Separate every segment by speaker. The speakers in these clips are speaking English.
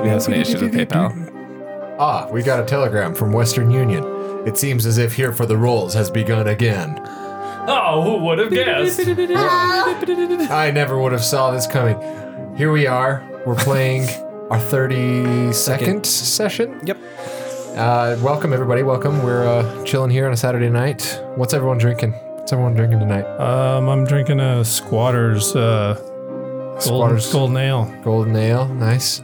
Speaker 1: we have some issues with PayPal.
Speaker 2: Ah, we got a telegram from Western Union. It seems as if Here for the Rolls has begun again.
Speaker 3: Oh, who would have guessed?
Speaker 2: I never would have saw this coming. Here we are. We're playing our 32nd session.
Speaker 1: Yep.
Speaker 2: Uh, welcome, everybody. Welcome. We're uh, chilling here on a Saturday night. What's everyone drinking? What's everyone drinking tonight?
Speaker 4: Uh,
Speaker 5: Um, I'm drinking a Squatter's uh, golden,
Speaker 2: Squatter's
Speaker 5: golden ale.
Speaker 2: Golden Ale. Nice.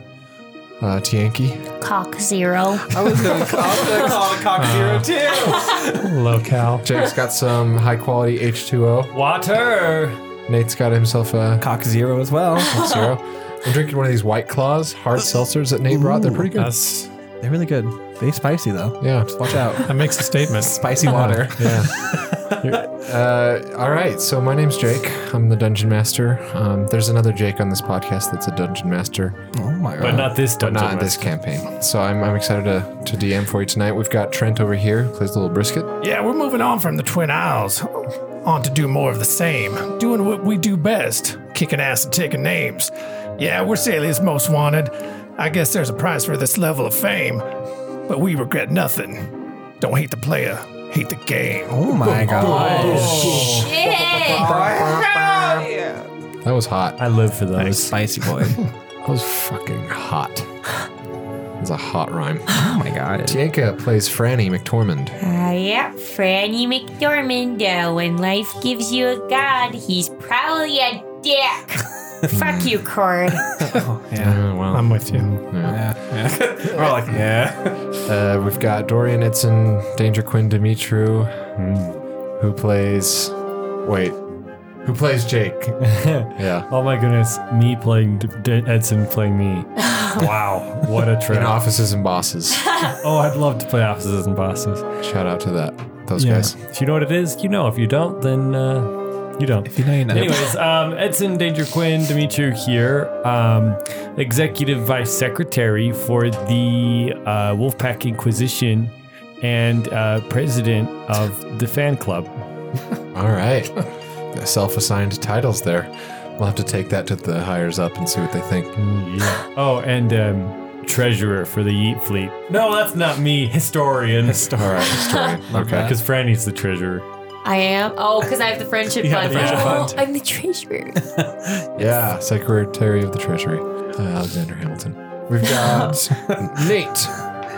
Speaker 2: Uh, Tianki.
Speaker 6: Cock zero.
Speaker 1: oh, cock zero two.
Speaker 5: Locale.
Speaker 2: Jake's got some high quality H2O.
Speaker 3: Water.
Speaker 2: Nate's got himself a
Speaker 1: Cock zero as well.
Speaker 2: zero. I'm drinking one of these White Claws hard seltzers that Nate brought. They're pretty good.
Speaker 5: That's
Speaker 1: They're really good. They spicy though.
Speaker 2: Yeah.
Speaker 1: Watch out.
Speaker 5: that makes a statement.
Speaker 1: spicy water.
Speaker 2: Yeah. uh, all right. So my name's Jake. I'm the dungeon master. Um, there's another Jake on this podcast that's a dungeon master,
Speaker 1: oh my god.
Speaker 3: But not this
Speaker 2: but
Speaker 3: dungeon.
Speaker 2: not in this
Speaker 3: master.
Speaker 2: campaign. So I'm, I'm excited to, to DM for you tonight. We've got Trent over here who plays Little Brisket.
Speaker 5: Yeah, we're moving on from the Twin Isles, on to do more of the same, doing what we do best, kicking ass and taking names. Yeah, we're Salia's most wanted. I guess there's a price for this level of fame, but we regret nothing. Don't hate the player, hate the game.
Speaker 1: oh my god.
Speaker 6: Uh,
Speaker 2: That was hot.
Speaker 3: I live for those.
Speaker 1: Spicy boy.
Speaker 2: That was fucking hot. It's a hot rhyme.
Speaker 1: Oh my god.
Speaker 2: Tienka plays Franny McTormand.
Speaker 6: Uh, yeah, Franny McDormand. Uh, when life gives you a god, he's probably a dick. Fuck you, Cord.
Speaker 1: Yeah.
Speaker 2: Oh, wow.
Speaker 5: I'm with you.
Speaker 3: We're all like, yeah.
Speaker 2: Uh, we've got Dorian Itzen, Danger Quinn Dimitru, who plays. Wait, who plays Jake? yeah,
Speaker 7: Oh my goodness, me playing D- D- Edson playing me. wow, what a trip.
Speaker 2: in offices and bosses.
Speaker 7: oh, I'd love to play offices and bosses.
Speaker 2: Shout out to that those guys.
Speaker 7: If you know what it is, you know. If you don't, then uh, you don't.
Speaker 1: If you know you know.
Speaker 7: Anyways, um, Edson Danger Quinn, Dimitri here, um, Executive Vice Secretary for the uh, Wolfpack Inquisition and uh, President of the fan club.
Speaker 2: All right, self-assigned titles there. We'll have to take that to the hires up and see what they think.
Speaker 7: Yeah. Oh, and um, Treasurer for the Yeet Fleet. No, that's not me. Historian. Historian.
Speaker 2: All right, story. okay.
Speaker 7: Because Franny's the treasurer.
Speaker 6: I am. Oh, because I have the friendship fund.
Speaker 7: friendship
Speaker 6: Oh, I'm the treasurer.
Speaker 2: Yeah, Secretary of the Treasury, uh, Alexander Hamilton. We've got Nate,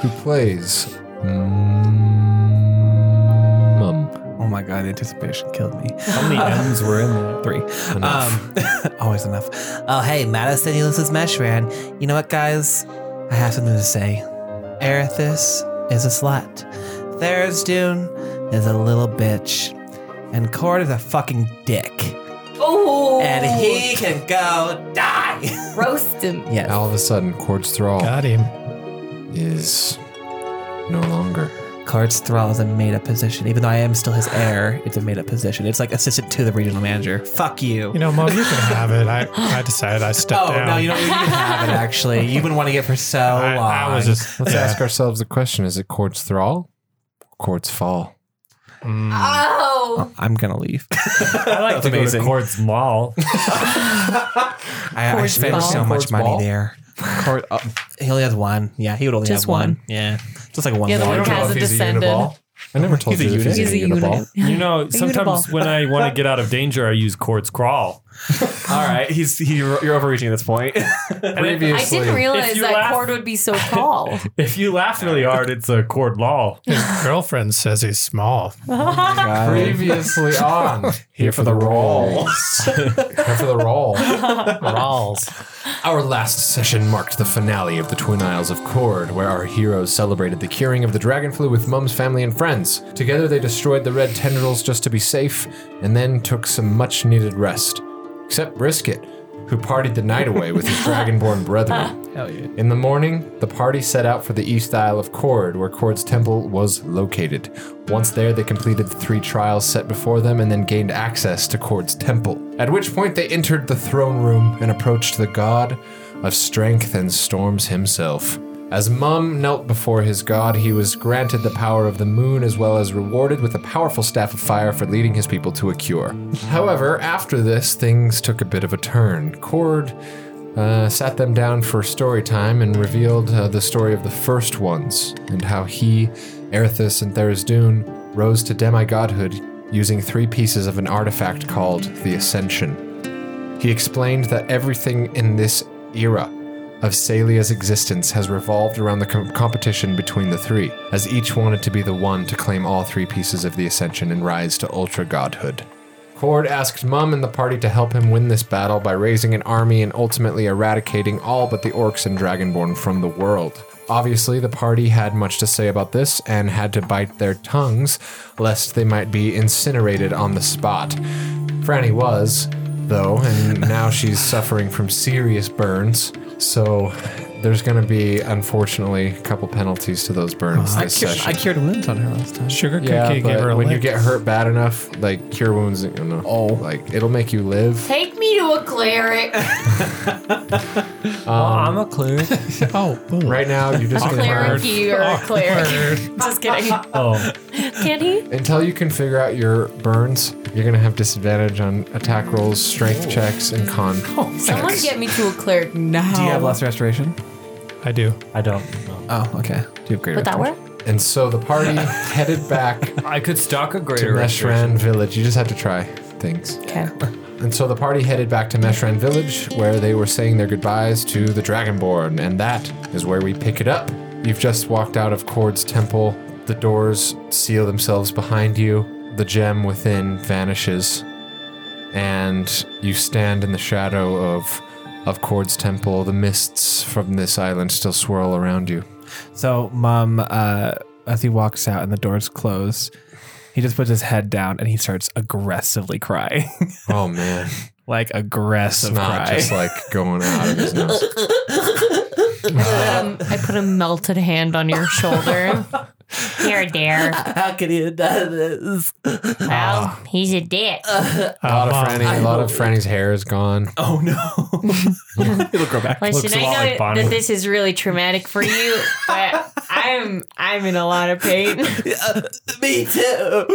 Speaker 2: who plays. Mm, Mum.
Speaker 1: Oh my god, anticipation killed me.
Speaker 7: How many M's were in that?
Speaker 1: Three. Um, always enough. Oh, hey, Madison, this is Meshran. You know what, guys? I have something to say. Erithus is a slut. There's Dune is a little bitch. And Cord is a fucking dick.
Speaker 6: Oh,
Speaker 1: And he can go die.
Speaker 6: roast him.
Speaker 1: yeah.
Speaker 2: All of a sudden, Cord's Thrall
Speaker 5: Got him.
Speaker 2: is no longer.
Speaker 1: Cord's thrall is a made up position. Even though I am still his heir, it's a made up position. It's like assistant to the regional manager. Fuck you.
Speaker 5: You know, Mom, you can have it. I, I decided I stepped
Speaker 1: oh,
Speaker 5: down.
Speaker 1: no, you don't you can have it, actually. You've been wanting it for so
Speaker 5: I,
Speaker 1: long.
Speaker 5: I was just.
Speaker 2: Let's
Speaker 5: yeah.
Speaker 2: ask ourselves the question is it Cord's Thrall? Cord's Fall?
Speaker 6: Oh,
Speaker 1: I'm gonna leave.
Speaker 7: I like to
Speaker 1: amazing.
Speaker 7: go to Quartz Mall.
Speaker 1: I, I
Speaker 6: Quartz
Speaker 1: spent
Speaker 6: ball.
Speaker 1: so much
Speaker 2: Quartz
Speaker 1: money
Speaker 2: ball?
Speaker 1: there. Court, uh, he only has one. Yeah, he would only
Speaker 8: Just
Speaker 1: have one.
Speaker 8: one.
Speaker 1: Yeah, just like one.
Speaker 8: The other
Speaker 1: ball.
Speaker 8: one has a descendant.
Speaker 2: I never told you if he's
Speaker 8: He's a
Speaker 2: a uniball.
Speaker 8: unit.
Speaker 7: You know,
Speaker 8: Uniball.
Speaker 7: sometimes when I want to get out of danger, I use Quartz Crawl.
Speaker 1: All right, he's he, you're overreaching at this point.
Speaker 7: And if,
Speaker 6: I didn't
Speaker 7: If
Speaker 6: realize
Speaker 7: you
Speaker 6: that
Speaker 7: laugh-
Speaker 6: Cord would be so tall.
Speaker 7: if you laugh really hard, it's a Cord Law.
Speaker 5: His girlfriend says he's small.
Speaker 2: Previously on. Here for the roll. Here for the roll. Our last session marked the finale of the Twin Isles of Kord, where our heroes celebrated the curing of the dragon flu with Mum's family and friends. Together, they destroyed the red tendrils just to be safe, and then took some much needed rest. Except Brisket, who partied the night away with his dragonborn brethren.
Speaker 1: Hell yeah.
Speaker 2: In the morning, the party set out for the east isle of Kord, where Kord's temple was located. Once there, they completed the three trials set before them and then gained access to Kord's temple. At which point, they entered the throne room and approached the god of strength and storms himself. As Mum knelt before his god, he was granted the power of the moon as well as rewarded with a powerful staff of fire for leading his people to a cure. However, after this, things took a bit of a turn. Kord uh, sat them down for story time and revealed uh, the story of the first ones and how he, Erithus, and Therisdune rose to demigodhood using three pieces of an artifact called the Ascension. He explained that everything in this era of Salia's existence has revolved around the com- competition between the three, as each wanted to be the one to claim all three pieces of the Ascension and rise to ultra godhood. Cord asked Mum and the party to help him win this battle by raising an army and ultimately eradicating all but the orcs and dragonborn from the world. Obviously, the party had much to say about this and had to bite their tongues lest they might be incinerated on the spot. Franny was, though, and now she's suffering from serious burns. So there's going to be, unfortunately, a couple penalties to those burns
Speaker 1: Oh, I
Speaker 2: this
Speaker 1: cured,
Speaker 2: session.
Speaker 1: I cured wounds on her last time.
Speaker 4: Sugar cookie
Speaker 2: Yeah,
Speaker 4: gave her
Speaker 2: but
Speaker 4: a
Speaker 2: when you
Speaker 4: lick.
Speaker 2: get hurt bad enough, like cure wounds, you know, oh, like it'll make you live.
Speaker 9: Take me to a cleric.
Speaker 1: I'm a cleric.
Speaker 4: oh, boom.
Speaker 2: Right now, you just
Speaker 9: cleric
Speaker 2: confirmed
Speaker 9: you are a cleric. Just kidding.
Speaker 7: Oh,
Speaker 9: Can he?
Speaker 2: until you can figure out your burns, you're gonna have disadvantage on attack rolls, strength checks, and con.
Speaker 9: Someone
Speaker 2: checks.
Speaker 9: get me to a cleric now.
Speaker 1: Do you have less restoration?
Speaker 4: I do.
Speaker 7: I don't.
Speaker 1: Oh, okay. Do you have greater
Speaker 9: Would that work?
Speaker 2: And so the party headed back to
Speaker 7: I could stock a greater
Speaker 2: Meshran Village. You just have to try things.
Speaker 9: Okay.
Speaker 2: And so the party headed back to Meshran Village, where they were saying their goodbyes to the Dragonborn, and that is where we pick it up. You've just walked out of Kord's temple. The doors seal themselves behind you. The gem within vanishes, and you stand in the shadow of of Kord's temple. The mists from this island still swirl around you.
Speaker 1: So, mom, uh, as he walks out and the doors close, he just puts his head down and he starts aggressively crying,
Speaker 2: Oh man,
Speaker 1: like aggressive
Speaker 2: it's not
Speaker 1: cry.
Speaker 2: just like going out of his nose.
Speaker 9: Um, I put a melted hand on your shoulder. Here, there.
Speaker 1: How could he have done this?
Speaker 9: Well, he's a dick.
Speaker 2: A lot of
Speaker 4: Mom,
Speaker 2: Franny, a lot of Franny's hair is gone.
Speaker 1: Oh no! He'll grow back.
Speaker 9: Listen,
Speaker 7: Looks a
Speaker 9: I
Speaker 7: lot
Speaker 9: know
Speaker 7: like Bonnie.
Speaker 9: that this is really traumatic for you, but I'm I'm in a lot of pain.
Speaker 1: Me too.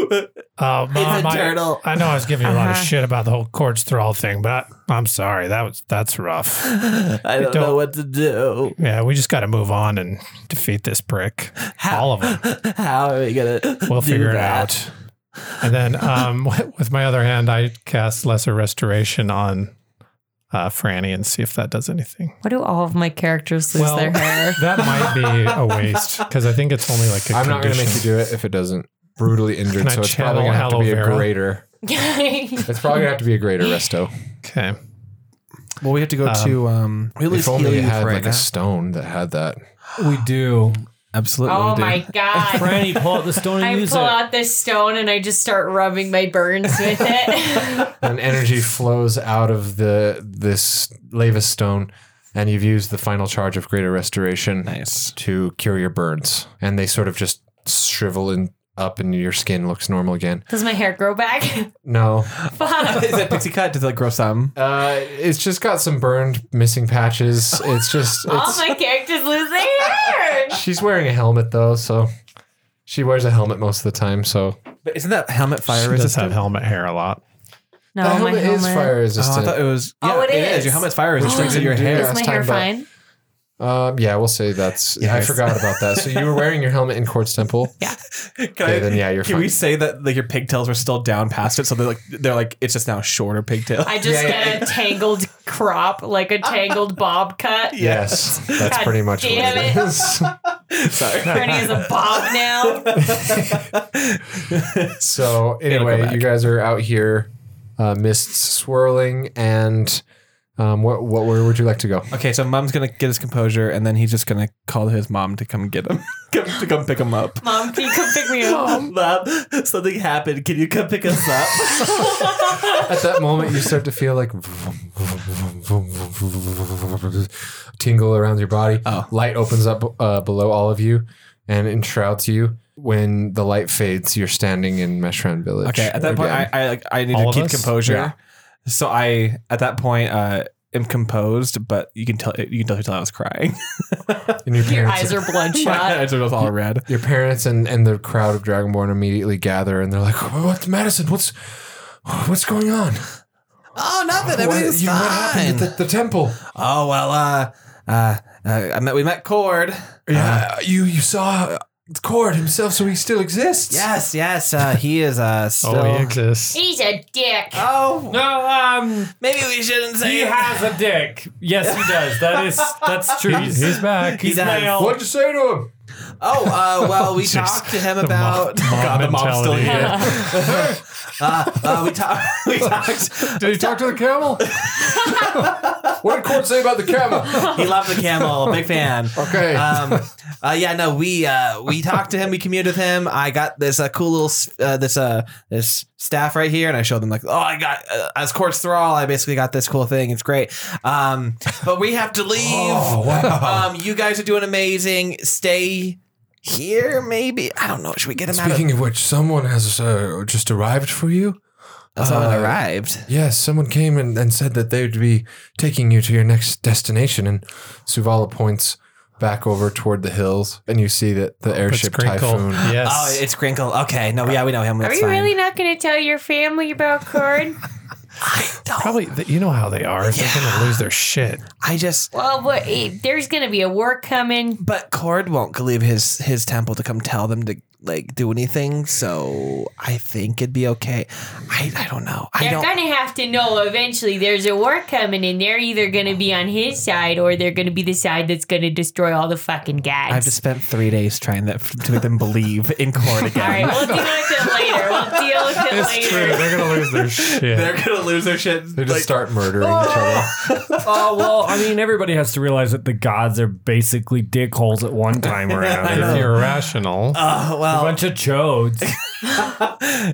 Speaker 4: Oh, Mom, I-
Speaker 1: turtle.
Speaker 4: I, know I was giving you a lot of
Speaker 9: Uh-huh.
Speaker 4: shit about the whole cords thrall thing, but I, I'm sorry. That was that's rough.
Speaker 1: I don't,
Speaker 4: don't-
Speaker 1: know what to do.
Speaker 4: Yeah, we just got to move on and defeat this brick. All of them.
Speaker 1: How are we gonna?
Speaker 4: We'll
Speaker 1: do
Speaker 4: figure
Speaker 1: that?
Speaker 4: it out. And then um, with my other hand, I cast Lesser Restoration on uh, Franny and see if that does anything.
Speaker 9: What do all of my characters lose
Speaker 4: Well,
Speaker 9: their hair?
Speaker 4: That might be a waste because I think it's only like a
Speaker 2: I'm not gonna
Speaker 4: condition.
Speaker 2: make you do it if it doesn't brutally injured.
Speaker 4: Can I
Speaker 2: so it's probably
Speaker 4: channel
Speaker 2: gonna have to be
Speaker 4: aloe
Speaker 2: a
Speaker 4: vera?
Speaker 2: greater. It's probably gonna have to be a greater resto.
Speaker 4: Okay.
Speaker 1: Well, we have to go to. Um, we at least
Speaker 2: if only
Speaker 1: heal you
Speaker 2: it had
Speaker 1: for right
Speaker 2: like
Speaker 1: now.
Speaker 2: a stone that had that.
Speaker 7: We do.
Speaker 1: Absolutely.
Speaker 9: oh
Speaker 1: we do.
Speaker 9: my god.
Speaker 7: Franny, pull out the stone and
Speaker 9: I
Speaker 7: use
Speaker 9: pull
Speaker 7: it.
Speaker 9: out this stone and I just start rubbing my burns with it.
Speaker 2: An energy flows out of the this lava stone, and you've used the final charge of greater restoration
Speaker 1: Nice.
Speaker 2: to cure your burns, and they sort of just shrivel and up, and your skin looks normal again.
Speaker 9: Does my hair grow back?
Speaker 2: No,
Speaker 9: Fuck.
Speaker 1: Is that pixie cut? Does that grow some?
Speaker 2: uh, it's just got some burned, missing patches. It's just
Speaker 9: All
Speaker 2: it's,
Speaker 9: my characters lose their hair.
Speaker 2: she's wearing a helmet though, so she wears a helmet most of the time. So
Speaker 1: But isn't that helmet fire
Speaker 4: She does have
Speaker 1: resistant?
Speaker 4: helmet hair a lot.
Speaker 9: No,
Speaker 2: The
Speaker 9: my
Speaker 2: helmet,
Speaker 9: helmet.
Speaker 2: is fire
Speaker 1: Oh, I
Speaker 2: resistant.
Speaker 1: thought it was. Yeah,
Speaker 9: Oh, it
Speaker 1: it
Speaker 9: is.
Speaker 1: is. Your helmet's fire resistant to your
Speaker 2: Is
Speaker 1: hair.
Speaker 9: Is
Speaker 2: last
Speaker 9: my hair
Speaker 2: time, but-
Speaker 9: fine?
Speaker 2: Um, yeah, we'll say that's.
Speaker 1: Yeah,
Speaker 2: I
Speaker 1: it's-
Speaker 2: forgot about that. So you were wearing your helmet in Quartz Temple.
Speaker 1: Can,
Speaker 2: Okay, then yeah, you're
Speaker 1: can
Speaker 2: fine.
Speaker 1: we say that like your pigtails were still down past it, so they're like they're like it's just now a shorter pigtail.
Speaker 9: I just
Speaker 2: Yeah,
Speaker 9: get a tangled crop, like a tangled bob cut.
Speaker 2: Yes, that's
Speaker 9: God
Speaker 2: pretty much what
Speaker 9: damn
Speaker 2: it
Speaker 9: it.
Speaker 2: is.
Speaker 1: Sorry.
Speaker 9: Franny is a bob now.
Speaker 2: so
Speaker 1: go
Speaker 2: anyway,
Speaker 1: back.
Speaker 2: you guys are out here, uh, mists swirling, and um, what what where would you like to go?
Speaker 1: Okay, so mom's gonna get his composure, and then he's just gonna call his mom to come get him, come, to come pick him up.
Speaker 9: Mom, can you come pick me
Speaker 1: Oh,
Speaker 9: up?
Speaker 1: Mom, something happened. Can you come pick us up?
Speaker 2: At that moment, you start to feel like vroom, vroom, vroom, vroom, vroom, vroom, tingle around your body.
Speaker 1: Oh.
Speaker 2: Light opens up uh, below all of you and enshrouds you. When the light fades, you're standing in Meshran Village.
Speaker 1: okay, at that point,
Speaker 2: again.
Speaker 1: I, I like I need
Speaker 4: All of
Speaker 1: to keep
Speaker 4: us?
Speaker 1: composure.
Speaker 2: Yeah.
Speaker 1: So I at that point uh, am composed, but you can tell you can tell, tell I was crying.
Speaker 2: and your
Speaker 9: Your
Speaker 2: parents
Speaker 9: eyes are
Speaker 1: My
Speaker 9: bloodshot.
Speaker 1: eyes were just all red.
Speaker 2: your parents and, and the crowd of Dragonborn immediately gather and they're like, "What's Madison? What's what's going on?"
Speaker 1: Oh, nothing. Everything's
Speaker 2: you,
Speaker 1: fine.
Speaker 2: what happened at the, the temple?
Speaker 1: oh well. Uh, uh, uh, I met. We met Cord.
Speaker 2: Yeah, Uh, you you saw Cord himself, so he still exists.
Speaker 1: Yes, yes. Uh, he is uh still.
Speaker 4: Oh, he exists.
Speaker 9: He's a dick.
Speaker 1: Oh,
Speaker 7: No, um,
Speaker 1: maybe we shouldn't say.
Speaker 7: he
Speaker 1: it.
Speaker 7: has a dick. Yes, he does. That is, that's true.
Speaker 4: He's, he's back.
Speaker 1: He does.
Speaker 2: What'd you say to him?
Speaker 1: Oh, uh, well, we talked to him about.
Speaker 4: Oh, God, the mob's still here.
Speaker 1: Uh, uh, we talked. We talked.
Speaker 2: Did you talk to the camel? what did Cord say about the camel?
Speaker 1: He loved the camel. Big fan.
Speaker 2: Okay.
Speaker 1: Um, uh, yeah, no, we uh, we talked to him. We commuted with him. I got this uh, cool little s- uh, this uh, this staff right here, and I showed them like, oh, I got uh, as court's thrall. I basically got this cool thing. It's great. Um, but we have to leave.
Speaker 2: oh wow.
Speaker 1: Um, you guys are doing amazing. Stay here, maybe. I don't know. Should we get him
Speaker 2: Speaking of which, someone has uh, just arrived for you.
Speaker 1: out of? Someone
Speaker 2: uh,
Speaker 1: arrived.
Speaker 2: Yes, someone came and, and said that they'd be taking you to your next destination. And Suvala points back over toward the hills, and you see that the airship typhoon.
Speaker 4: Yes.
Speaker 1: Oh, it's Grinkle. Okay, no, yeah, we know him.
Speaker 9: Are
Speaker 1: That's
Speaker 9: you
Speaker 1: fine.
Speaker 9: really not going to tell your family about Cord?
Speaker 4: Probably, th- you know how they are. They're going to lose their shit.
Speaker 1: I just.
Speaker 9: well, what, eh, there's going to be a war coming.
Speaker 1: But Cord won't leave his his temple to come tell them to like do anything, so I think it'd be okay. I, I don't know. I
Speaker 9: They're
Speaker 1: don't.
Speaker 9: going to have to know eventually there's a war coming, and they're either going to be on his side or they're going to be the side that's going to destroy all the fucking gods.
Speaker 1: I've just spent three days trying that to make them believe in Cord
Speaker 9: all
Speaker 1: again.
Speaker 9: right, we'll deal with it later. We'll deal with it later.
Speaker 4: They're going to lose their shit.
Speaker 1: They're "Ah!" gonna lose their shit.
Speaker 2: They just start murdering each other.
Speaker 7: Oh well, I mean, everybody has to realize that the gods are basically dickholes at one time or another.
Speaker 4: If you're rational,
Speaker 1: Oh
Speaker 7: A
Speaker 1: well,
Speaker 7: bunch of chodes.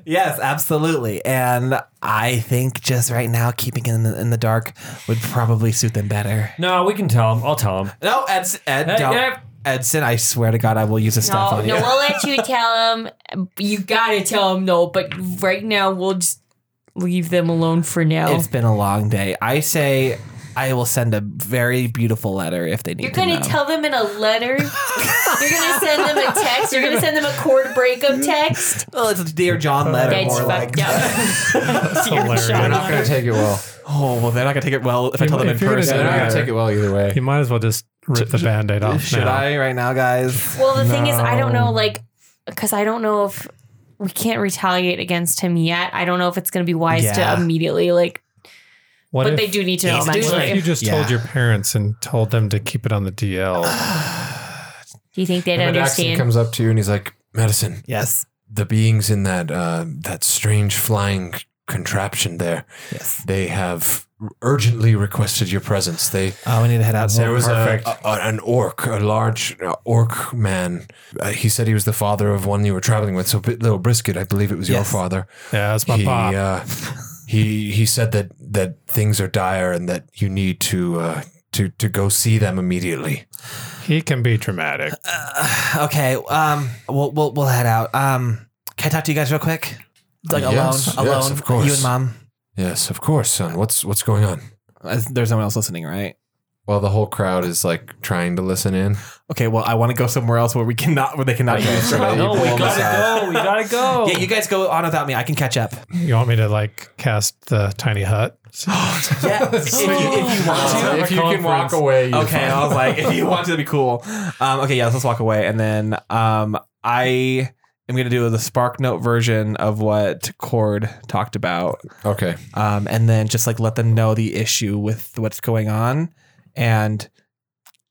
Speaker 1: yes, absolutely. And I think just right now, keeping it in the, in the dark would probably suit them better.
Speaker 7: No, we can tell him. I'll tell him.
Speaker 1: No, Edson, Ed,
Speaker 7: Hey,
Speaker 1: don't.
Speaker 7: Ed.
Speaker 1: Edson, I swear to God, I will use this stuff
Speaker 9: No,
Speaker 1: on
Speaker 9: no,
Speaker 1: you.
Speaker 9: we'll let you tell him. You gotta tell him though. But right now, we'll just leave them alone for now.
Speaker 1: It's been a long day. I say I will send a very beautiful letter if they need
Speaker 9: You're
Speaker 1: to
Speaker 9: gonna
Speaker 1: know.
Speaker 9: tell them in a letter. You're gonna send them a text. You're gonna send them a chord breakup text.
Speaker 1: well, it's a dear John letter,
Speaker 9: That's
Speaker 1: more like.
Speaker 9: fucked up.
Speaker 4: hilarious.
Speaker 2: They're not going to take it well.
Speaker 1: Oh well, they're not gonna take it well if I tell them in
Speaker 4: if you're gonna
Speaker 1: person. Oh,
Speaker 2: They're not going to take it well either way.
Speaker 4: you might as well just rip the band aid off.
Speaker 1: Should
Speaker 4: now.
Speaker 1: I right now, guys?
Speaker 9: Well, the thing is, I don't
Speaker 4: No.
Speaker 9: know, like, because I don't know if we can't retaliate against him yet. I don't know if it's gonna be wise
Speaker 1: Yeah.
Speaker 9: to immediately like.
Speaker 4: What
Speaker 9: but
Speaker 4: if,
Speaker 9: they do need to know
Speaker 1: He's doing
Speaker 9: eventually.
Speaker 4: What if you
Speaker 9: Do
Speaker 4: just
Speaker 1: Yeah.
Speaker 4: told your parents and told them to keep it on the DL?
Speaker 9: you think they'd
Speaker 2: And Jackson
Speaker 9: understand?
Speaker 2: comes up to you and he's like, Madison,
Speaker 1: Yes,
Speaker 2: the beings in that uh, that strange flying contraption there,
Speaker 1: yes.
Speaker 2: they have urgently requested your presence. They
Speaker 1: Oh, we need to head out.
Speaker 2: There was a,
Speaker 7: perfect.
Speaker 1: uh,
Speaker 2: a- an orc, a large uh, orc man. Uh, he said he was the father of one you were traveling with. So, Bi- little brisket, I believe it was your
Speaker 1: Yes.
Speaker 2: father.
Speaker 4: Yeah, that's my
Speaker 2: he,
Speaker 4: pop.
Speaker 2: Uh, he he said that that things are dire and that you need to uh, to to go see them immediately.
Speaker 4: He can be dramatic.
Speaker 1: okay. Um, we'll we'll we'll head out. Um, can I talk to you guys real quick? Like
Speaker 2: Yes, yes,
Speaker 1: alone, alone.
Speaker 2: of course.
Speaker 1: You and mom.
Speaker 2: Yes, of course, son. What's what's going on?
Speaker 1: Uh, There's no one else listening, right?
Speaker 2: Well, the whole crowd is like trying to listen in.
Speaker 1: Okay. Well, I want to go somewhere else where we cannot, where they cannot hear us.
Speaker 2: so you
Speaker 7: No,
Speaker 2: pull
Speaker 7: we
Speaker 2: him aside.
Speaker 7: gotta go. We gotta go.
Speaker 1: Yeah, you guys go on without me. I can catch up.
Speaker 4: You want me to like cast the tiny hut?
Speaker 1: Yeah, if you, if you want to.
Speaker 2: if you can walk away, you're
Speaker 1: Okay, I was like, if you want to, that'd be cool. Um, okay, yeah, let's, let's walk away. And then um, I am going to do the Spark Note version of what Cord talked about.
Speaker 2: fine. okay.
Speaker 1: Um, and then just like let them know the issue with what's going on and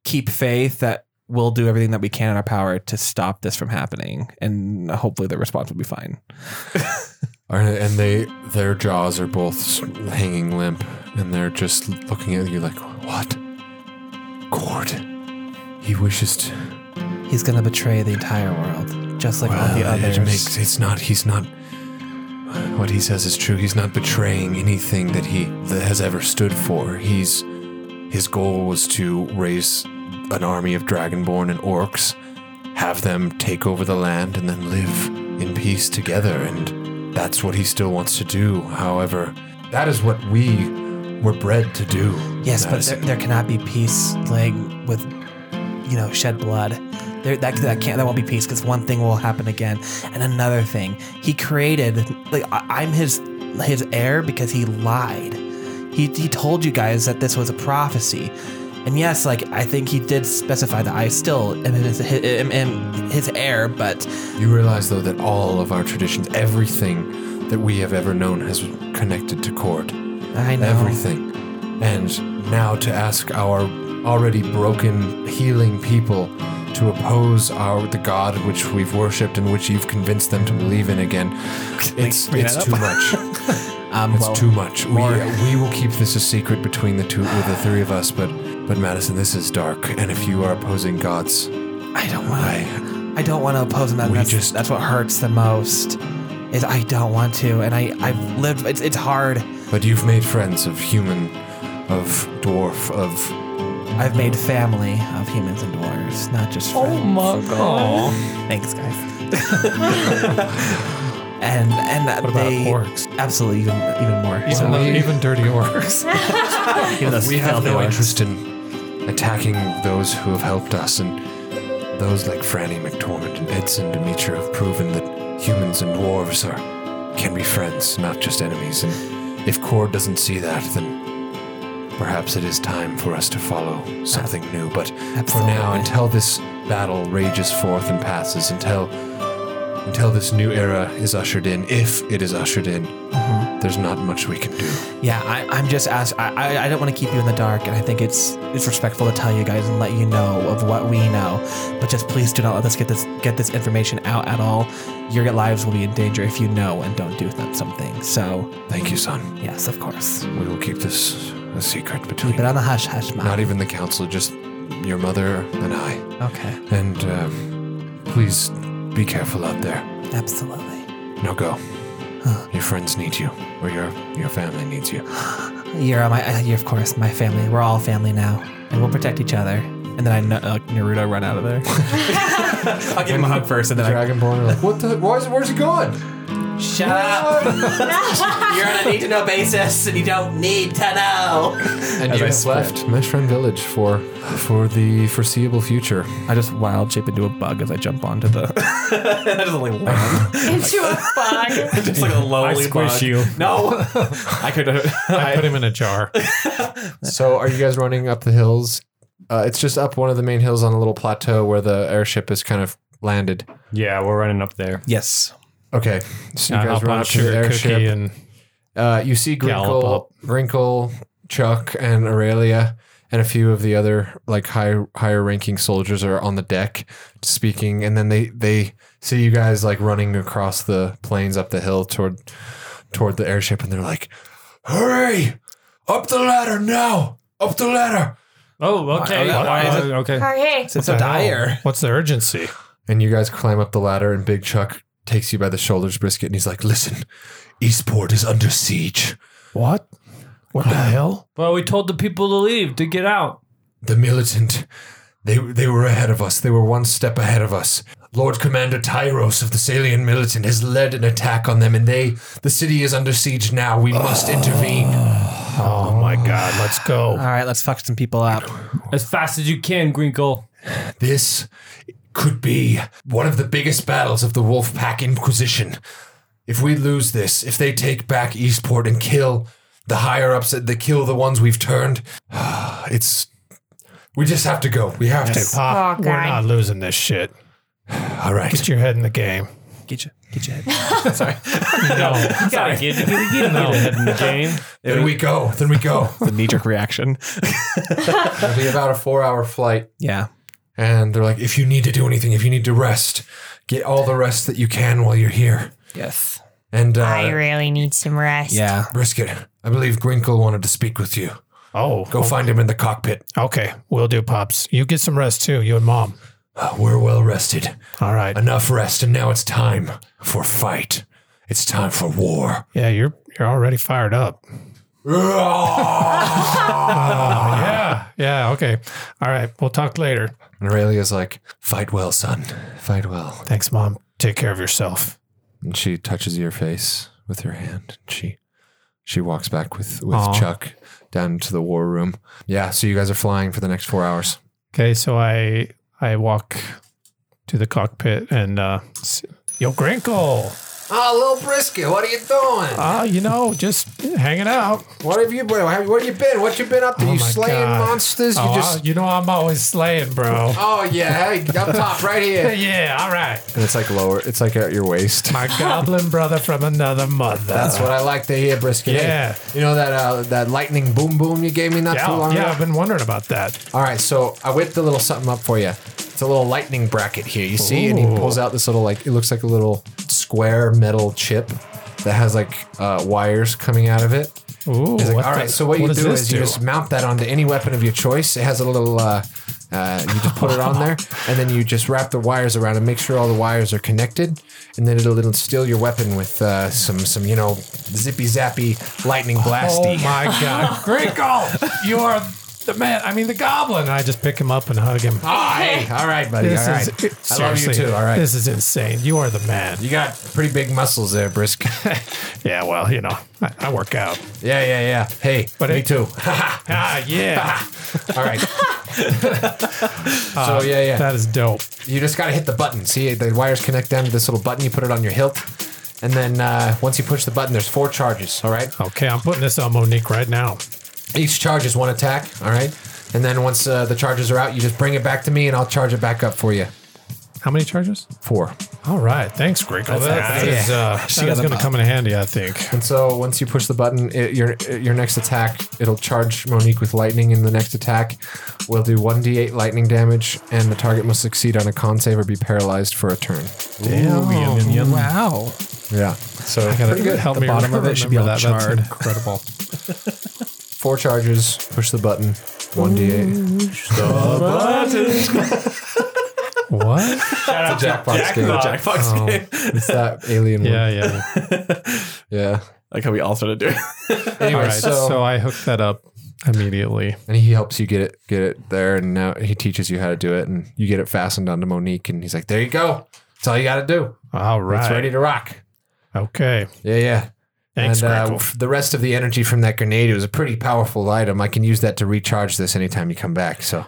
Speaker 1: keep faith that we'll do everything that we can in our power to stop this from happening. And hopefully the response will be fine.
Speaker 2: All right, and they their jaws are both s- hanging limp, and they're just looking at you like, "What? Cord? He wishes to."
Speaker 1: He's going to betray the entire world, just like all the
Speaker 2: Well,
Speaker 1: others.
Speaker 2: it makes it's not. He's not. What he says is true. He's not betraying anything that he that has ever stood for. He's his goal was to raise an army of dragonborn and orcs, have them take over the land, and then live in peace together. And that's what he still wants to do. However, that is what we were bred to do.
Speaker 1: Yes,
Speaker 2: That
Speaker 1: but
Speaker 2: is-
Speaker 1: there, there cannot be peace laying with, you know, shed blood. There, that that can't that won't be peace because one thing will happen again and another thing. He created like I, I'm his his heir because he lied. He, he told you guys that this was a prophecy. And yes, like, I think he did specify that I still am his, am- am his heir, but
Speaker 2: You realize, though, that all of our traditions, everything that we have ever known, has connected to Cord.
Speaker 1: I know.
Speaker 2: Everything. And now to ask our already broken, healing people to oppose our the God which we've worshipped and which you've convinced them to believe in again, it's it's too much.
Speaker 1: Um,
Speaker 2: It's
Speaker 1: well,
Speaker 2: too much. We, we will keep this a secret between the two, with the three of us. But, but Madison, this is dark. And if you are opposing gods,
Speaker 1: I don't
Speaker 2: I,
Speaker 1: want to. I don't want to oppose him. That,
Speaker 2: We
Speaker 1: that's,
Speaker 2: just-
Speaker 1: that's what hurts the most. Is I don't want to, and I I've lived. It's it's hard.
Speaker 2: But you've made friends of human, of dwarf, of.
Speaker 1: I've made family of humans and dwarves, not just friends. Oh my god! Thanks, guys. and and that
Speaker 5: What about
Speaker 1: they
Speaker 5: orcs?
Speaker 1: absolutely even even more. So
Speaker 5: Even,
Speaker 2: we-
Speaker 5: even dirty orcs.
Speaker 1: even those
Speaker 2: We have
Speaker 1: filthy
Speaker 2: no
Speaker 1: orcs.
Speaker 2: interest in attacking those who have helped us, and those like Franny McTormand and Edson Demetra have proven that humans and dwarves are can be friends, not just enemies. And if Cord doesn't see that, then perhaps it is time for us to follow something new. But for now,
Speaker 1: Absolutely.
Speaker 2: until this battle rages forth and passes, until until this new era is ushered in, if it is ushered in, there's not much we can do.
Speaker 1: Yeah, I, I'm just ask. I, I, I don't want to keep you in the dark, and I think it's it's respectful to tell you guys and let you know of what we know. But just please do not let us get this get this information out at all. Your lives will be in danger if you know and don't do them something. So
Speaker 2: Thank you, son.
Speaker 1: yes, of course.
Speaker 2: We will keep this a secret between.
Speaker 1: Keep it on the hush hush,
Speaker 2: Not e-
Speaker 1: mom.
Speaker 2: even the council, just your mother and I.
Speaker 1: Okay,
Speaker 2: And um, please be careful out there.
Speaker 1: absolutely.
Speaker 2: No go. Your friends need you, or your your family needs you.
Speaker 1: You're on my. uh, You're of course my family. We're all family now, and we'll protect each other. And then I kn- uh, Naruto run out of there. I'll give him a hug first, and then I
Speaker 2: Dragonborn are like, what the? Where's, where's he going?
Speaker 1: shut up. You're on a need to know basis, and you don't need to know.
Speaker 2: And you have left Meshran Village for for the foreseeable future.
Speaker 1: I just wild shape into a bug as I jump onto the. and I just like land.
Speaker 6: Into a fog.
Speaker 1: just like a lowly
Speaker 7: I squish
Speaker 1: bug.
Speaker 7: you.
Speaker 1: No, I could.
Speaker 5: I put him in a jar.
Speaker 2: So, are you guys running up the hills? Uh, it's just up one of the main hills on a little plateau where the airship is kind of landed.
Speaker 7: Yeah, we're running up there.
Speaker 1: yes.
Speaker 2: Okay, so you
Speaker 5: I
Speaker 2: guys
Speaker 5: hop
Speaker 2: run
Speaker 5: on
Speaker 2: up to the
Speaker 5: sugar
Speaker 2: airship.
Speaker 5: cookie and
Speaker 2: Uh, you see
Speaker 5: Gallop up.
Speaker 2: Grinkle, Grinkle, Chuck, and Aurelia, and a few of the other like high, higher ranking soldiers are on the deck speaking, and then they they see you guys like running across the plains up the hill toward toward the airship, and they're like, "Hurry, up the ladder now! Up the ladder!"
Speaker 7: Oh, okay.
Speaker 1: okay, why is
Speaker 7: Uh, okay.
Speaker 6: Okay.
Speaker 1: It's so
Speaker 5: the hell?
Speaker 1: dire.
Speaker 5: What's the urgency?
Speaker 2: And you guys climb up the ladder, and Big Chuck takes you by the shoulders, brisket, and he's like, "Listen, Eastport is under siege."
Speaker 5: What? What the hell?
Speaker 7: Well, we told the people to leave, to get out.
Speaker 2: The militant, they they were ahead of us. They were one step ahead of us. Lord Commander Tyros of the Salian militant has led an attack on them, and they the city is under siege now. We must intervene.
Speaker 5: Oh my god, let's
Speaker 1: All
Speaker 5: go.
Speaker 2: Oh,
Speaker 1: right, let's fuck some people up.
Speaker 7: As fast as you can, Grinkle.
Speaker 2: This could be one of the biggest battles of the Wolfpack Inquisition. If we lose this, if they take back Eastport and kill the higher ups, they kill the ones we've turned. It's we just have to go. We have
Speaker 5: Hey,
Speaker 2: to.
Speaker 5: Pop,
Speaker 6: Oh,
Speaker 5: we're
Speaker 6: God.
Speaker 5: not losing this shit.
Speaker 2: All right.
Speaker 5: Get your head in the game.
Speaker 1: Get you, get your head.
Speaker 7: No, gotta get, get, get, get ahead in the game.
Speaker 2: Then we go. Then we go.
Speaker 1: the knee jerk reaction.
Speaker 2: It'll be about a four hour flight.
Speaker 1: Yeah.
Speaker 2: And they're like, if you need to do anything, if you need to rest, get all the rest that you can while you're here.
Speaker 1: Yes.
Speaker 2: And
Speaker 6: I
Speaker 2: uh,
Speaker 6: really need some rest.
Speaker 1: Yeah.
Speaker 2: Brisket, I believe Grinkle wanted to speak with you.
Speaker 5: Oh,
Speaker 2: Go find him in the cockpit.
Speaker 5: okay. We'll do, Pops. You get some rest too, you and Mom.
Speaker 2: Uh, we're well rested.
Speaker 5: All right.
Speaker 2: Enough rest, and now it's time for fight. It's time for war.
Speaker 5: Yeah, you're you're already fired up.
Speaker 2: Oh,
Speaker 5: Yeah. Yeah, okay. All right. We'll talk later.
Speaker 2: and Aurelia's like, fight well, son. Fight well.
Speaker 5: Thanks, Mom. Take care of yourself.
Speaker 2: And she touches your face with her hand. And she she walks back with, with
Speaker 5: Aw.
Speaker 2: Chuck down to the war room. Yeah, so you guys are flying for the next four hours.
Speaker 5: Okay, so I I walk to the cockpit and uh s- Yo Grinkle.
Speaker 2: Oh, little brisket, what are you doing?
Speaker 4: Ah, you know, just hanging out.
Speaker 2: what have you been? Where you been? What you been up to?
Speaker 4: Oh
Speaker 2: you
Speaker 4: my
Speaker 2: slaying
Speaker 4: God.
Speaker 2: monsters?
Speaker 4: oh,
Speaker 2: you just.
Speaker 4: I- you know, I'm always slaying, bro.
Speaker 2: oh yeah, hey, up top, right here.
Speaker 4: yeah, all right.
Speaker 2: And it's like lower. It's like at your waist.
Speaker 4: My goblin brother from another mother.
Speaker 2: That's what I like to hear, brisket. Hey,
Speaker 4: Yeah.
Speaker 2: you know that uh, that lightning boom boom you gave me not too
Speaker 4: yeah,
Speaker 2: long
Speaker 4: yeah,
Speaker 2: ago.
Speaker 4: I've been wondering about that.
Speaker 2: All right, so I whipped a little something up for you. It's a little lightning bracket here. You see, and he
Speaker 4: Ooh.
Speaker 2: pulls out this little like it looks like a little square metal chip that has like uh, wires coming out of it.
Speaker 4: Ooh,
Speaker 2: He's like,
Speaker 4: what
Speaker 2: all right,
Speaker 4: the-
Speaker 2: so what, you
Speaker 4: does
Speaker 2: do
Speaker 4: this
Speaker 2: is you just mount that onto any weapon of your choice. It has a little, uh, uh, you just put it on there, and then you just wrap the wires around and make sure all the wires are connected, and then it'll, it'll steal your weapon with uh, some, some you know, zippy zappy lightning
Speaker 4: Oh
Speaker 2: blasty.
Speaker 4: my god, Grinkle, you are the man. I mean, the goblin. I just pick him up and hug him.
Speaker 2: Ah, hey, all right, buddy, all right.
Speaker 4: it-
Speaker 2: I love you
Speaker 4: seriously,
Speaker 2: too. All right,
Speaker 4: This is insane. You are the man.
Speaker 2: you got pretty big muscles there, Brisk. yeah,
Speaker 4: Yeah, well, you know, I, I work out.
Speaker 2: yeah, yeah. Hey,
Speaker 4: But
Speaker 2: me
Speaker 4: it-
Speaker 2: too.
Speaker 4: Ah, yeah,
Speaker 2: all right. so yeah, yeah.
Speaker 4: that is dope.
Speaker 2: you just gotta hit the button. See, the wires connect down to this little button. You put it on your hilt, and then uh, once you push the button, there's four charges. All right,
Speaker 4: Okay, I'm putting this on Monique right now.
Speaker 2: each charge is one attack. All right, and then once uh, the charges are out, you just bring it back to me, and I'll charge it back up for you.
Speaker 4: How many charges?
Speaker 2: Four.
Speaker 4: All right, thanks, Grinkle. That, that
Speaker 2: nice.
Speaker 4: is, uh, that is going to come in handy, I think.
Speaker 2: And so once you push the button, it, your your next attack, it'll charge Monique with lightning. In the next attack, will do one d8 lightning damage, and the target must succeed on a con save or be paralyzed for a turn.
Speaker 4: Oh.
Speaker 1: Wow.
Speaker 2: Yeah.
Speaker 4: So I gotta
Speaker 2: good.
Speaker 4: help
Speaker 1: The
Speaker 4: me
Speaker 1: bottom of
Speaker 4: remember
Speaker 1: it should be all
Speaker 4: that.
Speaker 1: charred.
Speaker 4: That's incredible.
Speaker 2: Four charges. Push the button. One d8.
Speaker 4: what?
Speaker 10: Shout out
Speaker 2: Jackbox game.
Speaker 1: Jackbox game.
Speaker 2: It's that alien.
Speaker 4: Yeah,
Speaker 2: One.
Speaker 4: yeah.
Speaker 2: Yeah.
Speaker 1: Like how we all started doing.
Speaker 2: Anyway,
Speaker 4: All right,
Speaker 2: so,
Speaker 4: so, I hooked that up immediately.
Speaker 2: and he helps you get it get it there, and now he teaches you how to do it, and you get it fastened onto Monique, and he's like, "There you go. That's all you got to do.
Speaker 4: All right.
Speaker 2: It's ready to rock."
Speaker 4: Okay.
Speaker 2: Yeah, yeah.
Speaker 4: Thanks,
Speaker 2: and uh,
Speaker 4: Crackle.
Speaker 2: f- the rest of the energy from that grenade, it was a pretty powerful item. I can use that to recharge this anytime you come back. So,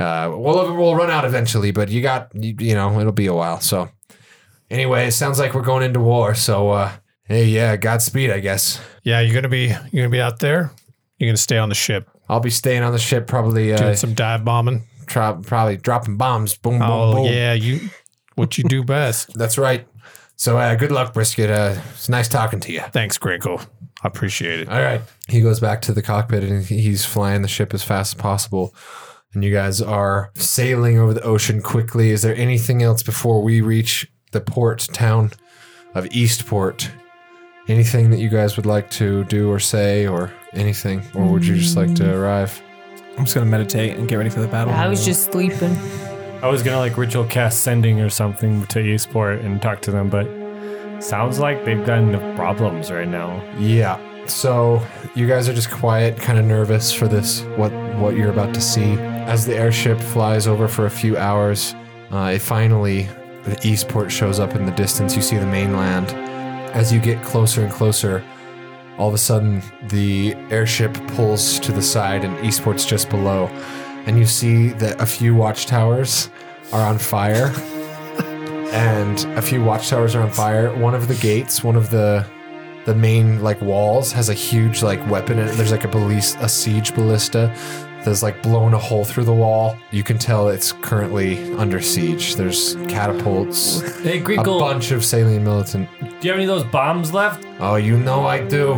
Speaker 2: uh, we'll we'll run out eventually, but you got you, you know it'll be a while. So, anyway, it sounds like we're going into war. So, uh, hey, yeah, Godspeed, I guess.
Speaker 4: Yeah, you're gonna be you're gonna be out there. You're gonna stay on the ship
Speaker 2: I'll be staying on the ship, probably
Speaker 4: doing
Speaker 2: uh,
Speaker 4: some dive bombing.
Speaker 2: tro- probably dropping bombs. Boom, boom,
Speaker 4: Oh
Speaker 2: boom.
Speaker 4: yeah, you what you do best.
Speaker 2: That's right. So, uh, good luck, Brisket. Uh, it's nice talking to you.
Speaker 4: Thanks, Grinkle. I appreciate it.
Speaker 2: All right. He goes back to the cockpit and he's flying the ship as fast as possible. And you guys are sailing over the ocean quickly. Is there anything else before we reach the port town of Eastport? Anything that you guys would like to do or say or anything? Or would you just like to arrive?
Speaker 1: I'm just gonna meditate and get ready for the battle.
Speaker 11: I was just sleeping.
Speaker 7: I was gonna like ritual cast sending or something to eSport and talk to them, but sounds like they've got enough problems right now.
Speaker 2: Yeah. So you guys are just quiet, kind of nervous for this. What what you're about to see as the airship flies over for a few hours. Uh, it finally, the Eastport shows up in the distance. You see the mainland. As you get closer and closer, all of a sudden the airship pulls to the side, and Eastport's just below. And you see that a few watchtowers are on fire. and a few watchtowers are on fire. One of the gates, one of the the main like walls has a huge like weapon in it. There's like a ballis- a siege ballista that's like blown a hole through the wall. You can tell it's currently under siege. There's catapults,
Speaker 7: Hey,
Speaker 2: a
Speaker 7: Grinkle,
Speaker 2: bunch of salient militant.
Speaker 7: do you have any of those bombs left?
Speaker 2: Oh, you know I do.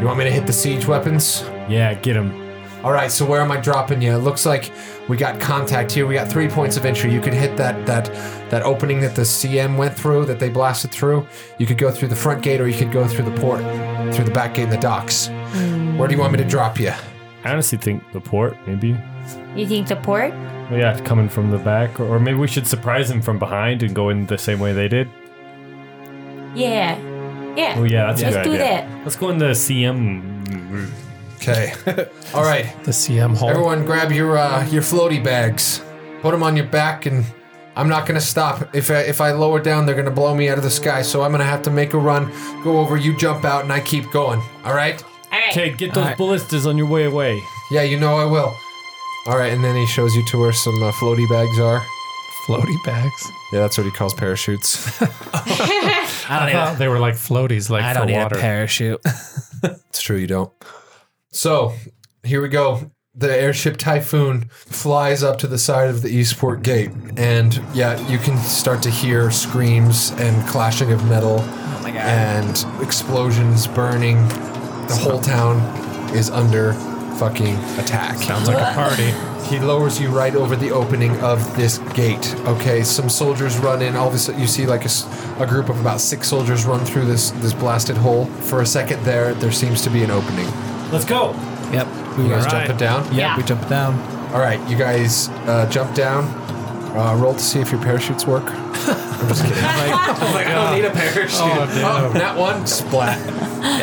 Speaker 2: You want me to hit the siege weapons?
Speaker 7: Yeah, get them.
Speaker 2: All right, so where am I dropping you? It looks like we got contact here. We got three points of entry. You could hit that that that opening that the CM went through, that they blasted through. You could go through the front gate, or you could go through the port, through the back gate in the docks. Where do you want me to drop you?
Speaker 7: I honestly think the port, maybe.
Speaker 9: You think the port?
Speaker 7: Yeah, coming from the back, or, or maybe we should surprise them from behind and go in the same way they did.
Speaker 9: Yeah. Yeah.
Speaker 7: Oh yeah, that's a
Speaker 9: Let's
Speaker 7: good
Speaker 9: do
Speaker 7: idea.
Speaker 9: that.
Speaker 7: Let's go in the CM.
Speaker 2: Okay. All right,
Speaker 4: The CM hole.
Speaker 2: everyone, grab your uh, your floaty bags, put them on your back, and I'm not gonna stop. If I, if I lower down, they're gonna blow me out of the sky. So I'm gonna have to make a run, go over, you jump out, and I keep going. All right.
Speaker 9: All right.
Speaker 7: Okay, get those ballistas on your way away.
Speaker 2: Yeah, you know I will. All right, and then he shows you to where some uh, floaty bags are.
Speaker 4: floaty bags.
Speaker 2: Yeah, that's what he calls parachutes.
Speaker 1: I don't need. A,
Speaker 4: They were like floaties, like
Speaker 1: I don't
Speaker 4: Uh-huh. for
Speaker 1: need
Speaker 4: water.
Speaker 1: a parachute.
Speaker 2: It's true, you don't. So here we go. The airship Typhoon flies up to the side of the Eastport Gate, and yeah, you can start to hear screams and clashing of metal and explosions burning. The whole town is under fucking attack.
Speaker 4: Sounds like a party.
Speaker 2: He lowers you right over the opening of this gate. Okay, some soldiers run in. All of a sudden, you see like a, s- a group of about six soldiers run through this this blasted hole. For a second there, there seems to be an opening.
Speaker 7: Let's go.
Speaker 8: Yep.
Speaker 2: You guys jump it down.
Speaker 6: Yeah.
Speaker 8: We jump down.
Speaker 2: All right, you guys uh, jump down. Uh, roll to see if your parachutes work. I'm just kidding.
Speaker 8: I don't need a parachute.
Speaker 4: Oh, damn.
Speaker 2: Oh, not one. Splat.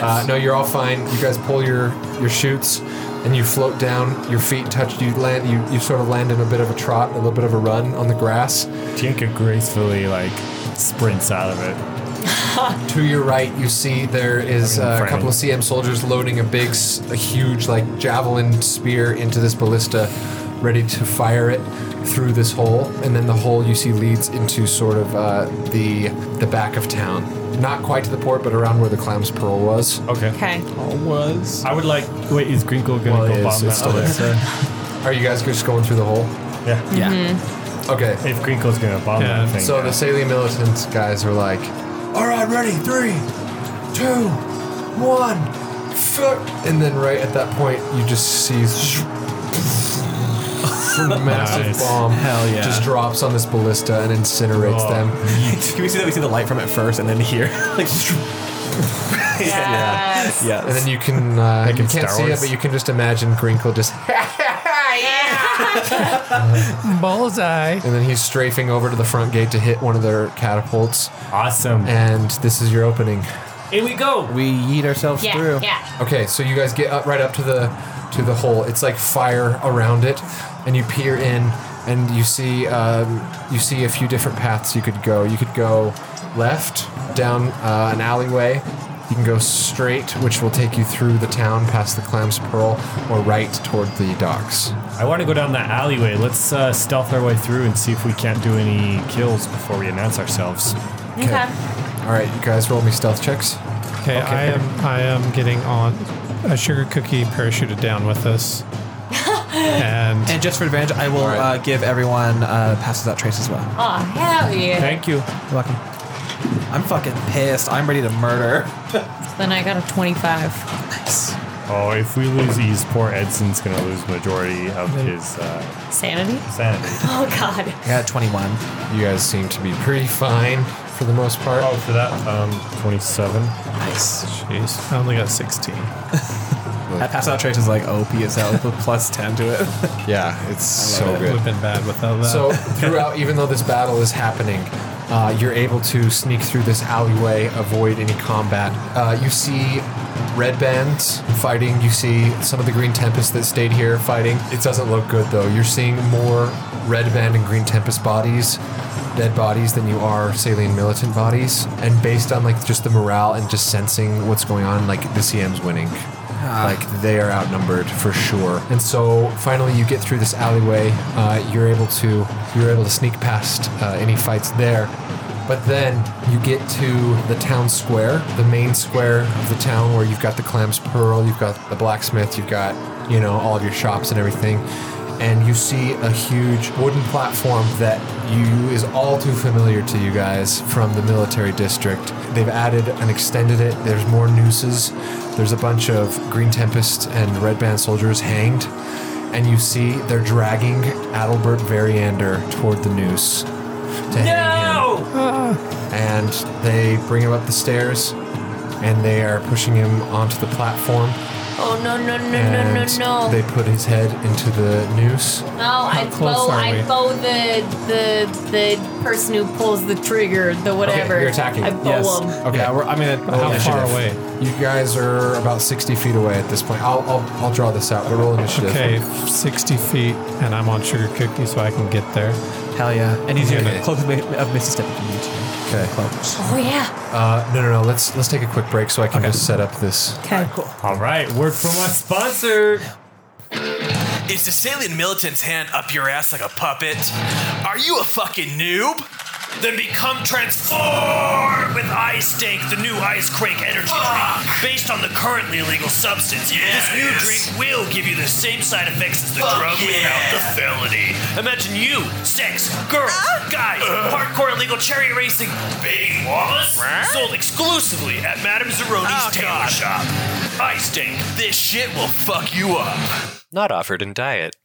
Speaker 2: Uh, no, you're all fine. You guys pull your your chutes, and you float down. Your feet touch. You land. You, you sort of land in a bit of a trot, a little bit of a run on the grass.
Speaker 7: Tinka gracefully like sprints out of it.
Speaker 2: To your right, you see there is uh, a
Speaker 7: friend.
Speaker 2: couple of CM soldiers loading a big, s- a huge like javelin spear into this ballista, ready to fire it through this hole. And then the hole you see leads into sort of uh, the the back of town, not quite to the port, but around where the clam's pearl was.
Speaker 7: Okay.
Speaker 6: Okay.
Speaker 8: Was.
Speaker 7: I would like. Wait, is Grinkle gonna
Speaker 2: Well, it
Speaker 7: go
Speaker 2: is.
Speaker 7: bomb
Speaker 2: It's
Speaker 7: that
Speaker 2: still
Speaker 7: other
Speaker 2: there.
Speaker 7: thing?
Speaker 2: Are you guys just going through the hole?
Speaker 7: Yeah.
Speaker 8: Yeah.
Speaker 6: Mm-hmm.
Speaker 2: Okay.
Speaker 7: If Grinkle's gonna bomb
Speaker 4: Yeah,
Speaker 7: that thing.
Speaker 2: So the Salient Militants guys are like, all right, ready, three, two, one, fuck. And then right at that point, you just see sh- a massive
Speaker 4: Nice.
Speaker 2: bomb
Speaker 8: Hell yeah.
Speaker 2: just drops on this ballista and incinerates
Speaker 7: Oh.
Speaker 2: them.
Speaker 8: Can we see that we see the light from it first and then here? like,
Speaker 6: Yes.
Speaker 8: yeah.
Speaker 2: And then you can, uh, you
Speaker 4: in
Speaker 2: can't
Speaker 4: Star
Speaker 2: see it,
Speaker 4: Wars.
Speaker 2: but you can just imagine Grinkle just,
Speaker 5: Bullseye.
Speaker 2: and then he's strafing over to the front gate to hit one of their catapults.
Speaker 7: awesome.
Speaker 2: And this is your opening.
Speaker 7: Here we go.
Speaker 8: we yeet ourselves
Speaker 6: Yeah.
Speaker 8: through.
Speaker 6: Yeah.
Speaker 2: Okay, so you guys get up right up to the to the hole. It's like fire around it, and you peer in, and you see um, you see a few different paths you could go. You could go left down uh, an alleyway. You can go straight, which will take you through the town past the Clam's Pearl, or right toward the docks.
Speaker 7: I want to go down that alleyway. Let's uh, stealth our way through and see if we can't do any kills before we announce ourselves.
Speaker 6: Okay.
Speaker 2: All right, you guys roll me stealth checks.
Speaker 4: Okay, I am I am getting on a sugar cookie parachuted down with us. and
Speaker 8: And just for advantage, I will
Speaker 2: right.
Speaker 8: uh, give everyone uh, passes out trace as well.
Speaker 6: Oh hell yeah.
Speaker 7: Thank you.
Speaker 8: You're welcome. I'm fucking pissed. I'm ready to murder.
Speaker 6: Then I got a twenty-five.
Speaker 7: Oh, if we lose Ease, poor Edson's gonna lose majority of his uh,
Speaker 6: Sanity.
Speaker 7: sanity.
Speaker 6: Oh god.
Speaker 8: I got a 21.
Speaker 2: You guys seem to be pretty fine for the most part.
Speaker 7: Oh, for that, um, 27.
Speaker 8: Nice.
Speaker 4: jeez, I only got sixteen.
Speaker 8: That pass out trace is like OP as hell with plus 10 to it.
Speaker 2: Yeah, it's so
Speaker 4: It would have been bad without that.
Speaker 2: So throughout, even though this battle is happening, uh, you're able to sneak through this alleyway, avoid any combat. Uh, you see red bands fighting. You see some of the green tempest that stayed here fighting. It doesn't look good though. You're seeing more red band and green tempest bodies, dead bodies, than you are salient militant bodies. And based on like just the morale and just sensing what's going on, like the CM's winning. Like they are outnumbered for sure, and so finally you get through this alleyway. Uh, you're able to you're able to sneak past uh, any fights there, but then you get to the town square, the main square of the town where you've got the Clams Pearl, you've got the blacksmith, you've got you know all of your shops and everything, and you see a huge wooden platform that you is all too familiar to you guys from the military district. They've added and extended it. There's more nooses. There's a bunch of Green Tempest and Red Band soldiers hanged, and you see they're dragging Adalbert Variander toward the noose to hang him. And they bring him up the stairs, and they are pushing him onto the platform.
Speaker 6: Oh no no no no no
Speaker 2: And
Speaker 6: no.
Speaker 2: they put his head into the noose.
Speaker 6: No, I
Speaker 4: close
Speaker 6: bow.
Speaker 4: are
Speaker 6: I
Speaker 4: we?
Speaker 6: bow the the the person who pulls the trigger, the whatever.
Speaker 2: you're attacking.
Speaker 6: I bow
Speaker 8: Yes.
Speaker 6: him.
Speaker 2: Okay.
Speaker 8: Yeah, we're, I'm going to.
Speaker 4: How far away?
Speaker 2: You guys are about 60 feet away at this point. I'll, I'll, I'll draw this out, but roll initiative.
Speaker 4: Okay, sixty feet, and I'm on sugar cookie, so I can get there.
Speaker 8: Hell yeah. And he's
Speaker 2: Okay.
Speaker 8: here. Close of Mississippi if you need to.
Speaker 2: Okay.
Speaker 8: Close.
Speaker 6: Oh yeah.
Speaker 2: Uh, no, no, no. Let's let's take a quick break so I can just set up this.
Speaker 6: Okay.
Speaker 7: All right, word from our sponsor.
Speaker 12: Is the salient militant's hand up your ass like a puppet? Are you a fucking noob? Then become transformed with Ice Dank, the new Ice Quake energy drink, based on the currently illegal substance. this new drink will give you the same side effects as the drug without the felony. Imagine you, sex, girls, guys, hardcore illegal cherry racing, Baby Wallace, sold exclusively at Madame
Speaker 7: Oh,
Speaker 12: Zeroni's tailor shop. Ice Dank, this shit will fuck you up.
Speaker 13: Not offered in diet.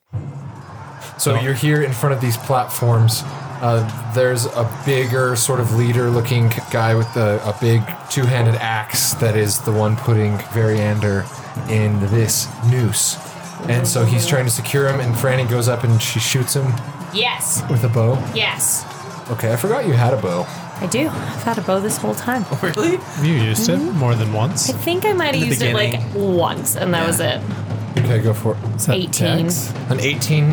Speaker 2: So you're here in front of these platforms. Uh, there's a bigger sort of leader-looking guy with a, a big two-handed axe that is the one putting Variander in this noose, and so he's trying to secure him. And Franny goes up and she shoots him
Speaker 6: Yes.
Speaker 2: with a bow.
Speaker 6: Yes.
Speaker 2: Okay, I forgot you had a bow.
Speaker 6: I do. I've had a bow this whole time.
Speaker 1: Really?
Speaker 4: You used it more than once.
Speaker 6: I think I might have
Speaker 1: the
Speaker 6: used it like once, and that was it.
Speaker 2: Okay, go for it.
Speaker 6: 18.
Speaker 2: An 18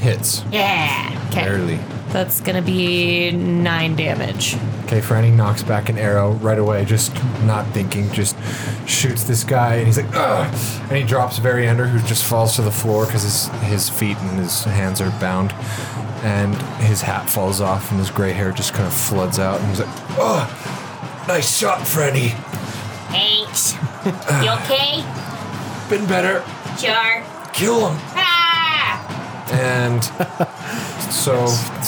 Speaker 2: hits
Speaker 6: Yeah. Okay.
Speaker 2: barely.
Speaker 6: That's going to be nine damage.
Speaker 2: Okay, Franny knocks back an arrow right away, just not thinking, just shoots this guy, and he's like, Ugh! and he drops Variander, who just falls to the floor because his his feet and his hands are bound, and his hat falls off, and his gray hair just kind of floods out, and he's like, "Oh, nice shot, Franny.
Speaker 6: Thanks. you okay?
Speaker 2: Been better.
Speaker 6: Sure.
Speaker 2: Kill him."
Speaker 6: Ah!
Speaker 2: And so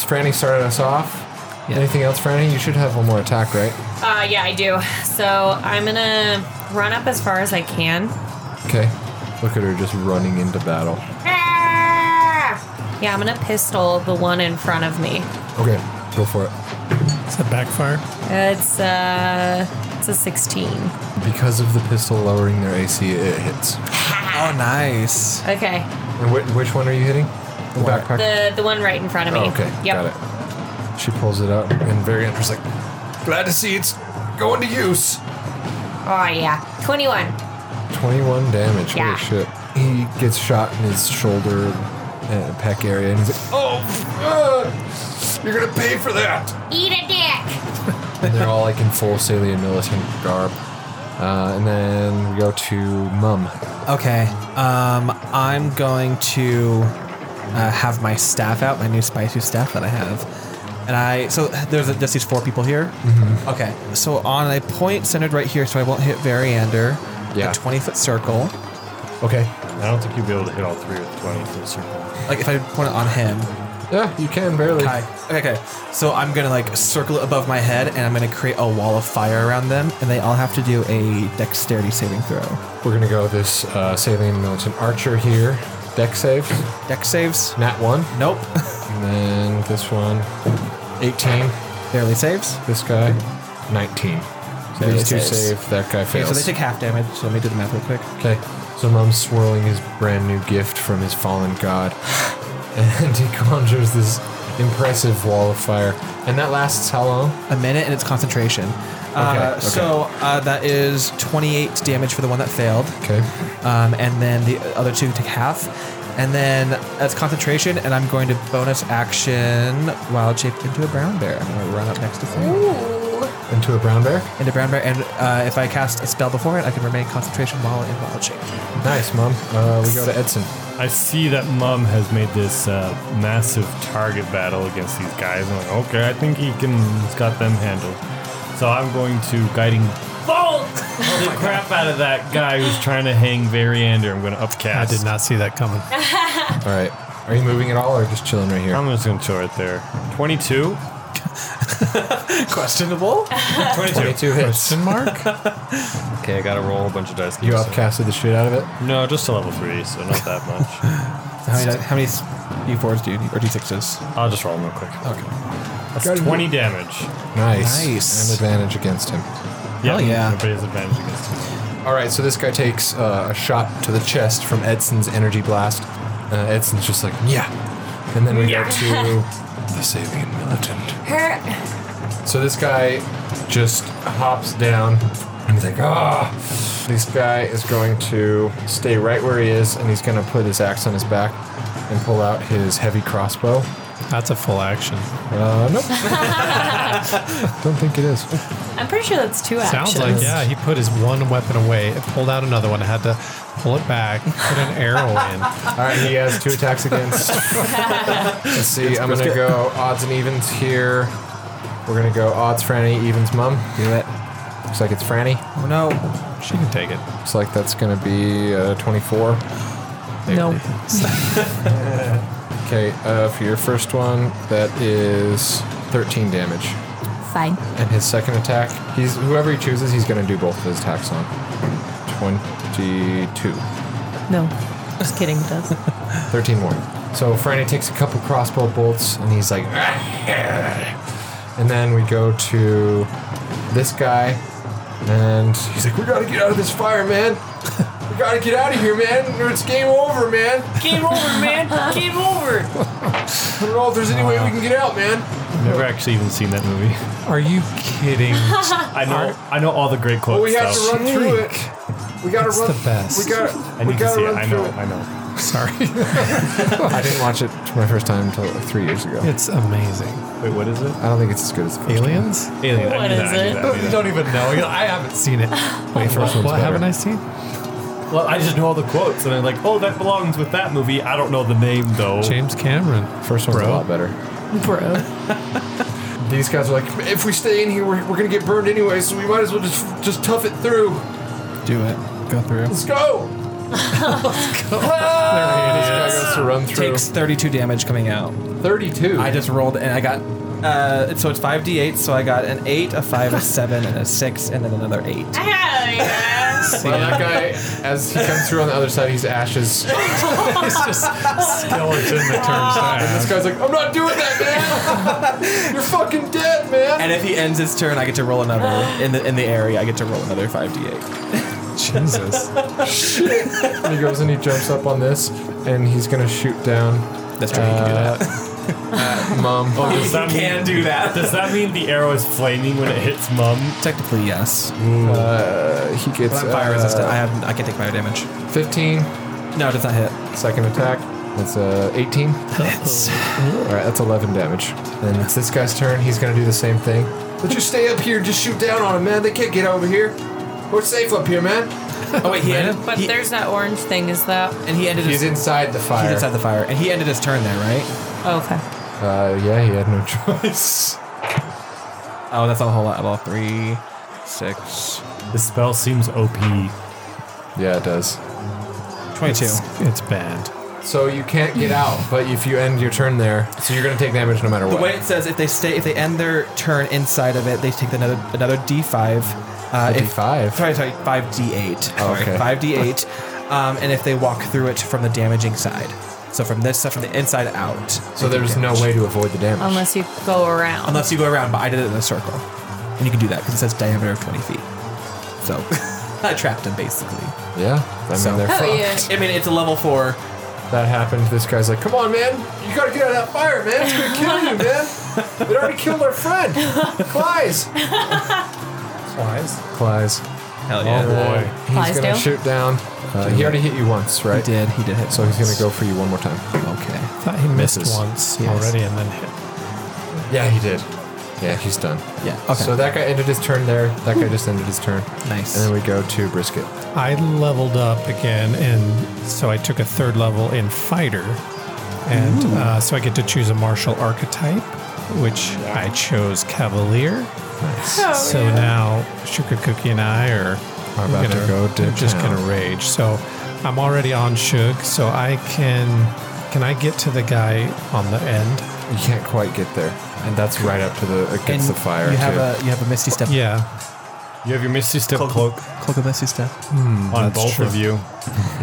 Speaker 2: Franny started us off. Anything else, Franny? You should have one more attack, right?
Speaker 6: Uh, yeah, I do. So I'm going to run up as far as I can.
Speaker 2: Okay. Look at her just running into battle.
Speaker 6: Ah! Yeah, I'm going to pistol the one in front of me.
Speaker 2: Okay, go for it.
Speaker 4: Does that backfire?
Speaker 6: It's, uh, it's a 16.
Speaker 2: Because of the pistol lowering their AC, it hits.
Speaker 1: Oh, nice.
Speaker 6: Okay.
Speaker 2: And which, which one are you hitting? The backpack.
Speaker 6: The the one right in front of me.
Speaker 2: oh, okay,
Speaker 6: Yep.
Speaker 2: got it. She pulls it out, and Variander's like, "Glad to see it's going to use."
Speaker 6: Oh yeah. Twenty one.
Speaker 2: Twenty-one damage.
Speaker 6: Yeah.
Speaker 2: Holy shit! He gets shot in his shoulder, uh, pec area, and he's like, "Oh, uh, you're gonna pay for that!"
Speaker 6: Eat a dick.
Speaker 2: and they're all like in full Salian militant garb. Uh, and then we go to Mum.
Speaker 1: Okay. Um, I'm going to uh, have my staff out, my new spicy staff that I have. And I, so there's just these four people here.
Speaker 2: Mm-hmm.
Speaker 1: Okay. So on a point centered right here, so I won't hit Variander.
Speaker 2: Yeah.
Speaker 1: A 20 foot circle.
Speaker 2: Okay.
Speaker 3: I don't think you'll be able to hit all three with 20 foot circle.
Speaker 1: Like if I point it on him.
Speaker 2: Yeah, you can barely.
Speaker 1: I, okay. So I'm going to like circle it above my head and I'm going to create a wall of fire around them. And they all have to do a dexterity saving throw.
Speaker 2: We're gonna go with this uh, Salian militant archer here. Deck save,
Speaker 1: Dex saves?
Speaker 2: nat one,
Speaker 1: Nope.
Speaker 2: and then this one, 18.
Speaker 1: Barely saves.
Speaker 2: This guy, 19. So
Speaker 1: Barely
Speaker 2: these two
Speaker 1: saves.
Speaker 2: save. That guy
Speaker 1: Okay,
Speaker 2: fails.
Speaker 1: so they take half damage. So let me do the math real quick.
Speaker 2: Okay, so Mom's swirling his brand new gift from his fallen god, and he conjures this impressive wall of fire, and that lasts how long?
Speaker 1: a minute and it's concentration. uh,
Speaker 2: okay.
Speaker 1: So uh, that is 28 damage for the one that failed.
Speaker 2: Okay,
Speaker 1: Um, and then the other two take half. And then that's concentration, and I'm going to bonus action wild shape into a brown bear. I'm going to run up next to Finn.
Speaker 2: into a brown bear.
Speaker 1: Into brown bear, and uh, if I cast a spell before it, I can remain concentration while in wild shape.
Speaker 2: Nice, Mom. Uh, we go to Edson.
Speaker 7: I see that Mum has made this uh, massive target battle against these guys. I'm like, okay, I think he can. He's got them handled. So I'm going to guiding bolt the crap out of that guy who's trying to hang Variander. I'm going to
Speaker 4: I
Speaker 7: upcast.
Speaker 4: did not see that coming.
Speaker 2: All right, are you moving at all, or just chilling right here?
Speaker 7: I'm just going to chill right there. 22.
Speaker 1: Questionable?
Speaker 7: 22.
Speaker 2: Twenty-two hits.
Speaker 4: Question mark?
Speaker 13: Okay, I gotta roll a bunch of dice.
Speaker 2: You upcasted the shit out of it.
Speaker 7: No, just to level three, so not that much.
Speaker 1: how many, how many d4s do you need, or d6s?
Speaker 7: I'll just roll them real quick.
Speaker 1: Okay.
Speaker 7: That's 20 damage.
Speaker 2: Nice.
Speaker 1: Nice.
Speaker 2: And advantage against him.
Speaker 7: Yeah,
Speaker 1: Hell yeah.
Speaker 7: Nobody has advantage against him.
Speaker 2: All right, so this guy takes uh, a shot to the chest from Edson's energy blast. Uh, Edson's just like, yeah. And then we go to the Sabian militant.
Speaker 6: Her.
Speaker 2: So this guy just hops down and he's like, ah. This guy is going to stay right where he is and he's going to put his axe on his back and pull out his heavy crossbow
Speaker 4: That's a full action.
Speaker 2: Uh, nope. Don't think it is.
Speaker 14: I'm pretty sure that's two actions.
Speaker 4: Sounds like yeah. He put his one weapon away, it pulled out another one, had to pull it back, put an arrow in.
Speaker 2: All right, he has two attacks against. Let's see. I'm gonna go odds and evens here. We're gonna go odds Franny, evens mum. Do it. Looks like it's Franny.
Speaker 1: Oh no.
Speaker 4: She can take it.
Speaker 2: Looks like that's gonna be uh, 24.
Speaker 15: No.
Speaker 2: Okay, uh, for your first one, that is 13 damage.
Speaker 14: Fine.
Speaker 2: And his second attack, he's whoever he chooses, he's gonna do both of his attacks on. 22.
Speaker 14: No. Just kidding, it does.
Speaker 2: 13 more. So Franny takes a couple crossbow bolts and he's like, and then we go to this guy, and he's like, we gotta get out of this fire, man. We gotta get out of here, man. or It's game over, man.
Speaker 16: Game over, man. Game over.
Speaker 2: I don't know if there's any way we can get out, man.
Speaker 7: I've never actually even seen that movie.
Speaker 4: Are you kidding?
Speaker 7: I know I know all the great quotes.
Speaker 2: But we have to
Speaker 7: though.
Speaker 2: run through it. We gotta
Speaker 4: It's
Speaker 2: run.
Speaker 4: the best.
Speaker 2: We gotta.
Speaker 7: I
Speaker 2: we
Speaker 7: need to
Speaker 2: gotta
Speaker 7: see it.
Speaker 2: run
Speaker 7: I
Speaker 2: through
Speaker 7: know.
Speaker 2: it.
Speaker 7: I know.
Speaker 4: Sorry.
Speaker 2: I didn't watch it for my first time until like three years ago.
Speaker 4: It's amazing.
Speaker 7: Wait, what is it?
Speaker 2: I don't think it's as good as the first
Speaker 4: Aliens?
Speaker 7: Alien. I
Speaker 14: What
Speaker 7: knew
Speaker 14: is
Speaker 7: that. I knew
Speaker 14: it?
Speaker 7: that, I knew
Speaker 4: You
Speaker 7: that.
Speaker 4: don't even know. You're like, I haven't seen it. Wait,
Speaker 2: first one's
Speaker 4: what
Speaker 2: better.
Speaker 4: haven't I seen?
Speaker 7: Well, I just know all the quotes, and I'm like, oh, that belongs with that movie. I don't know the name though.
Speaker 4: James Cameron.
Speaker 2: one. First one's a
Speaker 4: Bro.
Speaker 2: lot better.
Speaker 14: Bro.
Speaker 2: These guys are like, if we stay in here, we're, we're gonna get burned anyway, so we might as well just just tough it through.
Speaker 1: Do it. Go through.
Speaker 2: Let's go. Let's go. This guy goes to run through.
Speaker 1: Takes 32 damage coming out.
Speaker 2: 32.
Speaker 1: I just rolled and I got. Uh, so it's 5d8, so I got an 8, a 5, a 7, and a 6, and then another 8.
Speaker 2: well, that guy, as he comes through on the other side, he's ashes. And
Speaker 4: Skeleton that
Speaker 2: this
Speaker 4: turns
Speaker 2: guy's like, I'm not doing that, man. You're fucking dead, man.
Speaker 1: And if he ends his turn, I get to roll another. In the in the area, I get to roll another 5d8.
Speaker 4: Jesus.
Speaker 2: And he goes and he jumps up on this, and he's gonna shoot down.
Speaker 1: That's right, you can do that. Oh,
Speaker 2: at Mom.
Speaker 7: Does that
Speaker 1: You
Speaker 7: mean-
Speaker 1: can do that.
Speaker 7: Does that mean the arrow is flaming when it hits mum?
Speaker 1: Technically, yes.
Speaker 2: Uh, he gets
Speaker 1: But I'm fire
Speaker 2: uh,
Speaker 1: resistant. I have. I can take fire damage.
Speaker 2: 15.
Speaker 1: No, it does not hit.
Speaker 2: Second attack. That's uh, 18. All right, that's 11 damage. Then it's this guy's turn. He's going to do the same thing. But you stay up here. Just shoot down on him, man. They can't get over here. We're safe up here, man.
Speaker 1: Oh wait, he ended.
Speaker 9: But
Speaker 1: he-
Speaker 9: there's that orange thing. Is that
Speaker 1: and he ended his.
Speaker 2: He's inside the fire.
Speaker 1: He's inside the fire, and he ended his turn there, right?
Speaker 9: Oh, okay?
Speaker 2: uh, yeah, he had no choice.
Speaker 1: Oh, that's not a whole lot. Well, three, six,
Speaker 7: The spell seems OP.
Speaker 2: yeah, it does.
Speaker 1: twenty-two.
Speaker 4: It's banned.
Speaker 2: So you can't get out, but if you end your turn there, so you're going to take damage no matter
Speaker 1: The
Speaker 2: what.
Speaker 1: way it says, if they stay, if they end their turn inside of it, they take another another D5. Uh,
Speaker 2: A
Speaker 1: if-
Speaker 2: D5?
Speaker 1: Sorry, sorry, five D8. Sorry,
Speaker 2: Oh, okay.
Speaker 1: five D8. Um, and if they walk through it from the damaging side, so from this from the inside out.
Speaker 2: so
Speaker 1: they take
Speaker 2: there's no
Speaker 1: damage.
Speaker 2: way to avoid the damage.
Speaker 9: Unless you go around.
Speaker 1: unless you go around. But I did it in a circle, and you can do that because it says diameter of twenty feet. So I trapped him basically.
Speaker 2: yeah. I mean,
Speaker 1: So-
Speaker 2: they're
Speaker 9: oh
Speaker 2: fucked.
Speaker 9: yeah.
Speaker 1: I mean, it's a level four.
Speaker 2: That happened. This guy's like, come on, man. You gotta get out of that fire, man. It's gonna kill you, man. It already killed our friend. Clies. Clies? Clies.
Speaker 1: Hell
Speaker 2: Oh, boy. He's
Speaker 9: Clies
Speaker 2: gonna
Speaker 9: do?
Speaker 2: shoot down. Uh, he already hit you once,
Speaker 1: He
Speaker 2: right?
Speaker 1: did. He did hit.
Speaker 2: So he's gonna go for you one more time.
Speaker 1: Okay.
Speaker 4: I thought he missed
Speaker 2: Misses.
Speaker 4: once
Speaker 1: Yes.
Speaker 4: already and then hit.
Speaker 2: Yeah, he did. Yeah, he's done.
Speaker 1: Yeah. Okay.
Speaker 2: So that guy ended his turn there. That guy just ended his turn.
Speaker 1: Nice.
Speaker 2: And then we go to Brisket.
Speaker 4: I leveled up again, and so I took a third level in fighter, and uh, so I get to choose a martial archetype, which I chose cavalier. so now Sugar Cookie and I are,
Speaker 2: Are about to go to
Speaker 4: we're just
Speaker 2: town.
Speaker 4: gonna rage. So I'm already on Shug, so I can can I get to the guy on the end?
Speaker 2: You can't quite get there. And that's right up to the
Speaker 1: And
Speaker 2: against the fire.
Speaker 1: You have
Speaker 2: too.
Speaker 1: a you have a misty step.
Speaker 4: Yeah,
Speaker 7: You have your Misty Step cloak
Speaker 1: Cloak of misty step.
Speaker 7: on both
Speaker 4: true.
Speaker 7: of you.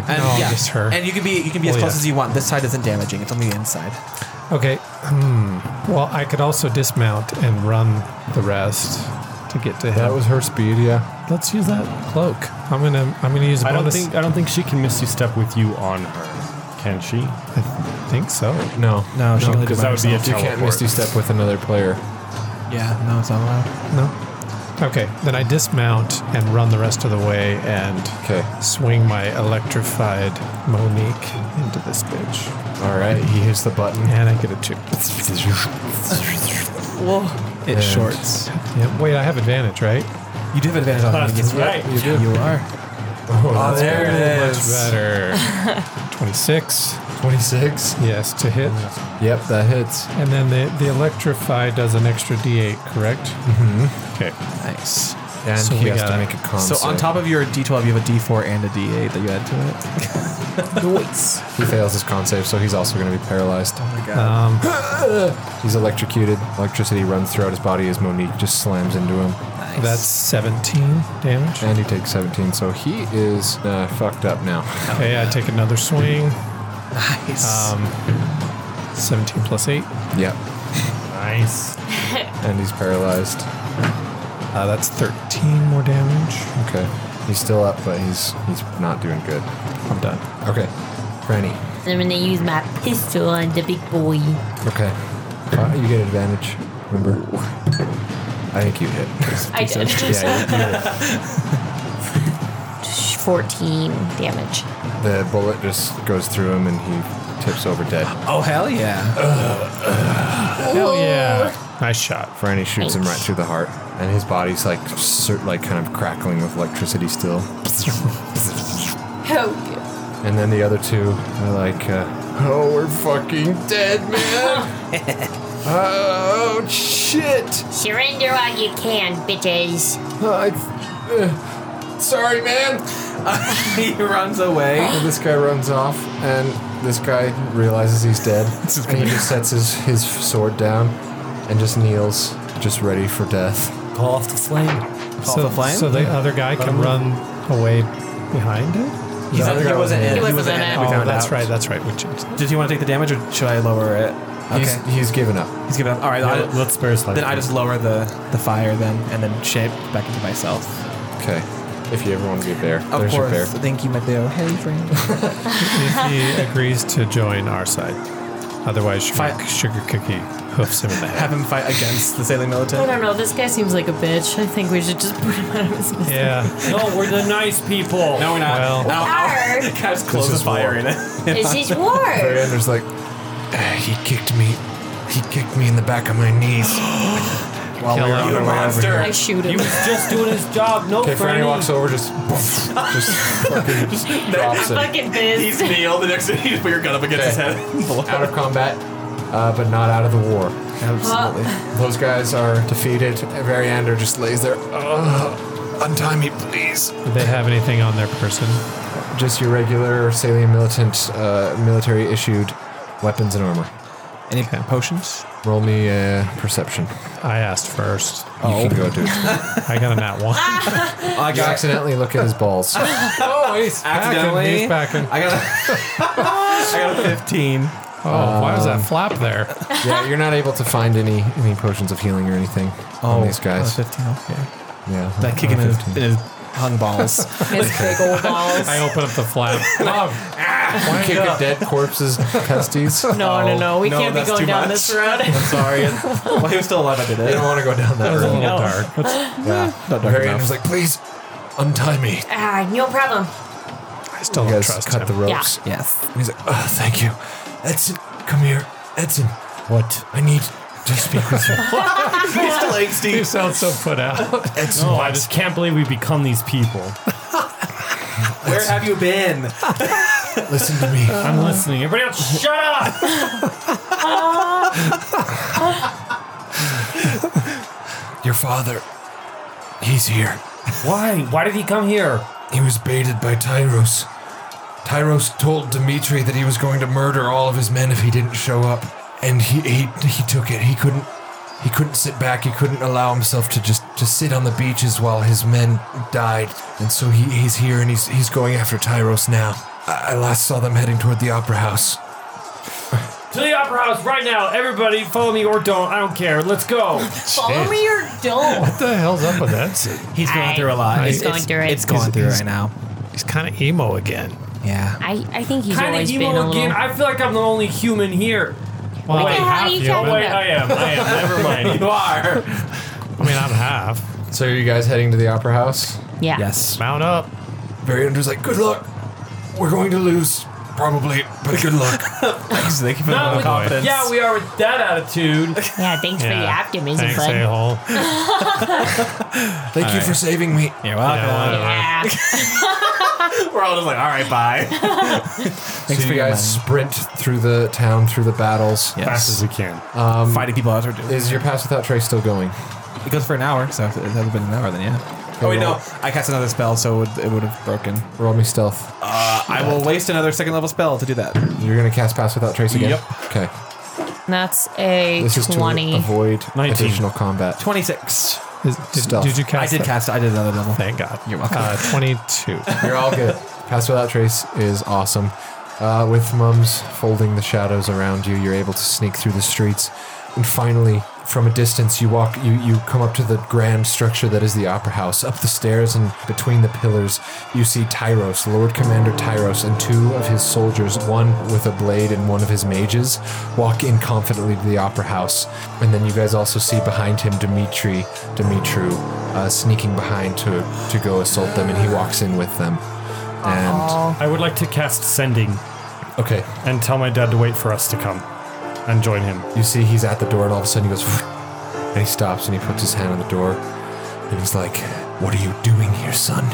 Speaker 1: And
Speaker 4: No, just her.
Speaker 1: And you can be you can be as
Speaker 4: Well,
Speaker 1: close
Speaker 4: yeah.
Speaker 1: as you want. This side isn't damaging. It's on the inside.
Speaker 4: Okay. Hmm. Well, I could also dismount and run the rest to get to
Speaker 2: that
Speaker 4: him.
Speaker 2: was her speed, yeah.
Speaker 4: Let's use that cloak. I'm gonna. I'm gonna use. A
Speaker 7: I don't
Speaker 4: bonus.
Speaker 7: think I don't think she can Misty Step with you on her. Can she?
Speaker 4: I think so.
Speaker 2: No.
Speaker 1: No, she can only do
Speaker 7: Because that would be a
Speaker 2: You can't
Speaker 7: teleport.
Speaker 2: misty step with another player.
Speaker 1: Yeah, no, it's not allowed.
Speaker 4: No. Okay, then I dismount and run the rest of the way and swing my electrified Monique into this bitch.
Speaker 2: All right, he hits the button.
Speaker 4: And I get a two.
Speaker 1: Whoa. It
Speaker 4: And-
Speaker 1: shorts.
Speaker 4: Yep. Wait, I have advantage, right?
Speaker 1: You do have advantage on
Speaker 4: That's
Speaker 1: against-
Speaker 4: right.
Speaker 1: You, do. you are.
Speaker 4: Oh,
Speaker 1: Oh,
Speaker 4: that's
Speaker 1: there
Speaker 4: better.
Speaker 1: it
Speaker 4: Much
Speaker 1: is.
Speaker 4: better. 26. 26? Yes, to hit.
Speaker 2: Yep, that hits.
Speaker 4: And then the, the Electrify does an extra d8, correct?
Speaker 2: Mhm.
Speaker 4: Okay.
Speaker 1: Nice.
Speaker 2: And
Speaker 4: So
Speaker 2: he
Speaker 4: we
Speaker 2: has to
Speaker 4: got-
Speaker 2: make a con.
Speaker 1: So on
Speaker 2: save.
Speaker 1: top of your D12, you have a D4 and a D8 that you add to it. nice.
Speaker 2: he fails his con save, so he's also going to be paralyzed. Oh my Um, he's electrocuted. Electricity runs throughout his body as Monique just slams into him.
Speaker 4: That's 17 damage.
Speaker 2: And he takes 17, so he is uh, fucked up now.
Speaker 4: Okay, I take another swing.
Speaker 1: Nice.
Speaker 4: Um, 17 plus 8.
Speaker 2: Yep.
Speaker 4: Nice.
Speaker 2: And he's paralyzed.
Speaker 4: Uh, that's 13 more damage.
Speaker 2: Okay. He's still up, but he's he's not doing good. I'm
Speaker 4: done.
Speaker 2: Okay. Franny.
Speaker 9: I'm gonna use my pistol on the big boy.
Speaker 2: Okay. Uh, you get advantage. Remember? I think you hit.
Speaker 9: I did.
Speaker 2: yeah, you, you hit.
Speaker 9: 14 damage.
Speaker 2: The bullet just goes through him and he tips over dead.
Speaker 1: Oh, hell yeah. Oh.
Speaker 4: Hell yeah. Nice shot.
Speaker 2: Franny shoots him right through the heart, and his body's like, cer- like kind of crackling with electricity still.
Speaker 9: Oh,
Speaker 2: And then the other two are like, uh, oh, we're fucking dead, man. oh, shit.
Speaker 9: Surrender while you can, bitches.
Speaker 2: uh, sorry, man.
Speaker 1: he runs away.
Speaker 2: And this guy runs off, and this guy realizes he's dead. and he just sets his, his sword down and just kneels, just ready for death.
Speaker 17: Call off the flame.
Speaker 4: So, so the other guy can run away behind it?
Speaker 1: He's The not- other he guy wasn't wasn't in. in. He He wasn't wasn't in in. it. We
Speaker 4: Oh,
Speaker 1: found
Speaker 4: that's
Speaker 1: out.
Speaker 4: right, that's right. We changed it.
Speaker 1: Did you want to take the damage or should I lower it?
Speaker 2: He's- he's given up.
Speaker 1: He's given up. All right.
Speaker 8: Yeah,
Speaker 1: I-
Speaker 8: let's spare his life.
Speaker 1: Then I just lower the, the fire then and then shape back into myself.
Speaker 2: Okay. If you ever want to be a bear,
Speaker 1: Of
Speaker 2: there's your bear.
Speaker 1: course. Thank you, Mateo. Hey, friend.
Speaker 4: if he agrees to join our side. Otherwise, Sugar, Sugar Cookie hoofs him in the head.
Speaker 1: Have him fight against the Sailing
Speaker 18: I
Speaker 1: Militant.
Speaker 18: don't know. This guy seems like a bitch. I think we should just put him out of his misery.
Speaker 4: Yeah.
Speaker 8: No, we're the nice people.
Speaker 1: No, we're not.
Speaker 4: Well-
Speaker 1: Ow, ow.
Speaker 9: Arr.
Speaker 1: Can I just close the fire in it?
Speaker 9: This is war.
Speaker 2: Brandon's like, "Ah, he kicked me. He kicked me in the back of my knees. While
Speaker 4: Kill
Speaker 2: we were
Speaker 4: him.
Speaker 2: on our way over here.
Speaker 18: I shoot
Speaker 8: He
Speaker 18: him.
Speaker 8: was just doing his job. No,
Speaker 2: Okay, Franny walks over, just, just fucking drops him.
Speaker 18: Fucking biz.
Speaker 1: He's Neil. The next thing you put your gun up against
Speaker 2: Okay.
Speaker 1: his head.
Speaker 2: Out of combat, uh, but not out of the war.
Speaker 1: Absolutely.
Speaker 2: Those guys are defeated. Variander just lays there. "Ugh, untie me, please.
Speaker 4: Do they have anything on their person?
Speaker 2: Just your regular Salian militant, uh, military issued weapons and armor.
Speaker 1: Any potions?
Speaker 2: Roll me uh, perception.
Speaker 4: I asked first.
Speaker 2: You can go do it.
Speaker 4: I got a nat one.
Speaker 1: Oh, I
Speaker 2: You accidentally look at his balls.
Speaker 4: oh, he's
Speaker 1: Accidentally.
Speaker 4: packing. He's packing.
Speaker 1: I got a, I got a 15.
Speaker 4: Oh, why was that flap there?
Speaker 2: yeah, you're not able to find any any potions of healing or anything on these guys.
Speaker 1: Oh, 15, okay.
Speaker 2: yeah,
Speaker 1: That kicking in his, in his hung balls.
Speaker 18: His big old balls.
Speaker 4: I open up the flap. Oh,
Speaker 2: You kick a dead corpse's testes.
Speaker 18: No, no, no. We
Speaker 1: No,
Speaker 18: can't be
Speaker 1: that's
Speaker 18: going
Speaker 1: too
Speaker 18: down
Speaker 1: much.
Speaker 18: this road.
Speaker 1: I'm sorry. While he was still alive, I did
Speaker 2: You
Speaker 1: it.
Speaker 2: don't want to go down that
Speaker 4: that was a
Speaker 2: road.
Speaker 4: little dark.
Speaker 2: Yeah,
Speaker 1: Not dark
Speaker 2: Varian
Speaker 1: enough.
Speaker 2: was like, please untie me.
Speaker 9: Ah, no problem.
Speaker 4: I still
Speaker 2: You
Speaker 4: don't
Speaker 2: guys
Speaker 4: trust
Speaker 2: cut
Speaker 4: him.
Speaker 2: the ropes.
Speaker 1: Yes.
Speaker 2: And he's like, oh, thank you, Edson. Come here, Edson. What? I need to speak with you.
Speaker 4: You sound so put out.
Speaker 2: Edson,
Speaker 8: No, I just can't believe we become these people.
Speaker 1: Where have you been?
Speaker 2: listen to me.
Speaker 8: I'm listening. Everybody else, shut up!
Speaker 2: Your father, he's here.
Speaker 8: Why? Why did he come here?
Speaker 2: He was baited by Tyros. Tyros told Dimitri that he was going to murder all of his men if he didn't show up, and he he, he took it. He couldn't he couldn't sit back. He couldn't allow himself to just to sit on the beaches while his men died, and so he, he's here and he's he's going after Tyros now. I, I last saw them heading toward the opera house.
Speaker 8: To the opera house right now. Everybody, follow me or don't. I don't care. Let's go.
Speaker 18: Follow me or don't.
Speaker 4: What the hell's up with that?
Speaker 1: He's going
Speaker 9: I-
Speaker 1: through a lot. It's-
Speaker 9: he's going
Speaker 1: it's-
Speaker 9: through it.
Speaker 1: It's going through right now.
Speaker 4: He's kind of emo again.
Speaker 1: Yeah.
Speaker 9: I, I think he's
Speaker 8: Kind of
Speaker 9: always been
Speaker 8: emo
Speaker 9: a
Speaker 8: again.
Speaker 9: little.
Speaker 8: I feel like I'm the only human here.
Speaker 4: Well,
Speaker 9: the
Speaker 4: I'm
Speaker 9: hell are
Speaker 4: half
Speaker 9: you
Speaker 4: human.
Speaker 9: talking
Speaker 8: Wait, I am. I am. Never mind.
Speaker 1: You are.
Speaker 4: I mean, I'm half.
Speaker 2: So are you guys heading to the opera house?
Speaker 9: Yeah.
Speaker 1: Yes.
Speaker 2: Mount up. Variander's like, good luck. We're going to lose, probably, but good luck. Thank you for
Speaker 7: Not with- yeah, we are with that attitude.
Speaker 6: Yeah, thanks for the optimism, bud.
Speaker 2: Thank you for saving me.
Speaker 8: You're welcome.
Speaker 6: Yeah.
Speaker 8: We're all just like, all right, bye.
Speaker 2: so you guys sprint through the town, through the battles,
Speaker 8: Yes. Fast as we
Speaker 2: can, um,
Speaker 8: Fighting people out there.
Speaker 2: Is your pass without trace still going?
Speaker 8: It goes for an hour, so if it hasn't been an hour, then yeah. Oh wait, no, I cast another spell, so it would, it would have broken.
Speaker 2: Roll me stealth.
Speaker 8: Uh, I will waste another second level spell to do that.
Speaker 2: You're gonna cast pass without trace again.
Speaker 8: Yep.
Speaker 2: Okay.
Speaker 9: That's a
Speaker 2: This is to
Speaker 9: 20.
Speaker 2: avoid
Speaker 7: 19.
Speaker 2: additional combat.
Speaker 8: Twenty-six.
Speaker 4: Did,
Speaker 2: Stealth.
Speaker 4: did you
Speaker 8: I
Speaker 4: cast?
Speaker 8: did
Speaker 4: that?
Speaker 8: cast. I did another level.
Speaker 4: Thank God.
Speaker 8: You're welcome.
Speaker 4: Uh, Twenty-two.
Speaker 2: You're all good. Pass without trace is awesome. Uh, with mums folding the shadows around you, you're able to sneak through the streets, and finally, from a distance, you walk. You you come up to the grand structure that is the opera house. Up the stairs and between the pillars, you see Tyros, Lord Commander Tyros, and two of his soldiers, one with a blade and one of his mages, walk in confidently to the opera house. And then you guys also see behind him Dimitri, Dimitru, uh, sneaking behind to to go assault them, and he walks in with them. And
Speaker 7: I would like to cast sending
Speaker 2: okay,
Speaker 7: and tell my dad to wait for us to come and join him.
Speaker 2: you see he's at the door, and all of a sudden he goes, and he stops and he puts his hand on the door, and he's like, "What are you doing here, son?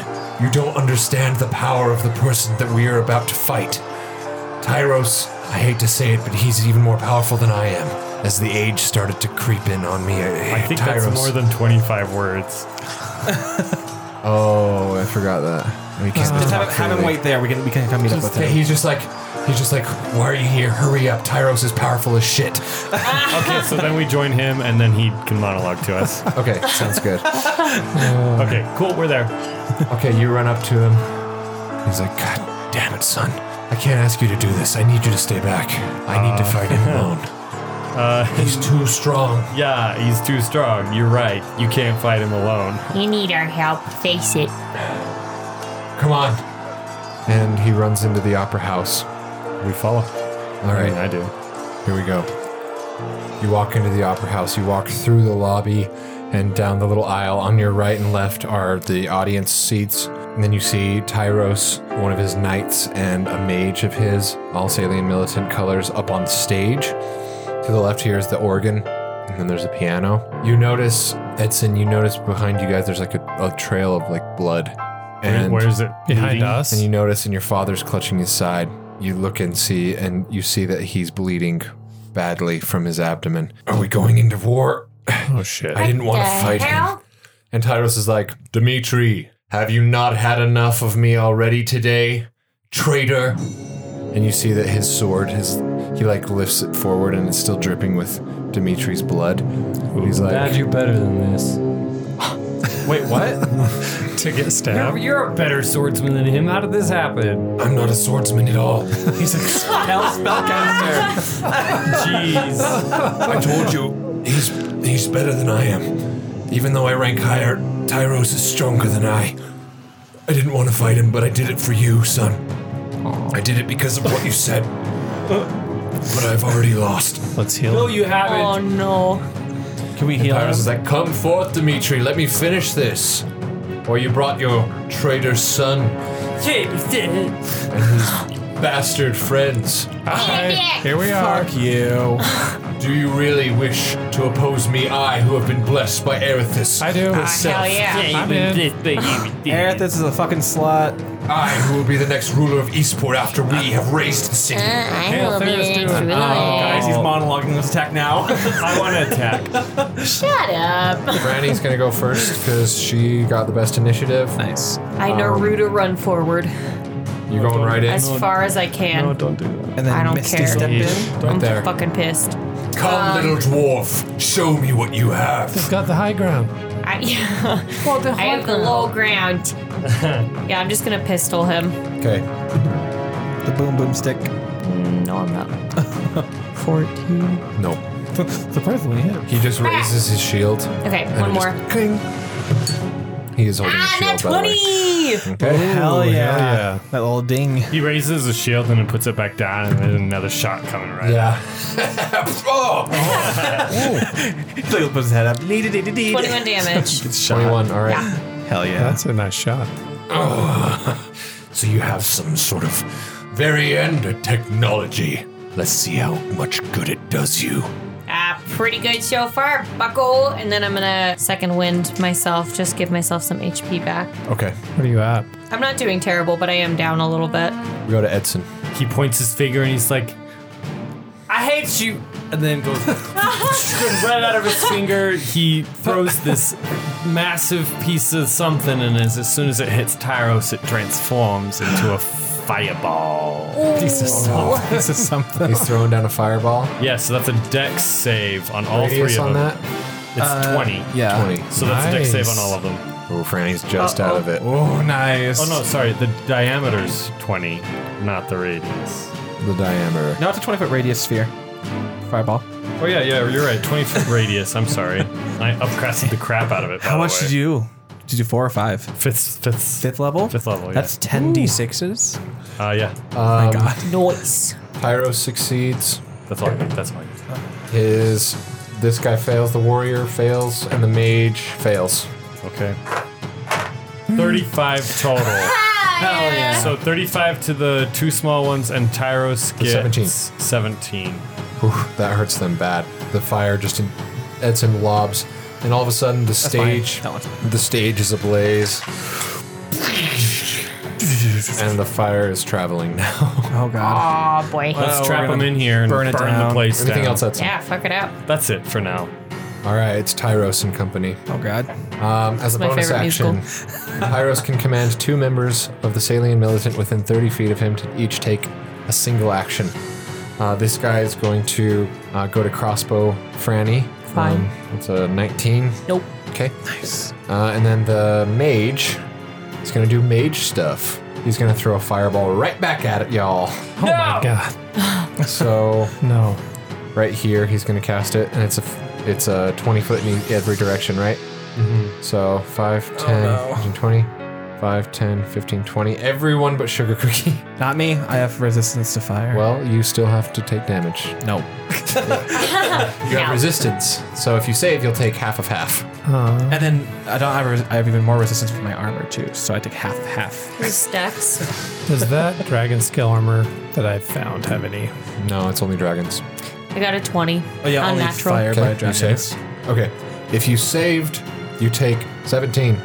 Speaker 2: You don't understand the power of the person that we are about to fight. Tyros, I hate to say it, but he's even more powerful than I am." As the age started to creep in on me,
Speaker 7: I think that's more than 25 words.
Speaker 2: oh, I forgot that. We can't
Speaker 8: Just
Speaker 2: talk
Speaker 8: have, him- have him
Speaker 2: freely.
Speaker 8: wait there. We can we can come meet up with
Speaker 2: Yeah,
Speaker 8: him.
Speaker 2: he's just like, he's just like, why are you here? Hurry up! Tyros is powerful as shit.
Speaker 7: Okay, so then we join him and then he can monologue to us.
Speaker 2: Okay, sounds good.
Speaker 7: Okay, cool, we're there.
Speaker 2: Okay, you run up to him. He's like, God damn it, son! I can't ask you to do this. I need you to stay back. I need to fight him alone. he's too strong.
Speaker 7: Yeah, he's too strong. You're right. You can't fight him alone.
Speaker 6: You need our help. Face it.
Speaker 2: Come on. And he runs into the opera house.
Speaker 7: We follow.
Speaker 2: All right.
Speaker 7: I do.
Speaker 2: Here we go. You walk into the opera house, you walk through the lobby and down the little aisle. On your right and left are the audience seats. And then you see Tyros, one of his knights, and a mage of his, all Salian militant colors, up on stage. To the left here is the organ, and then there's a piano. You notice, Edson, you notice behind you guys there's like a, a trail of like blood.
Speaker 7: Where-
Speaker 2: And
Speaker 7: where is it?
Speaker 4: Behind
Speaker 7: leading?
Speaker 4: us.
Speaker 2: and you notice, and your father's clutching his side. You look and see, and you see that he's bleeding badly from his abdomen. Are we going into war?
Speaker 4: oh shit.
Speaker 2: I didn't want to fight him. And Tyros is like, Dimitri, have you not had enough of me already today, traitor? And you see that his sword, his he like lifts it forward, and it's still dripping with Dimitri's blood. He's like,
Speaker 13: Dad, you're better than this.
Speaker 7: Wait, what?
Speaker 4: to get
Speaker 7: you're,
Speaker 4: stabbed.
Speaker 7: you're a better swordsman than him. How did this happen?
Speaker 2: I'm not a swordsman at all.
Speaker 8: He's a spell spellcaster.
Speaker 7: Jeez.
Speaker 2: I told you, he's he's better than I am. Even though I rank higher, Tyros is stronger than I. I didn't want to fight him, but I did it for you, son. I did it because of what you said. But I've already lost.
Speaker 4: Let's heal.
Speaker 7: no, you haven't.
Speaker 9: Oh no.
Speaker 8: Can we heal him?
Speaker 2: Tyros is like, come forth, Dimitri, let me finish this. Or you brought your traitor son and his bastard friends.
Speaker 6: Hi.
Speaker 4: Here we are.
Speaker 8: Fuck you.
Speaker 2: Do you really wish to oppose me, I, who have been blessed by Erithus?
Speaker 4: I do.
Speaker 6: Hell yeah.
Speaker 8: Uh,
Speaker 4: I'm in.
Speaker 8: Aerith, this is a fucking slut.
Speaker 2: I, who will be the next ruler of Eastport after we have raised the city.
Speaker 6: I will be
Speaker 4: There's
Speaker 6: next
Speaker 4: doing-
Speaker 6: ruler.
Speaker 8: Guys, he's monologuing this attack now.
Speaker 7: I want to attack.
Speaker 6: Shut up.
Speaker 2: Franny's gonna go first because she got the best initiative.
Speaker 8: nice.
Speaker 9: I Naruto run forward
Speaker 2: You're going right in.
Speaker 9: as far as I can.
Speaker 7: don't do that.
Speaker 8: And then
Speaker 9: I don't
Speaker 8: Misty
Speaker 9: care.
Speaker 8: step in.
Speaker 2: Right
Speaker 9: I'm
Speaker 2: there.
Speaker 9: fucking pissed.
Speaker 2: Come, little dwarf, show me what you have.
Speaker 4: Got the high ground.
Speaker 6: I, I have the low ground.
Speaker 9: Yeah, I'm just gonna pistol him.
Speaker 2: Okay,
Speaker 8: The boom boom stick.
Speaker 9: No, I'm not. 14.
Speaker 2: no.
Speaker 8: Surprisingly hit.
Speaker 9: Ah.
Speaker 2: He just raises his shield.
Speaker 6: Okay, one more.
Speaker 2: King. He is holding a
Speaker 9: Ah, Nat
Speaker 2: shield. by the way.
Speaker 9: 20!
Speaker 2: Okay.
Speaker 4: hell yeah.
Speaker 7: That
Speaker 8: little ding.
Speaker 7: He raises the shield and then puts it back down, and there's another shot coming right.
Speaker 2: Yeah.
Speaker 8: He puts his head up. 21
Speaker 9: damage.
Speaker 8: Good shot.
Speaker 2: 21, all right.
Speaker 8: Hell yeah.
Speaker 4: That's a nice shot.
Speaker 2: Oh, so you have some sort of very end technology. Let's see how much good it does you.
Speaker 9: Ah, pretty good so far, buckle. And then I'm gonna second wind myself, just give myself some HP back.
Speaker 2: Okay.
Speaker 4: What are you at?
Speaker 9: I'm not doing terrible, but I am down a little bit.
Speaker 2: We go to Edson.
Speaker 7: He points his finger and he's like, I hate you. And then goes right out of his finger. He throws this massive piece of something, and as, as soon as it hits Tyros, it transforms into a fireball.
Speaker 8: Piece of something. Piece of something.
Speaker 2: He's throwing down a fireball.
Speaker 7: Yeah, so that's a dex save on all
Speaker 2: Radius
Speaker 7: three of
Speaker 2: on
Speaker 7: them.
Speaker 2: that?
Speaker 7: It's
Speaker 2: Uh,
Speaker 7: 20.
Speaker 2: yeah. 20.
Speaker 7: So that's a dex save
Speaker 2: Nice.
Speaker 7: on all of them.
Speaker 2: Oh, Franny's just out of it.
Speaker 7: Oh,
Speaker 8: nice.
Speaker 7: Oh, no, sorry. The diameter's 20, not the radius.
Speaker 2: The diameter.
Speaker 8: No, it's a 20 foot radius sphere. Fireball.
Speaker 7: Oh, yeah, yeah, you're right. 20 foot radius. I'm sorry. I upcrested the crap out of it. by
Speaker 8: How
Speaker 7: the
Speaker 8: much
Speaker 7: way.
Speaker 8: did you do? Did you do four or five?
Speaker 7: Fifth, fifth,
Speaker 8: fifth level.
Speaker 7: Fifth level. Yeah.
Speaker 8: That's ten d6s.
Speaker 7: Uh, yeah.
Speaker 8: Oh my god.
Speaker 9: Noise.
Speaker 2: Pyro succeeds.
Speaker 7: That's all. I need. That's all. I need.
Speaker 2: His this guy fails, the warrior fails, and the mage fails.
Speaker 7: Okay. 35 total. Hell yeah. So 35 to the two small ones, and Tyros
Speaker 2: The
Speaker 7: gets
Speaker 2: 17.
Speaker 7: 17.
Speaker 2: Whew, that hurts them bad. The fire just in, hits him lobs, and all of a sudden the stage the stage is ablaze. and the fire is traveling now.
Speaker 8: Oh god.
Speaker 9: Oh boy.
Speaker 7: Let's
Speaker 2: Well, we're
Speaker 7: trap them
Speaker 2: gonna
Speaker 7: in here and
Speaker 2: burn it
Speaker 7: burn,
Speaker 2: down.
Speaker 7: the place
Speaker 2: Everything
Speaker 7: down.
Speaker 2: else that's
Speaker 9: Yeah, fuck it up.
Speaker 7: That's it for now.
Speaker 2: All right, it's Tyros and company.
Speaker 8: Oh god.
Speaker 2: Um, as a
Speaker 9: my
Speaker 2: bonus
Speaker 9: favorite
Speaker 2: action, Pyros can command two members of the Salian militant within 30 feet of him to each take a single action. Uh, this guy is going to uh, go to crossbow Franny.
Speaker 9: Fine.
Speaker 2: it's a 19.
Speaker 9: Nope.
Speaker 2: Okay. Nice. Uh, and then the mage is going to do mage stuff. He's going to throw a fireball right back at it, y'all.
Speaker 4: Oh my god.
Speaker 2: So
Speaker 4: No.
Speaker 2: right here, he's going to cast it, and it's a f- it's a 20 foot in e, every direction, right? So 5, 10, 15, 20. 5, 10, 15, 20. Everyone but Sugar Cookie.
Speaker 8: Not me. I have resistance to fire.
Speaker 2: Well, you still have to take damage.
Speaker 8: no.
Speaker 2: You have resistance. So if you save, you'll take half of half.
Speaker 4: Uh,
Speaker 8: And then I don't have. Res- I have even more resistance for my armor too. So I take half half.
Speaker 9: Three stacks.
Speaker 4: does that dragon scale armor that I found have any?
Speaker 2: No, it's only dragons.
Speaker 9: I got a 20.
Speaker 8: Oh yeah, only
Speaker 9: Unnatural.
Speaker 8: fire by
Speaker 2: you
Speaker 8: dragons.
Speaker 2: saved. Okay. If you saved, you take 17.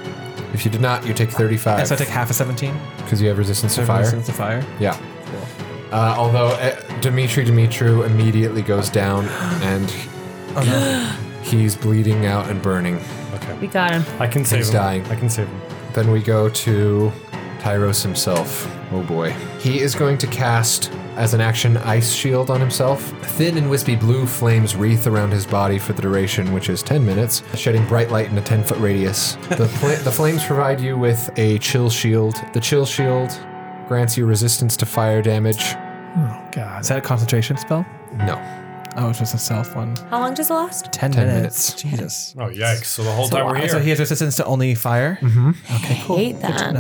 Speaker 2: If you did not, you take
Speaker 8: And
Speaker 2: 35.
Speaker 8: so I take half of seventeen.
Speaker 2: Because you have resistance to
Speaker 8: So
Speaker 2: fire.
Speaker 8: Resistance to fire.
Speaker 2: Yeah. Uh, although uh, Dimitri Dimitru immediately goes down and
Speaker 8: Oh,
Speaker 2: he's bleeding out and burning.
Speaker 9: We got him.
Speaker 7: I can save
Speaker 2: He's
Speaker 7: him.
Speaker 2: dying.
Speaker 7: I can save him.
Speaker 2: Then we go to Tyros himself. Oh boy. He is going to cast, as an action, Ice Shield on himself. Thin and wispy blue flames wreath around his body for the duration, which is 10 minutes, shedding bright light in a 10 foot radius. The, pla the flames provide you with a chill shield. The chill shield grants you resistance to fire damage.
Speaker 4: Oh god.
Speaker 8: Is that a concentration spell?
Speaker 2: No.
Speaker 8: Oh, it's just a self one.
Speaker 9: How long does it last?
Speaker 8: Ten,
Speaker 2: 10
Speaker 8: minutes. Jesus.
Speaker 7: Oh, yikes. So the whole
Speaker 8: So,
Speaker 7: time we're
Speaker 8: wow,
Speaker 7: here.
Speaker 8: so he has resistance to only fire. Mm-hmm. Okay, cool.
Speaker 9: Hate that.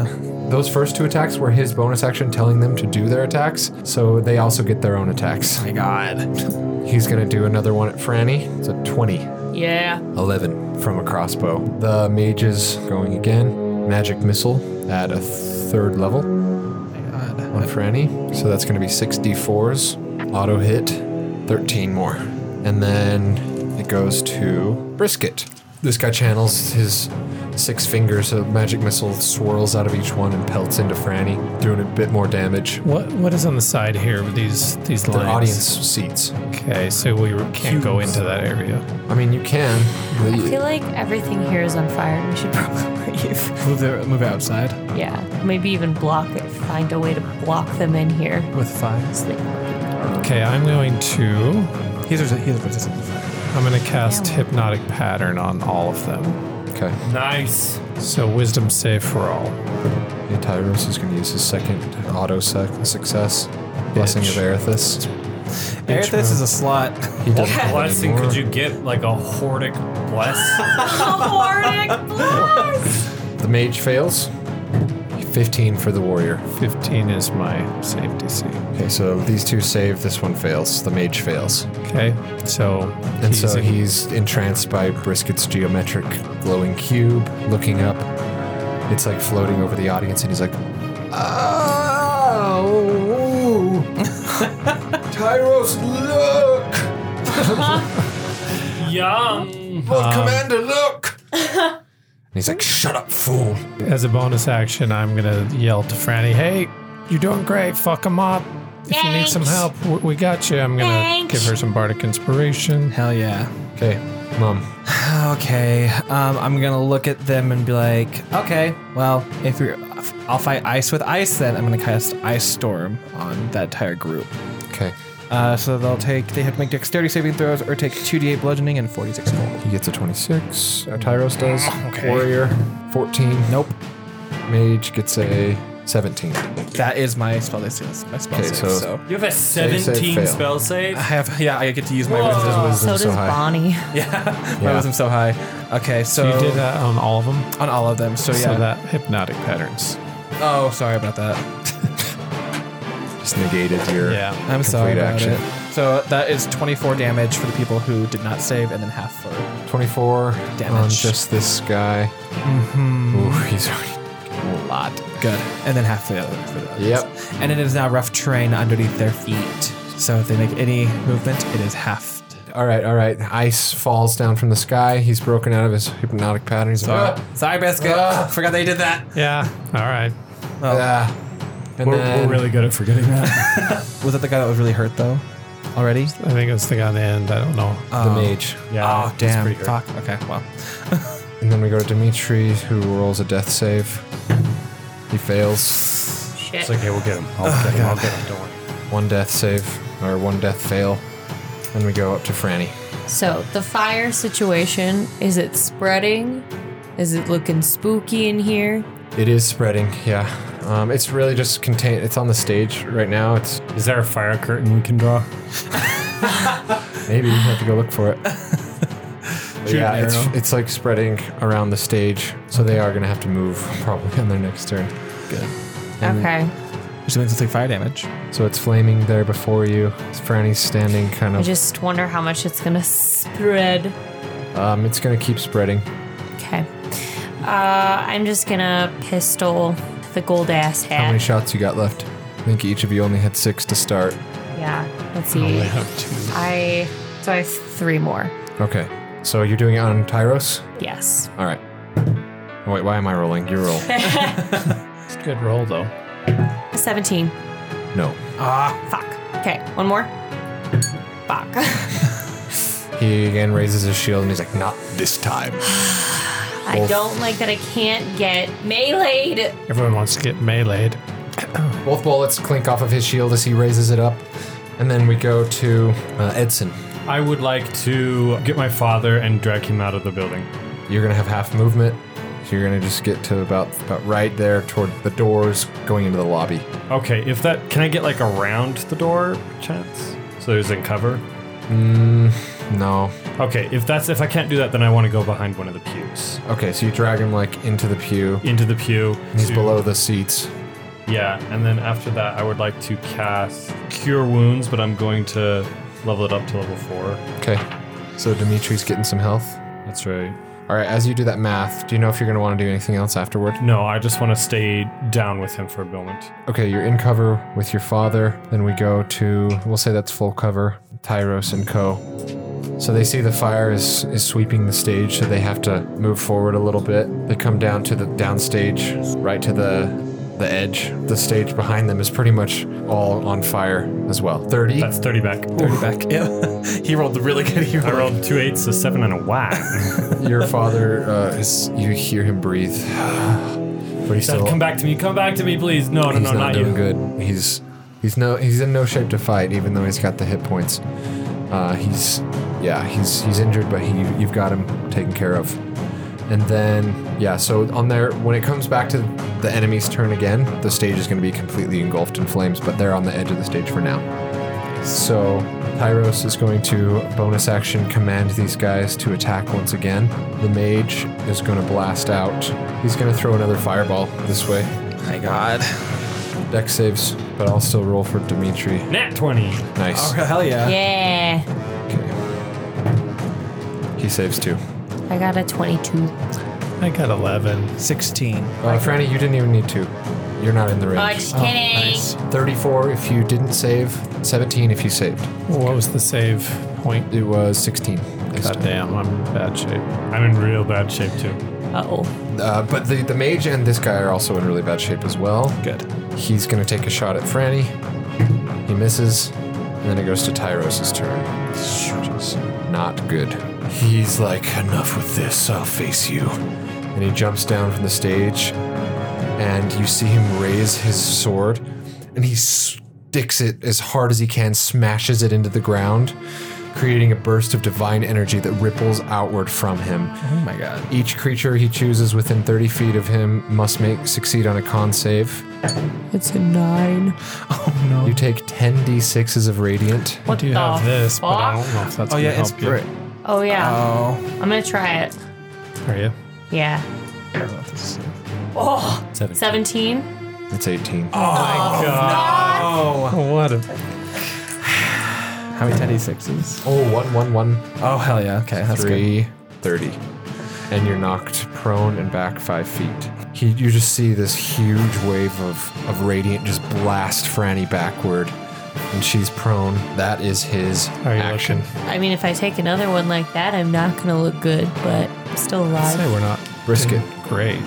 Speaker 2: Those first two attacks were his bonus action telling them to do their attacks, so they also get their own attacks.
Speaker 8: Oh My God.
Speaker 2: He's gonna do another one at Franny. It's a 20.
Speaker 9: Yeah.
Speaker 2: 11 from a crossbow. The mage is going again. Magic missile at a third level
Speaker 8: God.
Speaker 2: on Franny. So that's going to be 6d4s. Auto hit, 13 more. And then it goes to Brisket. This guy channels his six fingers. A magic missile swirls out of each one and pelts into Franny, doing a bit more damage.
Speaker 4: What what is on the side here with these these
Speaker 2: The
Speaker 4: lines?
Speaker 2: audience seats.
Speaker 4: Okay, so we can't go
Speaker 2: Cubes.
Speaker 4: into that area.
Speaker 2: I mean, you can. but
Speaker 9: I
Speaker 2: you-
Speaker 9: feel like everything here is on fire. We should probably leave.
Speaker 8: Move the move outside
Speaker 9: Yeah. Maybe even block it. Find a way to block them in here.
Speaker 8: with fire.
Speaker 9: It's like-
Speaker 4: Okay, I'm going to
Speaker 8: He has, resi- he has resistance to fire.
Speaker 4: I'm going to cast
Speaker 9: Yeah.
Speaker 4: hypnotic pattern on all of them.
Speaker 2: Okay.
Speaker 7: nice.
Speaker 4: So wisdom save for all.
Speaker 2: Yeah, Tyros is going to use his second auto sec- success. Blessing of
Speaker 4: Bitch.
Speaker 2: Aerithus.
Speaker 8: Aerithus is a slot.
Speaker 2: He doesn't have any
Speaker 7: Blessing,
Speaker 2: more.
Speaker 7: could you get like a hordic bless?
Speaker 9: Horric blast!
Speaker 2: The mage fails. 15 for the warrior.
Speaker 4: 15 is my safety save.
Speaker 2: Okay, so these two save, this one fails. The mage fails.
Speaker 4: Okay, so.
Speaker 2: And so he's entranced by Brisket's geometric glowing cube, looking up. It's like floating over the audience, and he's like, Oh! Tyros, look!
Speaker 7: Yum!
Speaker 2: Lord
Speaker 4: Um,
Speaker 2: Commander, look! And he's like, shut up, fool.
Speaker 4: As a bonus action, I'm going to yell to Franny, hey, you're doing great. Fuck them up. If you need some help, w- we got you. I'm going to give her some bardic inspiration.
Speaker 8: Hell yeah.
Speaker 2: Okay, mom.
Speaker 8: Okay, um, I'm gonna look at them and be like, okay, well, if you're, I'll fight ice with ice. Then I'm gonna cast ice storm on that entire group.
Speaker 2: Okay.
Speaker 8: Uh, so they'll take, they have to make dexterity saving throws or take 2d8 bludgeoning and 46 cold.
Speaker 2: He gets a 26. Uh, Tyros does.
Speaker 8: Okay.
Speaker 2: Warrior, 14. Nope. Mage gets a 17.
Speaker 8: That is my spell. This is my spell.
Speaker 2: Okay,
Speaker 8: save,
Speaker 2: so-
Speaker 8: so
Speaker 7: You have a
Speaker 2: Save, save,
Speaker 7: 17
Speaker 2: fail.
Speaker 7: spell save?
Speaker 8: I have, yeah, I get to use my
Speaker 7: Whoa.
Speaker 8: wisdom.
Speaker 2: Wisdom so high.
Speaker 9: Bonnie.
Speaker 8: Yeah, my
Speaker 2: Yeah.
Speaker 8: wisdom so high. Okay, so,
Speaker 4: So you did that on all of them?
Speaker 8: on all of them. So yeah.
Speaker 4: So that hypnotic patterns.
Speaker 8: oh, sorry about that.
Speaker 2: Just negated your.
Speaker 4: Yeah.
Speaker 8: I'm sorry
Speaker 2: Complete
Speaker 8: about
Speaker 2: action.
Speaker 8: it. So that is 24 damage for the people who did not save, and then half for
Speaker 2: 24 on
Speaker 8: Damage.
Speaker 2: just this guy. Ooh, he's already.
Speaker 8: a lot. Good, and then half for the other. For the others.
Speaker 2: Yep.
Speaker 8: And it is now rough terrain underneath their feet. So if they make any movement, it is half.
Speaker 2: All right, all right. Ice falls down from the sky. He's broken out of his hypnotic pattern. He's like, "Ah,
Speaker 8: Sorry, Biscuit. Forgot they did that.
Speaker 4: Yeah. All right.
Speaker 2: ah." And
Speaker 7: Oh. We're,
Speaker 2: then
Speaker 7: we're really good at forgetting that.
Speaker 8: Was that the guy that was really hurt though? Already?
Speaker 4: I think it's the guy on the end. I don't know.
Speaker 2: the mage.
Speaker 7: Yeah.
Speaker 8: oh damn!
Speaker 7: pretty hurt.
Speaker 8: Fuck. Okay. Well.
Speaker 2: And then we go to Dimitri, who rolls a death save. He fails.
Speaker 3: It's like, hey, we'll get him. I'll
Speaker 7: Oh,
Speaker 3: get him. I'll get him. Don't worry.
Speaker 2: One death save, or one death fail. Then we go up to Franny.
Speaker 9: So the fire situation is it spreading? Is it looking spooky in here?
Speaker 2: It is spreading, yeah. Um, it's really just contained. It's on the stage right now. It's
Speaker 7: Is there a fire curtain we can draw?
Speaker 2: maybe we have to go look for it. But yeah, it's, it's like spreading around the stage, so they are gonna have to move probably on their next turn.
Speaker 8: Good.
Speaker 9: Okay.
Speaker 8: Which means it's like fire damage.
Speaker 2: So it's flaming there before you. Franny's standing, kind
Speaker 9: I
Speaker 2: of.
Speaker 9: just wonder how much it's gonna spread.
Speaker 2: Um, it's gonna keep spreading.
Speaker 9: Okay. Uh, I'm just gonna pistol the gold ass
Speaker 2: How many
Speaker 9: hat.
Speaker 2: shots you got left? I think each of you only had six to start.
Speaker 9: yeah. Let's see. I so I have three more.
Speaker 2: Okay. So you're doing it on Tyros?
Speaker 9: Yes.
Speaker 2: All right. Oh, Wait, why am I rolling? You roll.
Speaker 4: It's a good roll, though.
Speaker 9: Seventeen.
Speaker 2: No.
Speaker 9: Fuck. Okay. One more. Fuck.
Speaker 2: He again raises his shield and he's like, not this time.
Speaker 9: I don't like that I can't get meleeed.
Speaker 4: Everyone wants to get meleeed.
Speaker 2: Both bullets clink off of his shield as he raises it up. And then we go to uh, Edson.
Speaker 7: I would like to get my father and drag him out of the building.
Speaker 2: You're going to have half movement. So you're going to just get to about, about right there toward the doors going into the lobby.
Speaker 7: Okay, if that can I get like around the door chance? So there's in cover.
Speaker 2: No.
Speaker 7: Okay, if that's if I can't do that, then I want to go behind one of the pews.
Speaker 2: Okay, so you drag him like into the pew.
Speaker 7: Into the pew.
Speaker 2: He's
Speaker 7: to-
Speaker 2: below the seats.
Speaker 7: Yeah, and then after that I would like to cast cure wounds, but I'm going to level it up to level four.
Speaker 2: Okay. So Dimitri's getting some health.
Speaker 7: That's right.
Speaker 2: All right, as you do that math, do you know if you're going to want to do anything else afterward?
Speaker 7: No, I just want to stay down with him for a moment.
Speaker 2: Okay, you're in cover with your father. Then we go to, we'll say that's full cover, Tyros and Co. So they see the fire is, is sweeping the stage, so they have to move forward a little bit. They come down to the downstage, right to the the edge. The stage behind them is pretty much all on fire as well. 30.
Speaker 7: That's thirty back.
Speaker 8: Thirty back. Yeah. he rolled really good. He
Speaker 7: I rolled two eights, a seven, and a whack.
Speaker 2: Your father uh, is, you hear him breathe. But he's
Speaker 7: Dad,
Speaker 2: still,
Speaker 7: come back to me. Come back to me, please. No, no,
Speaker 2: he's
Speaker 7: no,
Speaker 2: not,
Speaker 7: not,
Speaker 2: doing
Speaker 7: you.
Speaker 2: good. He's he's no he's in no shape to fight, even though he's got the hit points. Uh, he's yeah, he's he's injured, but he you've got him taken care of. And then yeah, so on there when it comes back to the enemy's turn again, the stage is going to be completely engulfed in flames, but they're on the edge of the stage for now. So Tyros is going to bonus action command these guys to attack once again. The mage is going to blast out. He's going to throw another fireball this way. My god. Deck saves, but I'll still roll for Dimitri.
Speaker 7: Nat 20.
Speaker 2: Nice.
Speaker 8: Oh, hell yeah.
Speaker 9: Yeah.
Speaker 2: He saves too.
Speaker 9: I got a 22.
Speaker 4: I got 11.
Speaker 8: 16.
Speaker 2: Uh, Franny, you didn't even need to. You're not in the range.
Speaker 9: Oh, just kidding.
Speaker 2: 34 if you didn't save, 17 if you saved.
Speaker 4: What was the save point?
Speaker 2: It was 16.
Speaker 4: God damn, I'm in bad shape.
Speaker 7: I'm in real bad shape too.
Speaker 9: Uh-oh.
Speaker 2: Uh, but the, the mage and this guy are also in really bad shape as well. Good. He's going to take a shot at Franny. He misses. And then it goes to Tyros' turn. Which is not good. He's like, enough with this, I'll face you. And he jumps down from the stage. And you see him raise his sword. And he sticks it as hard as he can, smashes it into the ground. Creating a burst of divine energy that ripples outward from him.
Speaker 8: Oh my god.
Speaker 2: Each creature he chooses within 30 feet of him must make succeed on a con save.
Speaker 9: It's a 9.
Speaker 8: Oh no.
Speaker 2: You take 10 d6s of radiant.
Speaker 9: What
Speaker 4: Do you
Speaker 9: the
Speaker 4: have this, but I
Speaker 9: fuck?
Speaker 4: don't know if that's
Speaker 8: oh
Speaker 4: gonna
Speaker 8: yeah, it's
Speaker 4: help you.
Speaker 8: great.
Speaker 9: Oh, yeah.
Speaker 8: Oh.
Speaker 9: I'm going to try it.
Speaker 4: Are you?
Speaker 9: Yeah. Oh, 17?
Speaker 2: It's 18.
Speaker 8: Oh.
Speaker 4: What a
Speaker 8: How many 10d6s?
Speaker 2: Oh, one, one, one,
Speaker 8: Oh hell yeah. Okay, that's good.
Speaker 2: three, 30. And you're knocked prone and back five feet. He, you just see this huge wave of, of radiant just blast Franny backward, and she's prone. That is his
Speaker 4: Are you
Speaker 2: action.
Speaker 9: I mean, if I take another one like that, I'm not going to look good, but I'm still
Speaker 4: say
Speaker 9: alive.
Speaker 4: we're not Mm-hmm.
Speaker 2: Brisket.
Speaker 4: great.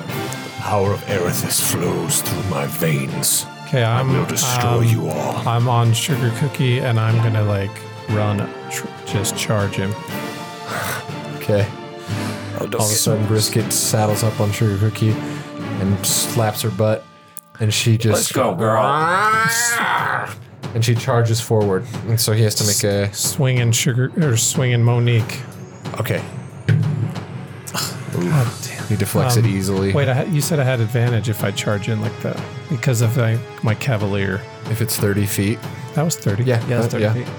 Speaker 3: Power of Erithus flows through my veins.
Speaker 4: Okay, I'm
Speaker 3: will destroy
Speaker 4: um,
Speaker 3: you all.
Speaker 4: I'm on sugar cookie and I'm gonna like run tr- just charge him.
Speaker 2: Okay. All of a sudden, Brisket saddles up on Sugar Cookie and slaps her butt, and she just. Let's go, girl. And she charges forward, and so he has to make a.
Speaker 4: Swinging sugar or swinging Monique.
Speaker 2: Okay. He deflects it easily.
Speaker 4: Um, Wait, I ha- you said I had advantage if I charge in like that because of my, my cavalier.
Speaker 2: If it's 30 feet.
Speaker 4: That was thirty.
Speaker 2: Yeah,
Speaker 8: Yeah, that's
Speaker 2: that-
Speaker 8: 30 feet.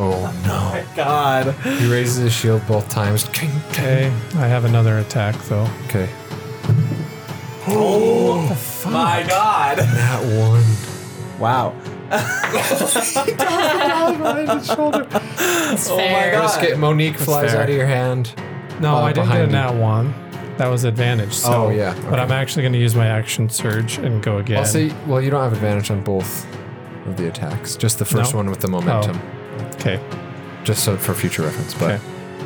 Speaker 2: Oh no.
Speaker 8: God.
Speaker 2: He raises his shield both times. King, king.
Speaker 4: Okay, I have another attack though.
Speaker 2: Okay.
Speaker 8: My god.
Speaker 2: That one.
Speaker 8: Wow.
Speaker 9: It's fair.
Speaker 2: Brisket, Monique flies
Speaker 4: fair.
Speaker 2: out of your hand.
Speaker 4: No,
Speaker 2: Uh,
Speaker 4: I didn't
Speaker 2: behind
Speaker 4: get
Speaker 2: you.
Speaker 4: that one. That was advantage. So,
Speaker 2: Oh, yeah,
Speaker 4: But I'm actually going to use my action surge and go again.
Speaker 2: I'll say, well, you don't have advantage on both of the attacks. Just the first
Speaker 4: No?
Speaker 2: one with the momentum.
Speaker 4: Okay.
Speaker 2: Just so for future reference, but
Speaker 4: Okay.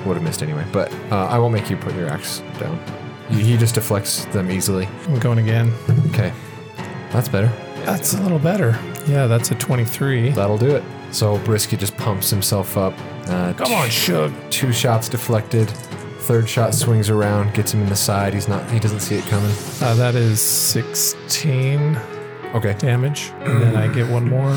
Speaker 2: would have missed anyway. But uh, I won't make you put your axe down. He he just deflects them easily.
Speaker 4: I'm going again.
Speaker 2: Okay. That's better.
Speaker 4: That's a little better. Yeah, that's a 23.
Speaker 2: That'll do it. So Brisket just pumps himself up. Uh, Come on, Shug. Two shots deflected. Third shot swings around, gets him in the side. He's not. He doesn't see it coming.
Speaker 4: Uh, that is 16
Speaker 2: Okay.
Speaker 4: damage. And then I get one more.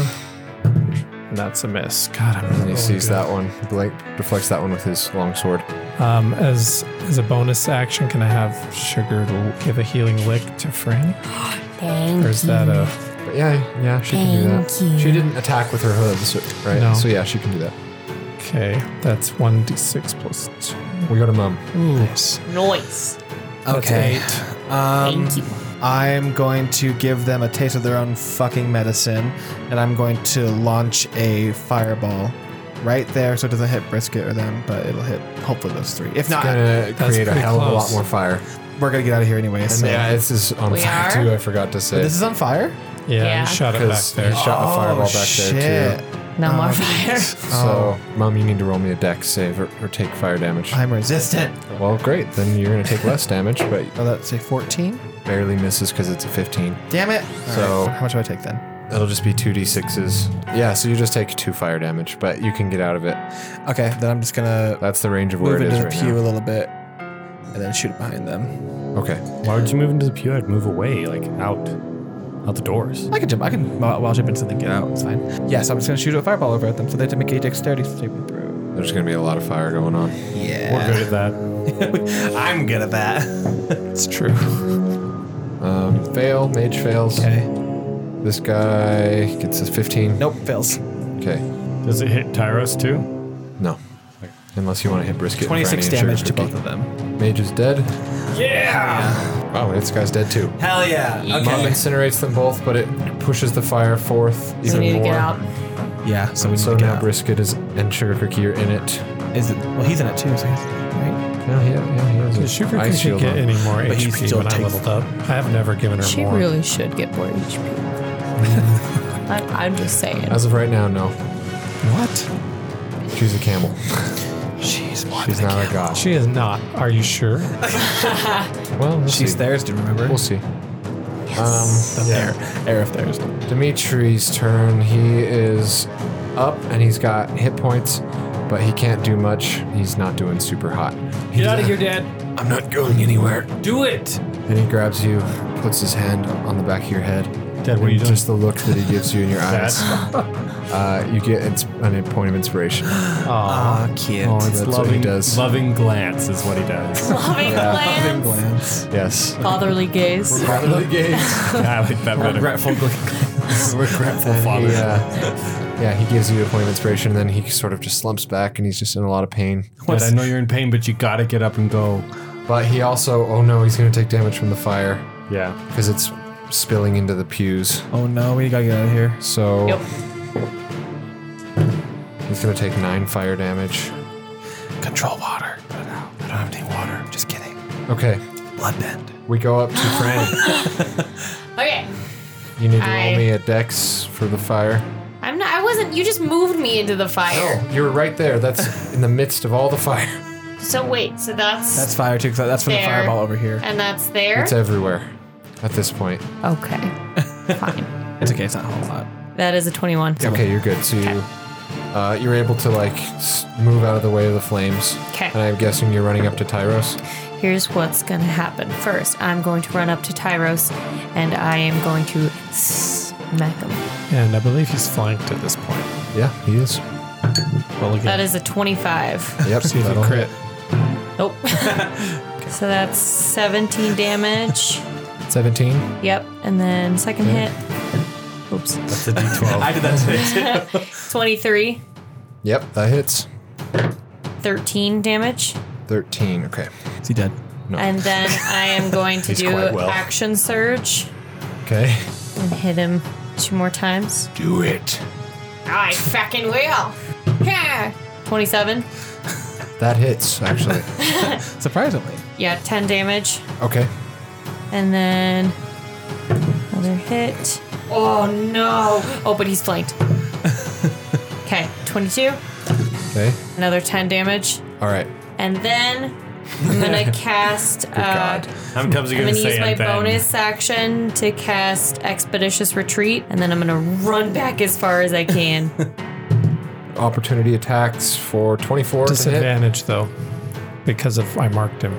Speaker 4: And that's a miss. God, I'm
Speaker 2: And
Speaker 4: really
Speaker 2: he sees
Speaker 4: good.
Speaker 2: that one. Blake deflects that one with his longsword.
Speaker 4: Um, as, as a bonus action, can I have Sugar l- give a healing lick to Franny? Or is that a.
Speaker 2: But yeah, yeah, she can do that. She didn't attack with her hooves, right?
Speaker 4: No.
Speaker 2: So yeah, she can do that.
Speaker 4: Okay, that's 1d6 plus 2.
Speaker 2: We go to mum.
Speaker 4: Nice.
Speaker 9: Noise.
Speaker 8: Okay. Um,
Speaker 9: Thank you.
Speaker 8: I'm going to give them a taste of their own fucking medicine, and I'm going to launch a fireball right there so it doesn't hit Brisket or them, but it'll hit hopefully those three. If not,
Speaker 2: Gonna create a
Speaker 4: pretty
Speaker 2: hell of a lot
Speaker 4: close.
Speaker 2: more fire.
Speaker 8: we're going to get out of here anyway.
Speaker 2: And
Speaker 8: So.
Speaker 2: yeah, this is on
Speaker 9: We
Speaker 2: fire
Speaker 9: are?
Speaker 2: too. I forgot to say.
Speaker 8: This is on fire?
Speaker 4: Yeah,
Speaker 9: Yeah.
Speaker 4: you shot it back
Speaker 2: because
Speaker 4: there.
Speaker 2: he shot the fireball back there too.
Speaker 9: No more fire.
Speaker 2: So, mom, you need to roll me a dex save or, or take fire damage.
Speaker 8: I'm resistant.
Speaker 2: Well, great. Then you're gonna take less damage, but
Speaker 8: Oh, that's a 14?
Speaker 2: barely misses because it's a 15.
Speaker 8: Damn it.
Speaker 2: So-
Speaker 8: so, how much do I take then?
Speaker 2: It'll just be two d6s. Yeah, so you just take two fire damage, but you can get out of it.
Speaker 8: Okay, then I'm just going to
Speaker 2: That's the range of where
Speaker 8: move
Speaker 2: it
Speaker 8: into
Speaker 2: is
Speaker 8: the
Speaker 2: right
Speaker 8: pew a little bit and then shoot it behind them.
Speaker 2: now. Okay.
Speaker 7: Why would you move into the pew? I'd move away, like out, out the doors.
Speaker 8: I can jump. I can wa- wall jump into something. Get out. It's fine. Yeah, so I'm just going to shoot a fireball over at them so they have to make a dexterity saving throw.
Speaker 2: There's gonna be a lot of fire going on.
Speaker 7: We're
Speaker 8: Yeah.
Speaker 7: good at that.
Speaker 8: I'm good at that.
Speaker 4: It's true.
Speaker 2: Um, fail. Mage fails.
Speaker 8: Okay.
Speaker 2: This guy gets a 15.
Speaker 8: Nope, fails.
Speaker 2: Okay.
Speaker 7: Does it hit Tyros too?
Speaker 2: No. Unless you want to hit brisket.
Speaker 7: 26 damage to both
Speaker 2: of them. Mage is dead. Yeah. Oh, and this guy's dead too.
Speaker 1: Ah, Hell yeah.
Speaker 2: Mom
Speaker 1: Okay.
Speaker 2: incinerates them both, but it pushes the fire forth even
Speaker 9: we need
Speaker 2: more.
Speaker 9: to get out.
Speaker 1: Yeah. So we need
Speaker 2: so
Speaker 1: to get
Speaker 2: now
Speaker 1: out.
Speaker 2: brisket is and sugar cookie are in it.
Speaker 1: Is it? Well, he's in it too. So he's right.
Speaker 2: Yeah, yeah, yeah. He has a
Speaker 4: The sugar
Speaker 2: ice
Speaker 4: couldn't
Speaker 2: shield
Speaker 4: get
Speaker 2: on.
Speaker 4: any more
Speaker 1: But he
Speaker 4: HP
Speaker 1: still
Speaker 4: when I
Speaker 1: takes-
Speaker 4: leveled up. I have never given her
Speaker 9: She
Speaker 4: more.
Speaker 9: really should get more HP. I, I'm just saying.
Speaker 2: As of right now, no.
Speaker 4: what?
Speaker 2: She's a camel.
Speaker 1: She's more
Speaker 2: She's
Speaker 1: than a
Speaker 2: not a
Speaker 1: camel.
Speaker 2: god.
Speaker 4: She is not. Are you sure?
Speaker 2: Well, we'll
Speaker 1: She's
Speaker 2: see.
Speaker 1: Thurston, remember?
Speaker 2: We'll see.
Speaker 1: The there. Air of Thurston.
Speaker 2: Dimitri's turn. He is up and he's got hit points, but he can't do much. He's not doing super hot.
Speaker 7: Get out of here, Dad.
Speaker 3: I'm not going anywhere.
Speaker 7: Do it.
Speaker 2: And he grabs you, puts his hand on the back of your head.
Speaker 7: Dad, what are you
Speaker 2: And
Speaker 7: doing?
Speaker 2: Just the look that he gives you in your eyes. Uh, you get ins- an- a point of inspiration.
Speaker 1: Aw, cute.
Speaker 2: Oh, that's what he
Speaker 7: loving,
Speaker 2: does.
Speaker 7: loving glance is what he does.
Speaker 9: Loving glance.
Speaker 1: Glance.
Speaker 2: Yes.
Speaker 9: Fatherly gaze.
Speaker 2: Probably
Speaker 7: yeah, I like that better.
Speaker 1: Regretful glance.
Speaker 2: Regretful
Speaker 7: father.
Speaker 2: Uh, yeah, he gives you a point of inspiration, then he sort of just slumps back and he's just in a lot of pain.
Speaker 7: Dad, I know you're in pain, but you gotta get up and go.
Speaker 2: But he also, oh no, he's going to take damage from the fire
Speaker 7: Yeah.
Speaker 2: because it's spilling into the pews.
Speaker 1: Oh no, we gotta get out of here.
Speaker 2: So
Speaker 9: Yep.
Speaker 2: he's going to take nine fire damage.
Speaker 1: Control water. I don't know. I don't have any water. Just kidding.
Speaker 2: Okay,
Speaker 1: Bloodbend.
Speaker 2: we go up to Fran.
Speaker 9: Okay.
Speaker 2: you need to roll
Speaker 9: I-
Speaker 2: me a dex for the fire.
Speaker 9: I'm not. I wasn't. You just moved me into the fire.
Speaker 2: Oh, you're right there. That's in the midst of all the fire.
Speaker 9: So wait. So that's,
Speaker 1: That's fire too. 'cause That's from the
Speaker 9: There.
Speaker 1: fireball over here.
Speaker 9: and that's there.
Speaker 2: It's everywhere at this point.
Speaker 9: okay. Fine.
Speaker 1: It's okay. It's not a whole lot.
Speaker 9: That is a 21.
Speaker 2: Okay, you're good. So you, uh, you're able to like s- move out of the way of the flames.
Speaker 9: 'Kay.
Speaker 2: And I'm guessing you're running up to Tyros.
Speaker 9: Here's what's gonna happen. First, I'm going to run up to Tyros, and I am going to smack him.
Speaker 4: And I believe he's flanked at this point.
Speaker 2: Yeah, he is.
Speaker 4: Well, again,
Speaker 9: That is a 25.
Speaker 2: Yep.
Speaker 4: see if he
Speaker 2: that'll
Speaker 4: crit.
Speaker 2: hit.
Speaker 9: Nope. So that's 17 damage.
Speaker 2: 17.
Speaker 9: Yep. And then second hit. Oops.
Speaker 7: It's a D12.
Speaker 1: I did that today.
Speaker 9: 23,
Speaker 2: Yep, that hits.
Speaker 9: 13 damage.
Speaker 2: 13. Okay.
Speaker 1: Is he dead?
Speaker 9: And then I am going to do
Speaker 3: quite well.
Speaker 9: action surge
Speaker 2: Okay.
Speaker 9: and hit him two more times.
Speaker 3: Do it.
Speaker 9: I fucking will. Yeah. 27.
Speaker 2: That hits, actually.
Speaker 1: Surprisingly.
Speaker 9: Yeah, 10 damage.
Speaker 2: okay.
Speaker 9: And then another hit. Oh no. Oh, but he's flanked. Okay, 22.
Speaker 2: Okay.
Speaker 9: Another 10 damage.
Speaker 2: All right.
Speaker 9: And then I'm gonna cast. Uh,
Speaker 2: God.
Speaker 7: How comes you
Speaker 9: I'm
Speaker 7: gonna
Speaker 9: gonna
Speaker 7: say
Speaker 9: use my
Speaker 7: and then?
Speaker 9: bonus action to cast Expeditious Retreat, and then I'm gonna run back as far as I can.
Speaker 2: Opportunity attacks for 24 to hit.
Speaker 4: Disadvantage though, because of I marked him.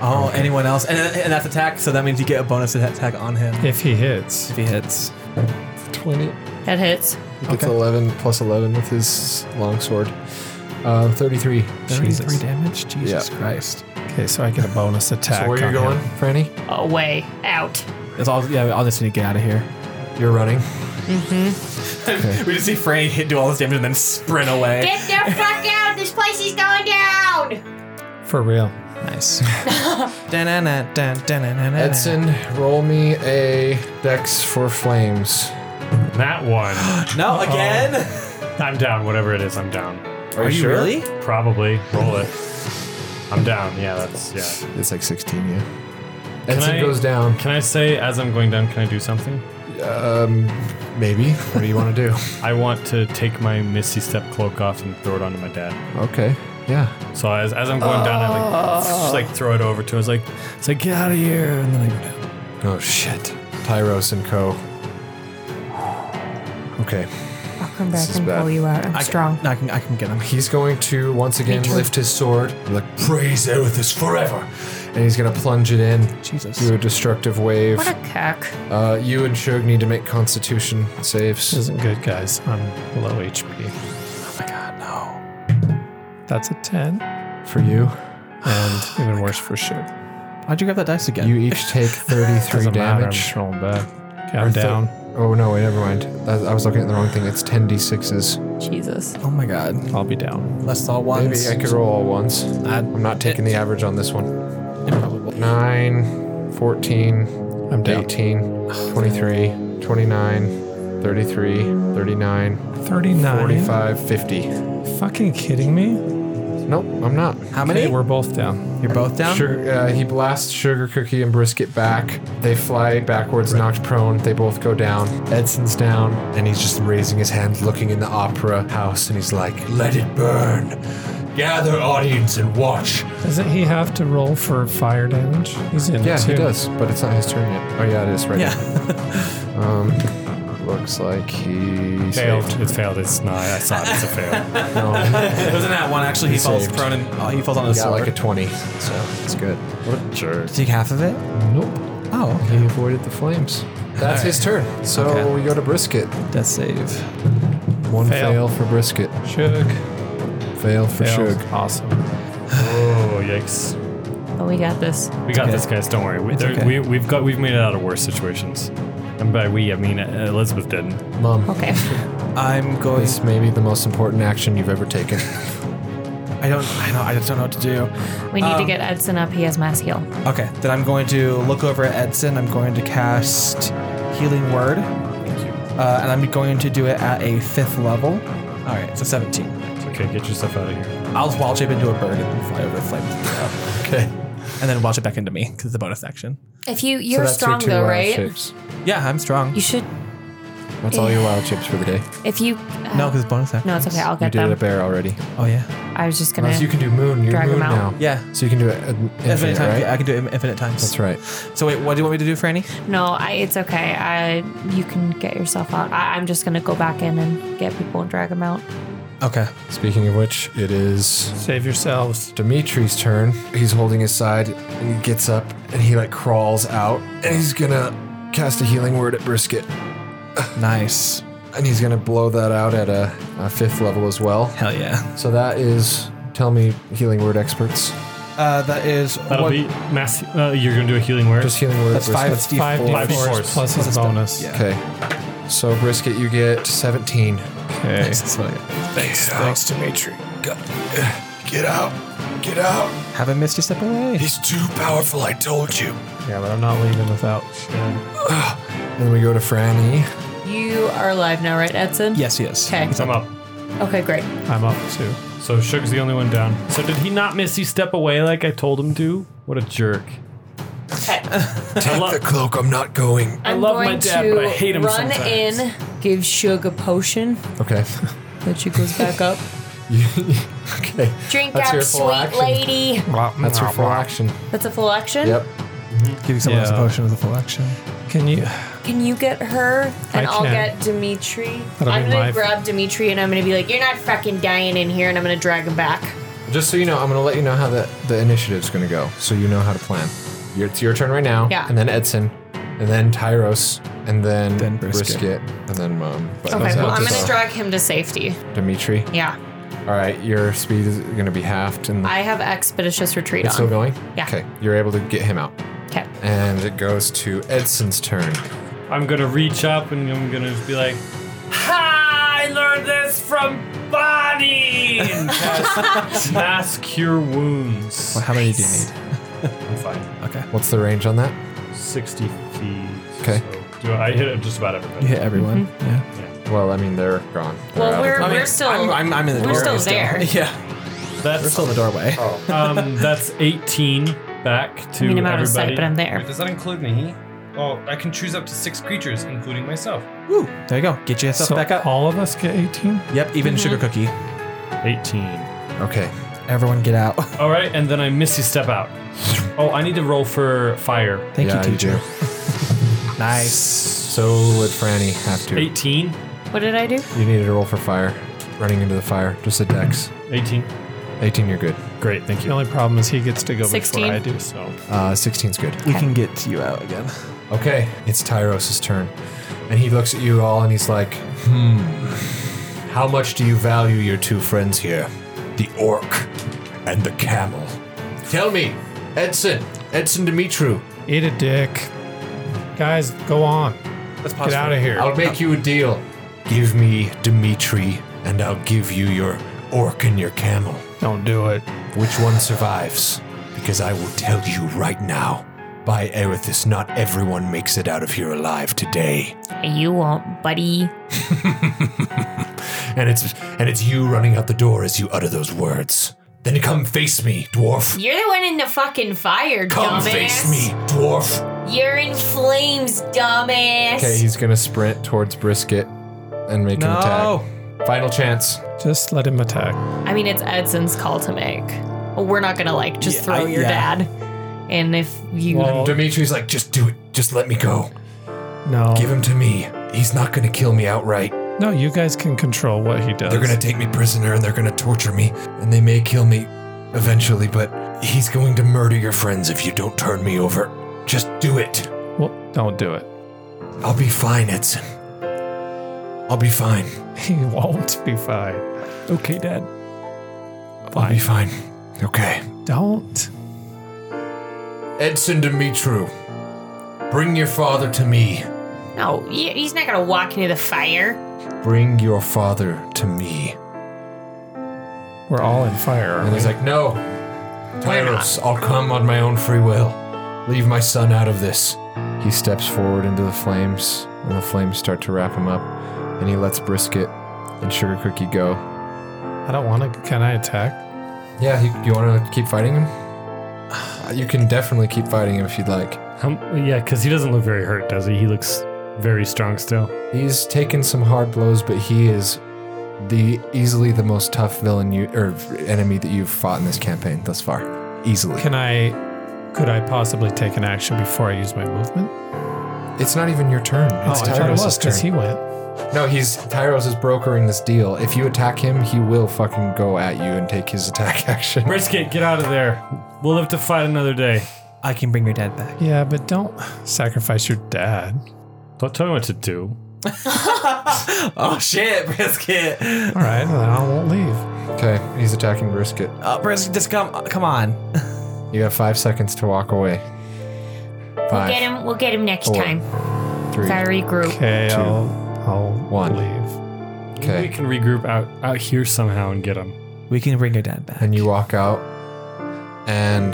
Speaker 1: Oh, anyone else? And, and that's attack, so that means you get a bonus attack on him
Speaker 4: If he hits,
Speaker 1: if he hits.
Speaker 2: 20.
Speaker 9: That hits.
Speaker 2: He gets 11 plus 11 with his longsword. Uh, 33.
Speaker 4: Jesus.
Speaker 1: damage? Jesus
Speaker 2: Yeah.
Speaker 1: Christ.
Speaker 4: Okay, so I get a bonus attack.
Speaker 2: So where are you
Speaker 4: on
Speaker 2: going,
Speaker 4: him.
Speaker 2: Franny?
Speaker 9: Away. Out.
Speaker 1: It's all, yeah, we all just need to get out of here.
Speaker 2: You're running.
Speaker 1: We just see Franny hit, do all this damage and then sprint away.
Speaker 6: Get the fuck out! This place is going down!
Speaker 4: For real.
Speaker 1: Nice. Dun-dun-dun, dun-dun-dun-dun.
Speaker 2: Edson, roll me a dex for flames.
Speaker 7: That one.
Speaker 1: No, again?
Speaker 7: I'm down. Whatever it is, I'm down.
Speaker 1: Are, you
Speaker 2: sure?
Speaker 1: really?
Speaker 7: Probably. Roll it. I'm down. Yeah, that's yeah.
Speaker 2: It's like 16, yeah. Edson
Speaker 7: I-
Speaker 2: goes down.
Speaker 7: Can I say as I'm going down, can I do something?
Speaker 2: Um, maybe. What do you want to do?
Speaker 7: I want to take my Misty Step cloak off and throw it onto my dad.
Speaker 2: Okay. Yeah.
Speaker 7: So as, as I'm going down, I like, just, like throw it over to him. It's like, it's like, get out of here. And then I go down.
Speaker 2: Oh shit. Tyros and Co. Okay.
Speaker 9: I'll come back
Speaker 2: is
Speaker 9: and
Speaker 2: bad.
Speaker 9: pull you out. I'm
Speaker 1: I-
Speaker 9: strong.
Speaker 1: No, I can, I can get him.
Speaker 2: He's going to once again lift his sword, like praise Erithus forever, and he's gonna plunge it in.
Speaker 1: Jesus.
Speaker 2: Do a destructive wave.
Speaker 9: What a cuck.
Speaker 2: Uh, you and Shug need to make Constitution saves.
Speaker 4: This isn't good, guys. I'm low HP.
Speaker 1: Oh my god, no.
Speaker 4: That's a 10.
Speaker 2: For you,
Speaker 4: And even worse for sure.
Speaker 1: Why'd you grab that dice again?
Speaker 2: you each take 33
Speaker 4: Doesn't matter. I'm
Speaker 2: damage.
Speaker 4: just rolling back. Okay, I'm
Speaker 2: Thir-
Speaker 4: down.
Speaker 2: Oh no! Wait, never mind. I, I was looking at the wrong thing. It's 10d6s.
Speaker 9: Jesus.
Speaker 8: Oh my god.
Speaker 4: I'll be down.
Speaker 1: Let's all once.
Speaker 2: Maybe I could roll all ones. I'm not taking the average on this one. Nine, 14,
Speaker 4: I'm down.
Speaker 2: 18, 23, 29, 33, 39,
Speaker 4: 39.
Speaker 2: 45, 50.
Speaker 4: Fucking kidding me?
Speaker 2: Nope, I'm not.
Speaker 1: How many?
Speaker 4: Hey, we're both down.
Speaker 1: You're both down.
Speaker 2: Sugar, uh, he blasts Sugar Cookie and Brisket back. They fly backwards, knocked prone. They both go down. Edson's down, and he's just raising his hand, looking in the opera house, and he's like,
Speaker 3: Let it burn. Gather audience and watch.
Speaker 4: Doesn't he have to roll for fire damage? He's in.
Speaker 2: "Yeah,
Speaker 4: it
Speaker 2: he
Speaker 4: too.
Speaker 2: does, but it's not his turn yet." Oh yeah, it is right.
Speaker 1: Yeah.
Speaker 2: now. Um, Looks like he
Speaker 7: Failed.
Speaker 2: saved.
Speaker 7: It's failed. It's not. I saw it. It's a fail.
Speaker 2: No,
Speaker 1: Wasn't that one actually? He, falls
Speaker 2: saved.
Speaker 1: prone and oh, he falls on
Speaker 2: he
Speaker 1: his
Speaker 2: got
Speaker 1: sword.
Speaker 2: like a twenty, so it's good. What a jerk!
Speaker 1: Take half of it.
Speaker 2: Nope,
Speaker 1: Oh,
Speaker 2: he avoided the flames. That's his turn. So
Speaker 1: Okay.
Speaker 2: we go to Brisket.
Speaker 1: death save.
Speaker 2: One fail,
Speaker 4: Fail.
Speaker 2: for Brisket.
Speaker 4: Shook.
Speaker 2: Fail for
Speaker 4: Fails.
Speaker 2: Shug.
Speaker 4: Awesome.
Speaker 7: Oh yikes!
Speaker 9: Oh, we got this.
Speaker 7: We got this, guys. Don't worry. We, there,
Speaker 1: okay.
Speaker 7: we, we've got. We've made it out of worse situations. And by we, I mean uh, Elizabeth didn't.
Speaker 2: Mom.
Speaker 9: Okay.
Speaker 1: I'm going.
Speaker 2: This may be the most important action you've ever taken.
Speaker 1: I don't. I don't. I just don't know what to do.
Speaker 9: We need to
Speaker 1: Um,
Speaker 9: get Edson up. He has mass heal.
Speaker 1: Okay, then I'm going to look over at Edson. I'm going to cast Healing Word. Uh, and I'm going to do it at a fifth level. All right, so 17.
Speaker 7: Okay, get yourself out of here.
Speaker 1: I'll wall shape into a bird and fly over the flame. okay. And then wall shape back into me because the bonus action.
Speaker 9: If you
Speaker 2: So
Speaker 9: you're
Speaker 2: that's your
Speaker 9: strong
Speaker 2: two
Speaker 9: though,
Speaker 2: wild
Speaker 9: right?
Speaker 2: shapes.
Speaker 1: Yeah, I'm strong.
Speaker 9: You should.
Speaker 2: That's all your wild chips for the day.
Speaker 9: If you. Uh,
Speaker 1: No, because bonus action.
Speaker 9: No, it's okay. I'll
Speaker 2: You
Speaker 9: get
Speaker 2: did a
Speaker 9: them.
Speaker 2: bear already.
Speaker 1: Oh yeah.
Speaker 9: I was just gonna.
Speaker 2: Unless you can do moon. You're
Speaker 9: Drag 'em
Speaker 2: moon
Speaker 9: out.
Speaker 2: now.
Speaker 1: Yeah.
Speaker 2: So you can do it at
Speaker 1: Infinite
Speaker 2: infinite,
Speaker 1: times.
Speaker 2: right?
Speaker 1: I can do it infinite times.
Speaker 2: That's right.
Speaker 1: So wait, what do you want me to do, Franny?
Speaker 9: No, I, it's okay. I you can get yourself out. I, I'm just gonna go back in and get people and drag them out.
Speaker 1: Okay.
Speaker 2: Speaking of which, it is
Speaker 4: Save yourselves.
Speaker 2: Dimitri's turn. He's holding his side and he gets up and he like crawls out and he's gonna cast a healing word at Brisket
Speaker 1: Nice.
Speaker 2: and he's gonna blow that out at a, a fifth level as well.
Speaker 1: Hell yeah.
Speaker 2: So that is, tell me, healing word experts.
Speaker 1: Uh, that is
Speaker 7: That'll
Speaker 1: one-
Speaker 7: be mass. Uh, you're gonna do a healing word.
Speaker 2: Just healing word.
Speaker 1: that's
Speaker 2: at Brisket.
Speaker 1: five. D4.
Speaker 4: Five
Speaker 7: Five
Speaker 4: d4s
Speaker 7: D4s.
Speaker 4: plus his bonus.
Speaker 1: Yeah.
Speaker 2: Okay. So Brisket, you get 17.
Speaker 4: Okay.
Speaker 1: That's what I got.
Speaker 3: Thanks, thanks, Dimitri. Go- Get out. Get out.
Speaker 1: Haven't missed your step away.
Speaker 3: He's too powerful, I told you.
Speaker 4: Yeah, but I'm not leaving without.
Speaker 2: Then we go to E. Franny.
Speaker 9: You are alive now, right, Edson?
Speaker 1: Yes, yes.
Speaker 9: Okay.
Speaker 7: I'm up.
Speaker 9: Okay, great.
Speaker 4: I'm up too.
Speaker 7: So Shug's the only one down. So did he not miss you step away like I told him to? What a jerk. I, lo-
Speaker 3: The cloak, I'm not going.
Speaker 7: I love my dad, but I hate him
Speaker 9: run
Speaker 7: sometimes.
Speaker 9: in, give Shug a potion
Speaker 2: Okay.
Speaker 9: that she goes back up.
Speaker 2: okay.
Speaker 6: Drink
Speaker 2: That's your
Speaker 6: up,
Speaker 2: full
Speaker 6: sweet
Speaker 2: action.
Speaker 6: lady.
Speaker 2: That's your full action.
Speaker 9: That's a full action.
Speaker 2: Yep.
Speaker 1: Giving someone else a
Speaker 4: Yeah.
Speaker 1: potion is a full action.
Speaker 4: Can you?
Speaker 9: Can you get her? And
Speaker 4: I
Speaker 9: I'll
Speaker 4: can.
Speaker 9: get Dimitri.
Speaker 4: That'll
Speaker 9: I'm
Speaker 4: be
Speaker 9: gonna
Speaker 4: my-
Speaker 9: grab Dimitri and I'm gonna be like, "You're not fucking dying in here," and I'm gonna drag him back.
Speaker 2: Just so you know, I'm going to let you know how the, the initiative's going to go so you know how to plan. Your, it's your turn right now.
Speaker 9: Yeah.
Speaker 2: And then Edson. And then Tyros. And then,
Speaker 1: Then
Speaker 2: brisket.
Speaker 1: Brisket.
Speaker 2: And then Mom. But
Speaker 9: Okay.
Speaker 2: that's
Speaker 9: Well,
Speaker 2: how
Speaker 9: I'm
Speaker 2: it's
Speaker 9: gonna
Speaker 2: all.
Speaker 9: drag him to safety.
Speaker 2: Dimitri.
Speaker 9: Yeah.
Speaker 2: All right. Your speed is going to be halved. And
Speaker 9: I have expeditious retreat
Speaker 2: it's still
Speaker 9: on.
Speaker 2: going?
Speaker 9: Yeah.
Speaker 2: Okay. You're able to get him out.
Speaker 9: Okay.
Speaker 2: And it goes to Edson's turn.
Speaker 7: I'm gonna reach up and I'm gonna just be like, "Ha! I learned this from Bonnie." And cast Mass cure wounds.
Speaker 1: Well, how many do you need?
Speaker 7: I'm fine.
Speaker 1: Okay.
Speaker 2: What's the range on that?
Speaker 7: Sixty feet.
Speaker 2: Okay.
Speaker 7: So do I hit just about everybody?
Speaker 1: You hit everyone. Yeah.
Speaker 2: Well, I mean, they're gone. They're out
Speaker 9: Mm-hmm. Well,
Speaker 2: of
Speaker 9: we're,
Speaker 2: the-
Speaker 9: we're still
Speaker 1: I'm, I'm, I'm in the
Speaker 9: we're
Speaker 1: doorway
Speaker 9: still there.
Speaker 1: Yeah. We're
Speaker 7: That's
Speaker 1: still in the doorway.
Speaker 7: um, that's 18 back to
Speaker 9: I mean, I'm
Speaker 7: everybody.
Speaker 9: out of sight, but I'm there.
Speaker 19: Does that include me? Oh, I can choose up to six creatures, including myself.
Speaker 1: Woo. There you go. Get yourself
Speaker 4: So
Speaker 1: back up.
Speaker 4: all of us get 18.
Speaker 1: Yep. Even sugar
Speaker 9: Mm-hmm.
Speaker 1: cookie.
Speaker 7: 18.
Speaker 2: Okay.
Speaker 1: Everyone, get out.
Speaker 7: All right, and then I missy step out. Oh, I need to roll for fire.
Speaker 1: Thank
Speaker 2: yeah,
Speaker 1: you, teacher.
Speaker 2: do.
Speaker 1: Nice.
Speaker 2: So would Franny have to.
Speaker 7: 18.
Speaker 9: What did I do?
Speaker 2: You needed to roll for fire. Running into the fire. Just a dex.
Speaker 7: 18.
Speaker 2: 18, you're good.
Speaker 7: Great, thank
Speaker 4: The
Speaker 7: you.
Speaker 4: only problem is he gets to go
Speaker 9: 16.
Speaker 4: before I do, so
Speaker 2: Uh, 16's good.
Speaker 1: We can get you out again.
Speaker 2: Okay, it's Tyros' turn. And he looks at you all and he's like, hmm, how much do you value your two friends here?
Speaker 3: The orc and the camel.
Speaker 2: Tell me, Edson, Edson Dimitru,
Speaker 4: eat a dick, guys. Go on,
Speaker 1: Let's pause
Speaker 4: get out of here.
Speaker 2: I'll make you a deal. Give me Dimitri and I'll give you your orc and your camel.
Speaker 4: Don't do it.
Speaker 2: Which one survives? Because I will tell you right now, by Erithus, not everyone makes it out of here alive today.
Speaker 6: You won't, buddy.
Speaker 2: And it's and it's you running out the door as you utter those words. Then come face me, dwarf.
Speaker 6: You're the one in the fucking fire,
Speaker 2: Come
Speaker 6: dumbass.
Speaker 2: face me, dwarf.
Speaker 6: You're in flames, dumbass.
Speaker 2: Okay, he's gonna sprint towards Brisket and make him attack. Final chance.
Speaker 4: Just let him attack.
Speaker 9: I mean, it's Edson's call to make. We're not gonna like just
Speaker 2: Yeah,
Speaker 9: throw
Speaker 2: I-
Speaker 9: your
Speaker 2: yeah.
Speaker 9: dad. And if you,
Speaker 2: and Dimitri's like, just do it. Just let me go.
Speaker 4: No.
Speaker 2: Give him to me. He's not gonna kill me outright.
Speaker 4: No, you guys can control what he does.
Speaker 2: They're gonna take me prisoner and they're gonna torture me, and they may kill me eventually, but he's going to murder your friends if you don't turn me over. Just do it.
Speaker 4: Well, don't do it.
Speaker 2: I'll be fine, Edson. I'll be fine.
Speaker 4: He won't be fine. Okay, Dad.
Speaker 2: I'll be fine. Okay.
Speaker 4: Don't.
Speaker 2: Edson Dimitru, bring your father to me.
Speaker 6: No, y- he's not gonna walk into the fire.
Speaker 2: Bring your father to me.
Speaker 4: We're all in fire.
Speaker 2: And he's like, no, Tyros, I'll come on my own free will. Leave my son out of this. He steps forward into the flames, and the flames start to wrap him up, and he lets Brisket and Sugar Cookie go.
Speaker 4: I don't want to. Can I attack?
Speaker 2: Yeah, you, you want to keep fighting him? Uh, You can definitely keep fighting him if you'd like.
Speaker 7: Hum, Um, yeah, because he doesn't look very hurt, does he? He looks very strong still.
Speaker 2: He's taken some hard blows, but he is the easily the most tough villain you or enemy that you've fought in this campaign thus far. Easily.
Speaker 4: Can I? Could I possibly take an action before I use my movement?
Speaker 2: It's not even your turn. It's
Speaker 4: oh, I thought it
Speaker 2: Tyros's
Speaker 4: was because he
Speaker 2: turn.
Speaker 4: went.
Speaker 2: No, he's Tyros is brokering this deal. If you attack him, he will fucking go at you and take his attack action.
Speaker 7: Brisket, get out of there. We'll live to fight another day.
Speaker 1: I can bring your dad back.
Speaker 4: Yeah, but don't sacrifice your dad.
Speaker 7: Don't tell me what to do.
Speaker 1: Oh shit, brisket.
Speaker 4: All right, then I won't leave.
Speaker 2: Okay, he's attacking Brisket.
Speaker 1: Oh, brisket, just come, come on.
Speaker 2: You have five seconds to walk away.
Speaker 6: We'll get
Speaker 2: Five,
Speaker 6: him. We'll get him next
Speaker 2: Four.
Speaker 6: time.
Speaker 2: three,
Speaker 6: Gotta regroup.
Speaker 4: Okay,
Speaker 2: Two.
Speaker 4: I'll, I'll
Speaker 2: one.
Speaker 4: leave.
Speaker 7: Maybe
Speaker 2: Okay.
Speaker 7: We can regroup out out here somehow and get him.
Speaker 1: We can bring your dad back.
Speaker 2: And you walk out, and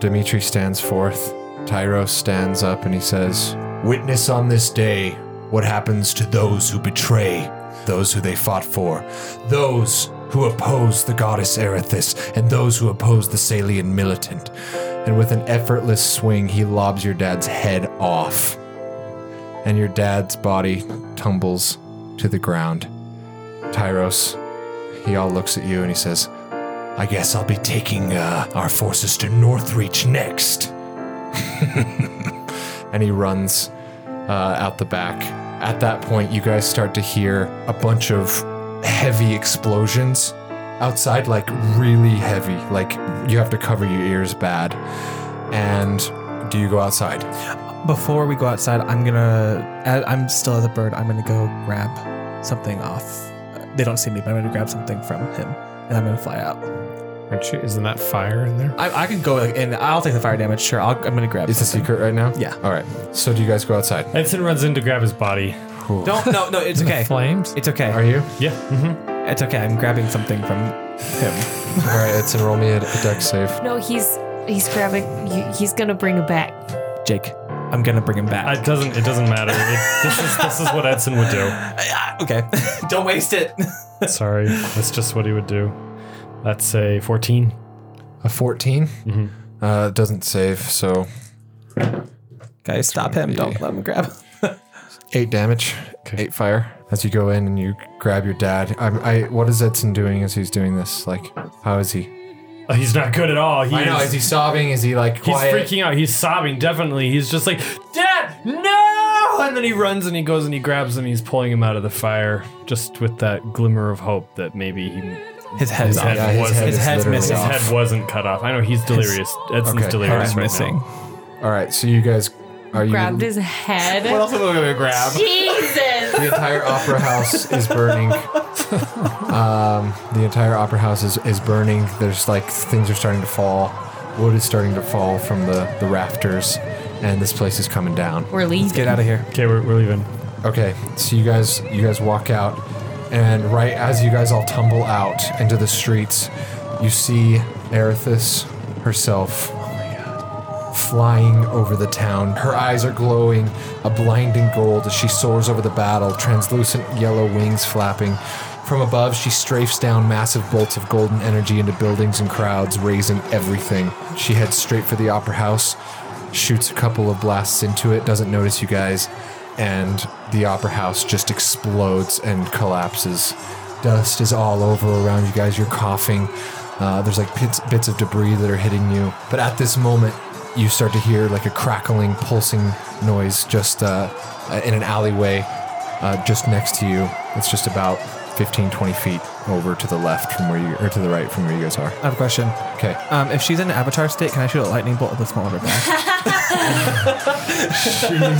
Speaker 2: Dimitri stands forth. Tyros stands up and he says, Witness on this day what happens to those who betray those who they fought for, those who oppose the goddess Erithis, and those who oppose the Salian militant. And with an effortless swing, he lobs your dad's head off, and your dad's body tumbles to the ground. Tyros, he all looks at you and he says, I guess I'll be taking uh, our forces to Northreach next. and he runs uh, out the back. At that point, you guys start to hear a bunch of heavy explosions outside, like really heavy. Like you have to cover your ears bad. And do you go outside?
Speaker 1: Before we go outside, I'm gonna. I- I'm still as a bird. I'm gonna go grab something off. They don't see me, but I'm gonna grab something from him, and I'm gonna fly out.
Speaker 4: Aren't you? Isn't that fire in there?
Speaker 1: I, I could go like, and I'll take the fire damage. Sure, I'll, I'm gonna grab.
Speaker 2: It's a
Speaker 1: something.
Speaker 2: secret right now?
Speaker 1: Yeah.
Speaker 2: All right. So do you guys go outside?
Speaker 7: Edson runs in to grab his body.
Speaker 2: Cool.
Speaker 1: Don't. No, no. It's okay.
Speaker 4: Flames.
Speaker 1: It's okay.
Speaker 2: Are you?
Speaker 7: Yeah. Mm-hmm.
Speaker 1: It's okay. I'm grabbing something from him.
Speaker 2: All right. It's enroll me at a deck save.
Speaker 9: no, he's he's grabbing. he- He's gonna bring him back.
Speaker 1: Jake, I'm gonna bring him back.
Speaker 7: It doesn't. It doesn't matter. It, this is this is what Edson would do.
Speaker 1: Ah, okay. don't waste it.
Speaker 7: Sorry, that's just what he would do. Let's say fourteen.
Speaker 2: A 14? Mm-hmm. Uh, it doesn't save, so
Speaker 1: Guys, stop him. Don't let him grab.
Speaker 2: Eight damage,
Speaker 7: Okay.
Speaker 2: eight fire. As you go in and you grab your dad, I, I what is Edson doing as he's doing this? Like, how is he?
Speaker 7: Oh, he's not good at all. He
Speaker 2: I know.
Speaker 7: is-
Speaker 2: Is he sobbing? Is he like
Speaker 7: He's
Speaker 2: quiet?
Speaker 7: freaking out. He's sobbing, definitely. He's just like, Dad, no! And then he runs and he goes and he grabs him. He's pulling him out of the fire, just with that glimmer of hope that maybe he,
Speaker 1: His head's
Speaker 7: his
Speaker 1: off.
Speaker 7: head
Speaker 2: Yeah, his
Speaker 7: wasn't.
Speaker 2: head
Speaker 1: His
Speaker 2: is
Speaker 1: head's
Speaker 2: literally
Speaker 1: missing.
Speaker 7: his
Speaker 2: off.
Speaker 7: head wasn't cut off. I know he's delirious. Edson's
Speaker 2: Okay,
Speaker 7: delirious
Speaker 2: head's
Speaker 7: right
Speaker 1: missing.
Speaker 7: now.
Speaker 2: All right. So you guys are you?
Speaker 9: Grabbed his head.
Speaker 2: else am I gonna grab?
Speaker 6: Jesus.
Speaker 2: The entire opera house is burning. um, the entire opera house is, is burning. There's like things are starting to fall. Wood is starting to fall from the, the rafters, and this place is coming down.
Speaker 9: We're leaving.
Speaker 1: Get out of here.
Speaker 7: Okay, we're, we're leaving.
Speaker 2: Okay, so you guys you guys walk out And right as you guys all tumble out into the streets, you see Erithus herself flying over the town. Her eyes are glowing a blinding gold as she soars over the battle, translucent yellow wings flapping. From above, she strafes down massive bolts of golden energy into buildings and crowds, raising everything. She heads straight for the opera house, shoots a couple of blasts into it, doesn't notice you guys, and the opera house just explodes and collapses. Dust is all over around you guys. You're coughing. Uh, there's like bits, bits of debris that are hitting you. But at this moment, you start to hear like a crackling, pulsing noise just uh, in an alleyway uh, just next to you. It's just about 15, 20 feet over to the left from where you, or to the right from where you guys are.
Speaker 1: I have a question.
Speaker 2: Okay.
Speaker 1: Um, if she's in an avatar state, can I shoot a lightning bolt at the small of her back?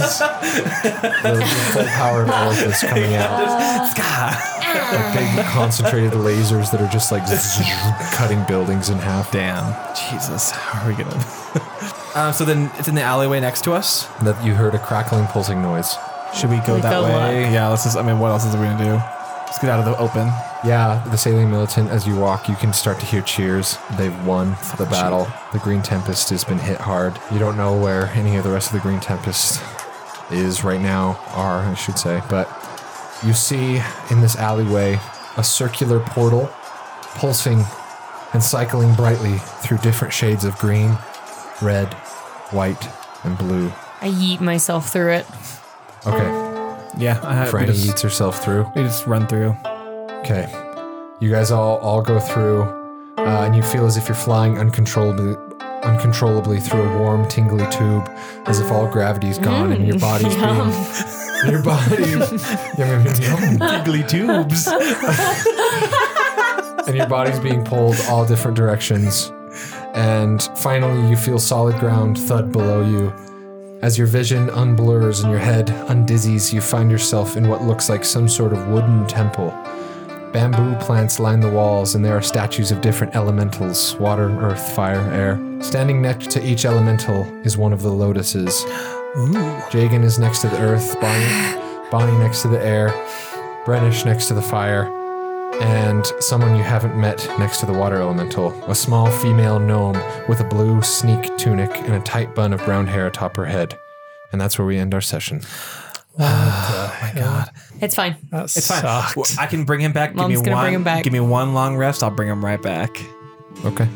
Speaker 2: The, the full power of all of this coming out. Like big concentrated lasers that are just like cutting buildings in half.
Speaker 1: Damn. Jesus, how are we gonna? um, so then it's in the alleyway next to us.
Speaker 2: That you heard a crackling, pulsing noise.
Speaker 1: Should we go
Speaker 2: We
Speaker 1: that
Speaker 2: go
Speaker 1: way? Yeah. Let's just. I mean, what else is we gonna do? Let's get out of the open.
Speaker 2: Yeah, the Saline Militant, as you walk, you can start to hear cheers. They've won the battle. The Green Tempest has been hit hard. You don't know where any of the rest of the Green Tempest is right now, are, I should say. But you see in this alleyway a circular portal pulsing and cycling brightly through different shades of green, red, white, and blue.
Speaker 9: I yeet myself through it.
Speaker 2: Okay.
Speaker 1: Yeah, I have. we
Speaker 2: Franny
Speaker 1: just-
Speaker 2: eats herself through.
Speaker 1: We just run through.
Speaker 2: Okay. You guys all all go through, uh, and you feel as if you're flying uncontrollably uncontrollably through a warm, tingly tube, as if all gravity's gone and your
Speaker 9: Mm. Hmm.
Speaker 2: body's being your body yum, yum, yum.
Speaker 1: Tingly tubes.
Speaker 2: and your body's being pulled all different directions. And finally, you feel solid ground thud below you. As your vision unblurs and your head undizzies, you find yourself in what looks like some sort of wooden temple. Bamboo plants line the walls, and there are statues of different elementals water, earth, fire, air. Standing next to each elemental is one of the lotuses. Jagan is next to the earth, Bonnie, Bonnie next to the air, Brennish next to the fire, and someone you haven't met next to the water elemental, a small female gnome with a blue sneak tunic and a tight bun of brown hair atop her head. And that's where we end our session.
Speaker 9: It's fine.
Speaker 1: It's fine. Well, I can bring him back.
Speaker 9: Mom's
Speaker 1: give me
Speaker 9: gonna
Speaker 1: one,
Speaker 9: bring him back.
Speaker 1: Give me one long rest. I'll bring him right back.
Speaker 2: Okay.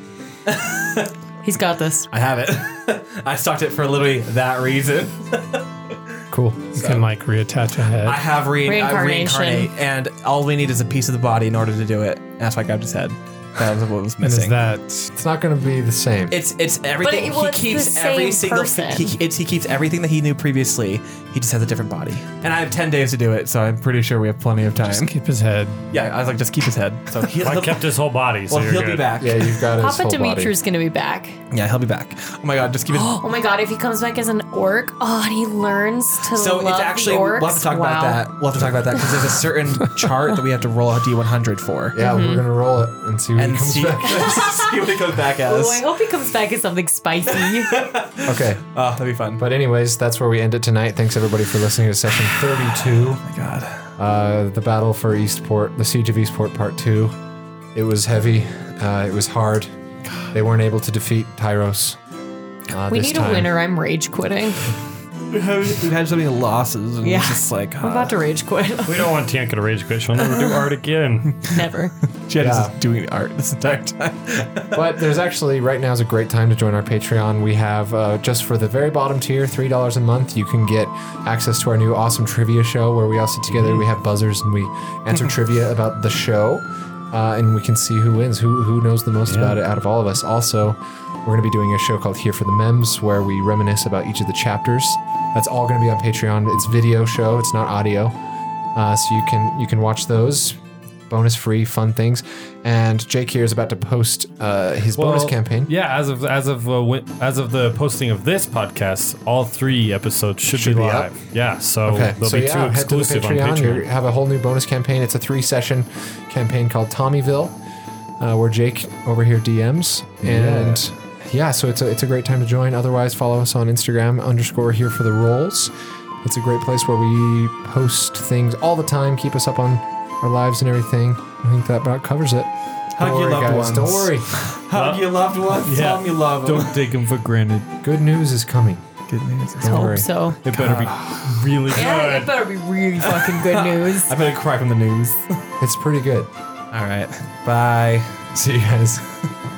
Speaker 9: He's got this.
Speaker 1: I have it. I stocked it for literally that reason.
Speaker 2: Cool.
Speaker 4: You can like reattach a head.
Speaker 1: I have re- I
Speaker 9: Reincarnation.
Speaker 1: reincarnate, and all we need is a piece of the body in order to do it. And that's why I grabbed his head. That was what was
Speaker 4: and is
Speaker 1: missing.
Speaker 4: that
Speaker 2: It's not going to be the same.
Speaker 1: It's it's everything.
Speaker 9: it- well,
Speaker 1: he
Speaker 9: it's
Speaker 1: keeps
Speaker 9: the same
Speaker 1: every single
Speaker 9: person.
Speaker 1: He, it's, he keeps everything that he knew previously. He just has a different body. And I have ten days to do it, so I'm pretty sure we have plenty of time.
Speaker 4: just keep his head?
Speaker 1: yeah, I was like, just keep his head. So he'll,
Speaker 7: I
Speaker 1: he'll-
Speaker 7: kept his whole body, so
Speaker 1: well,
Speaker 7: you're
Speaker 1: he'll
Speaker 7: good.
Speaker 1: be back.
Speaker 2: yeah, you've got his
Speaker 9: Papa
Speaker 2: whole body.
Speaker 9: Demetri's gonna be back.
Speaker 1: Yeah, he'll be back. Oh my god, just keep it.
Speaker 9: Oh my god, if he comes back as an orc, oh, and he learns to
Speaker 1: So
Speaker 9: love
Speaker 1: it's actually
Speaker 9: the orcs.
Speaker 1: we'll have to talk
Speaker 9: wow.
Speaker 1: about that. We'll have to talk about that because there's a certain chart that we have to roll a d100 for
Speaker 2: Yeah, we're going to roll it and see what
Speaker 1: and
Speaker 2: comes
Speaker 1: see, see
Speaker 2: back.
Speaker 1: what it goes back
Speaker 9: Oh, I
Speaker 1: as.
Speaker 9: hope he comes back as something spicy.
Speaker 2: Okay.
Speaker 1: Oh, that'd be fun.
Speaker 2: But anyways, that's where we end it tonight. Thanks everybody for listening to session 32.
Speaker 1: Oh my god,
Speaker 2: uh, the battle for Eastport, the siege of Eastport, part two. It was heavy. Uh, it was hard. They weren't able to defeat Tyros. Uh,
Speaker 9: we
Speaker 2: this
Speaker 9: need
Speaker 2: time.
Speaker 9: a winner. I'm rage quitting.
Speaker 1: we've had, we've had so many losses, and
Speaker 9: Yeah.
Speaker 1: it's just like
Speaker 9: I'm about to rage quit.
Speaker 7: We don't want Tianka to rage quit. She'll never do art again.
Speaker 9: Never.
Speaker 1: Jen
Speaker 2: Yeah.
Speaker 1: is just doing art this entire time.
Speaker 2: But there's actually right now is a great time to join our Patreon. We have uh, just for the very bottom tier, three dollars a month, you can get access to our new awesome trivia show where we all sit together, we have buzzers, and we answer trivia about the show, uh, and we can see who wins, who who knows the most about it out of all of us. Also. We're going to be doing a show called Here for the Memes, where we reminisce about each of the chapters. That's all going to be on Patreon. It's video show; it's not audio uh, so you can you can watch those bonus free fun things and jake here is about to post uh, his bonus
Speaker 7: Well,
Speaker 2: campaign
Speaker 7: Yeah, as of as of uh, wi- as of the posting of this podcast, all three episodes should,
Speaker 2: Should
Speaker 7: be
Speaker 2: be up.
Speaker 7: live. Yeah, so
Speaker 2: okay
Speaker 7: there'll
Speaker 2: so
Speaker 7: be
Speaker 2: yeah
Speaker 7: two
Speaker 2: head to the
Speaker 7: exclusive on
Speaker 2: patreon
Speaker 7: Patreon.
Speaker 2: you have a whole new bonus campaign it's a three session campaign called tommyville uh, where jake over here dms and yeah so it's a, it's a great time to join otherwise follow us on instagram underscore here for the rolls it's a great place where we post things all the time keep us up on our lives and everything. I think that about covers it.
Speaker 7: Hug your loved
Speaker 2: guys, Don't
Speaker 7: ones.
Speaker 2: worry.
Speaker 7: Hug your loved ones, Yeah. tell 'em you love 'em. Don't
Speaker 2: take them for granted. Good news is coming. Good news.
Speaker 9: Hope so.
Speaker 7: It better be really good.
Speaker 9: Yeah, it better be really fucking good news.
Speaker 7: I better crack on the news.
Speaker 2: It's pretty good.
Speaker 1: All right. Bye.
Speaker 2: See you guys.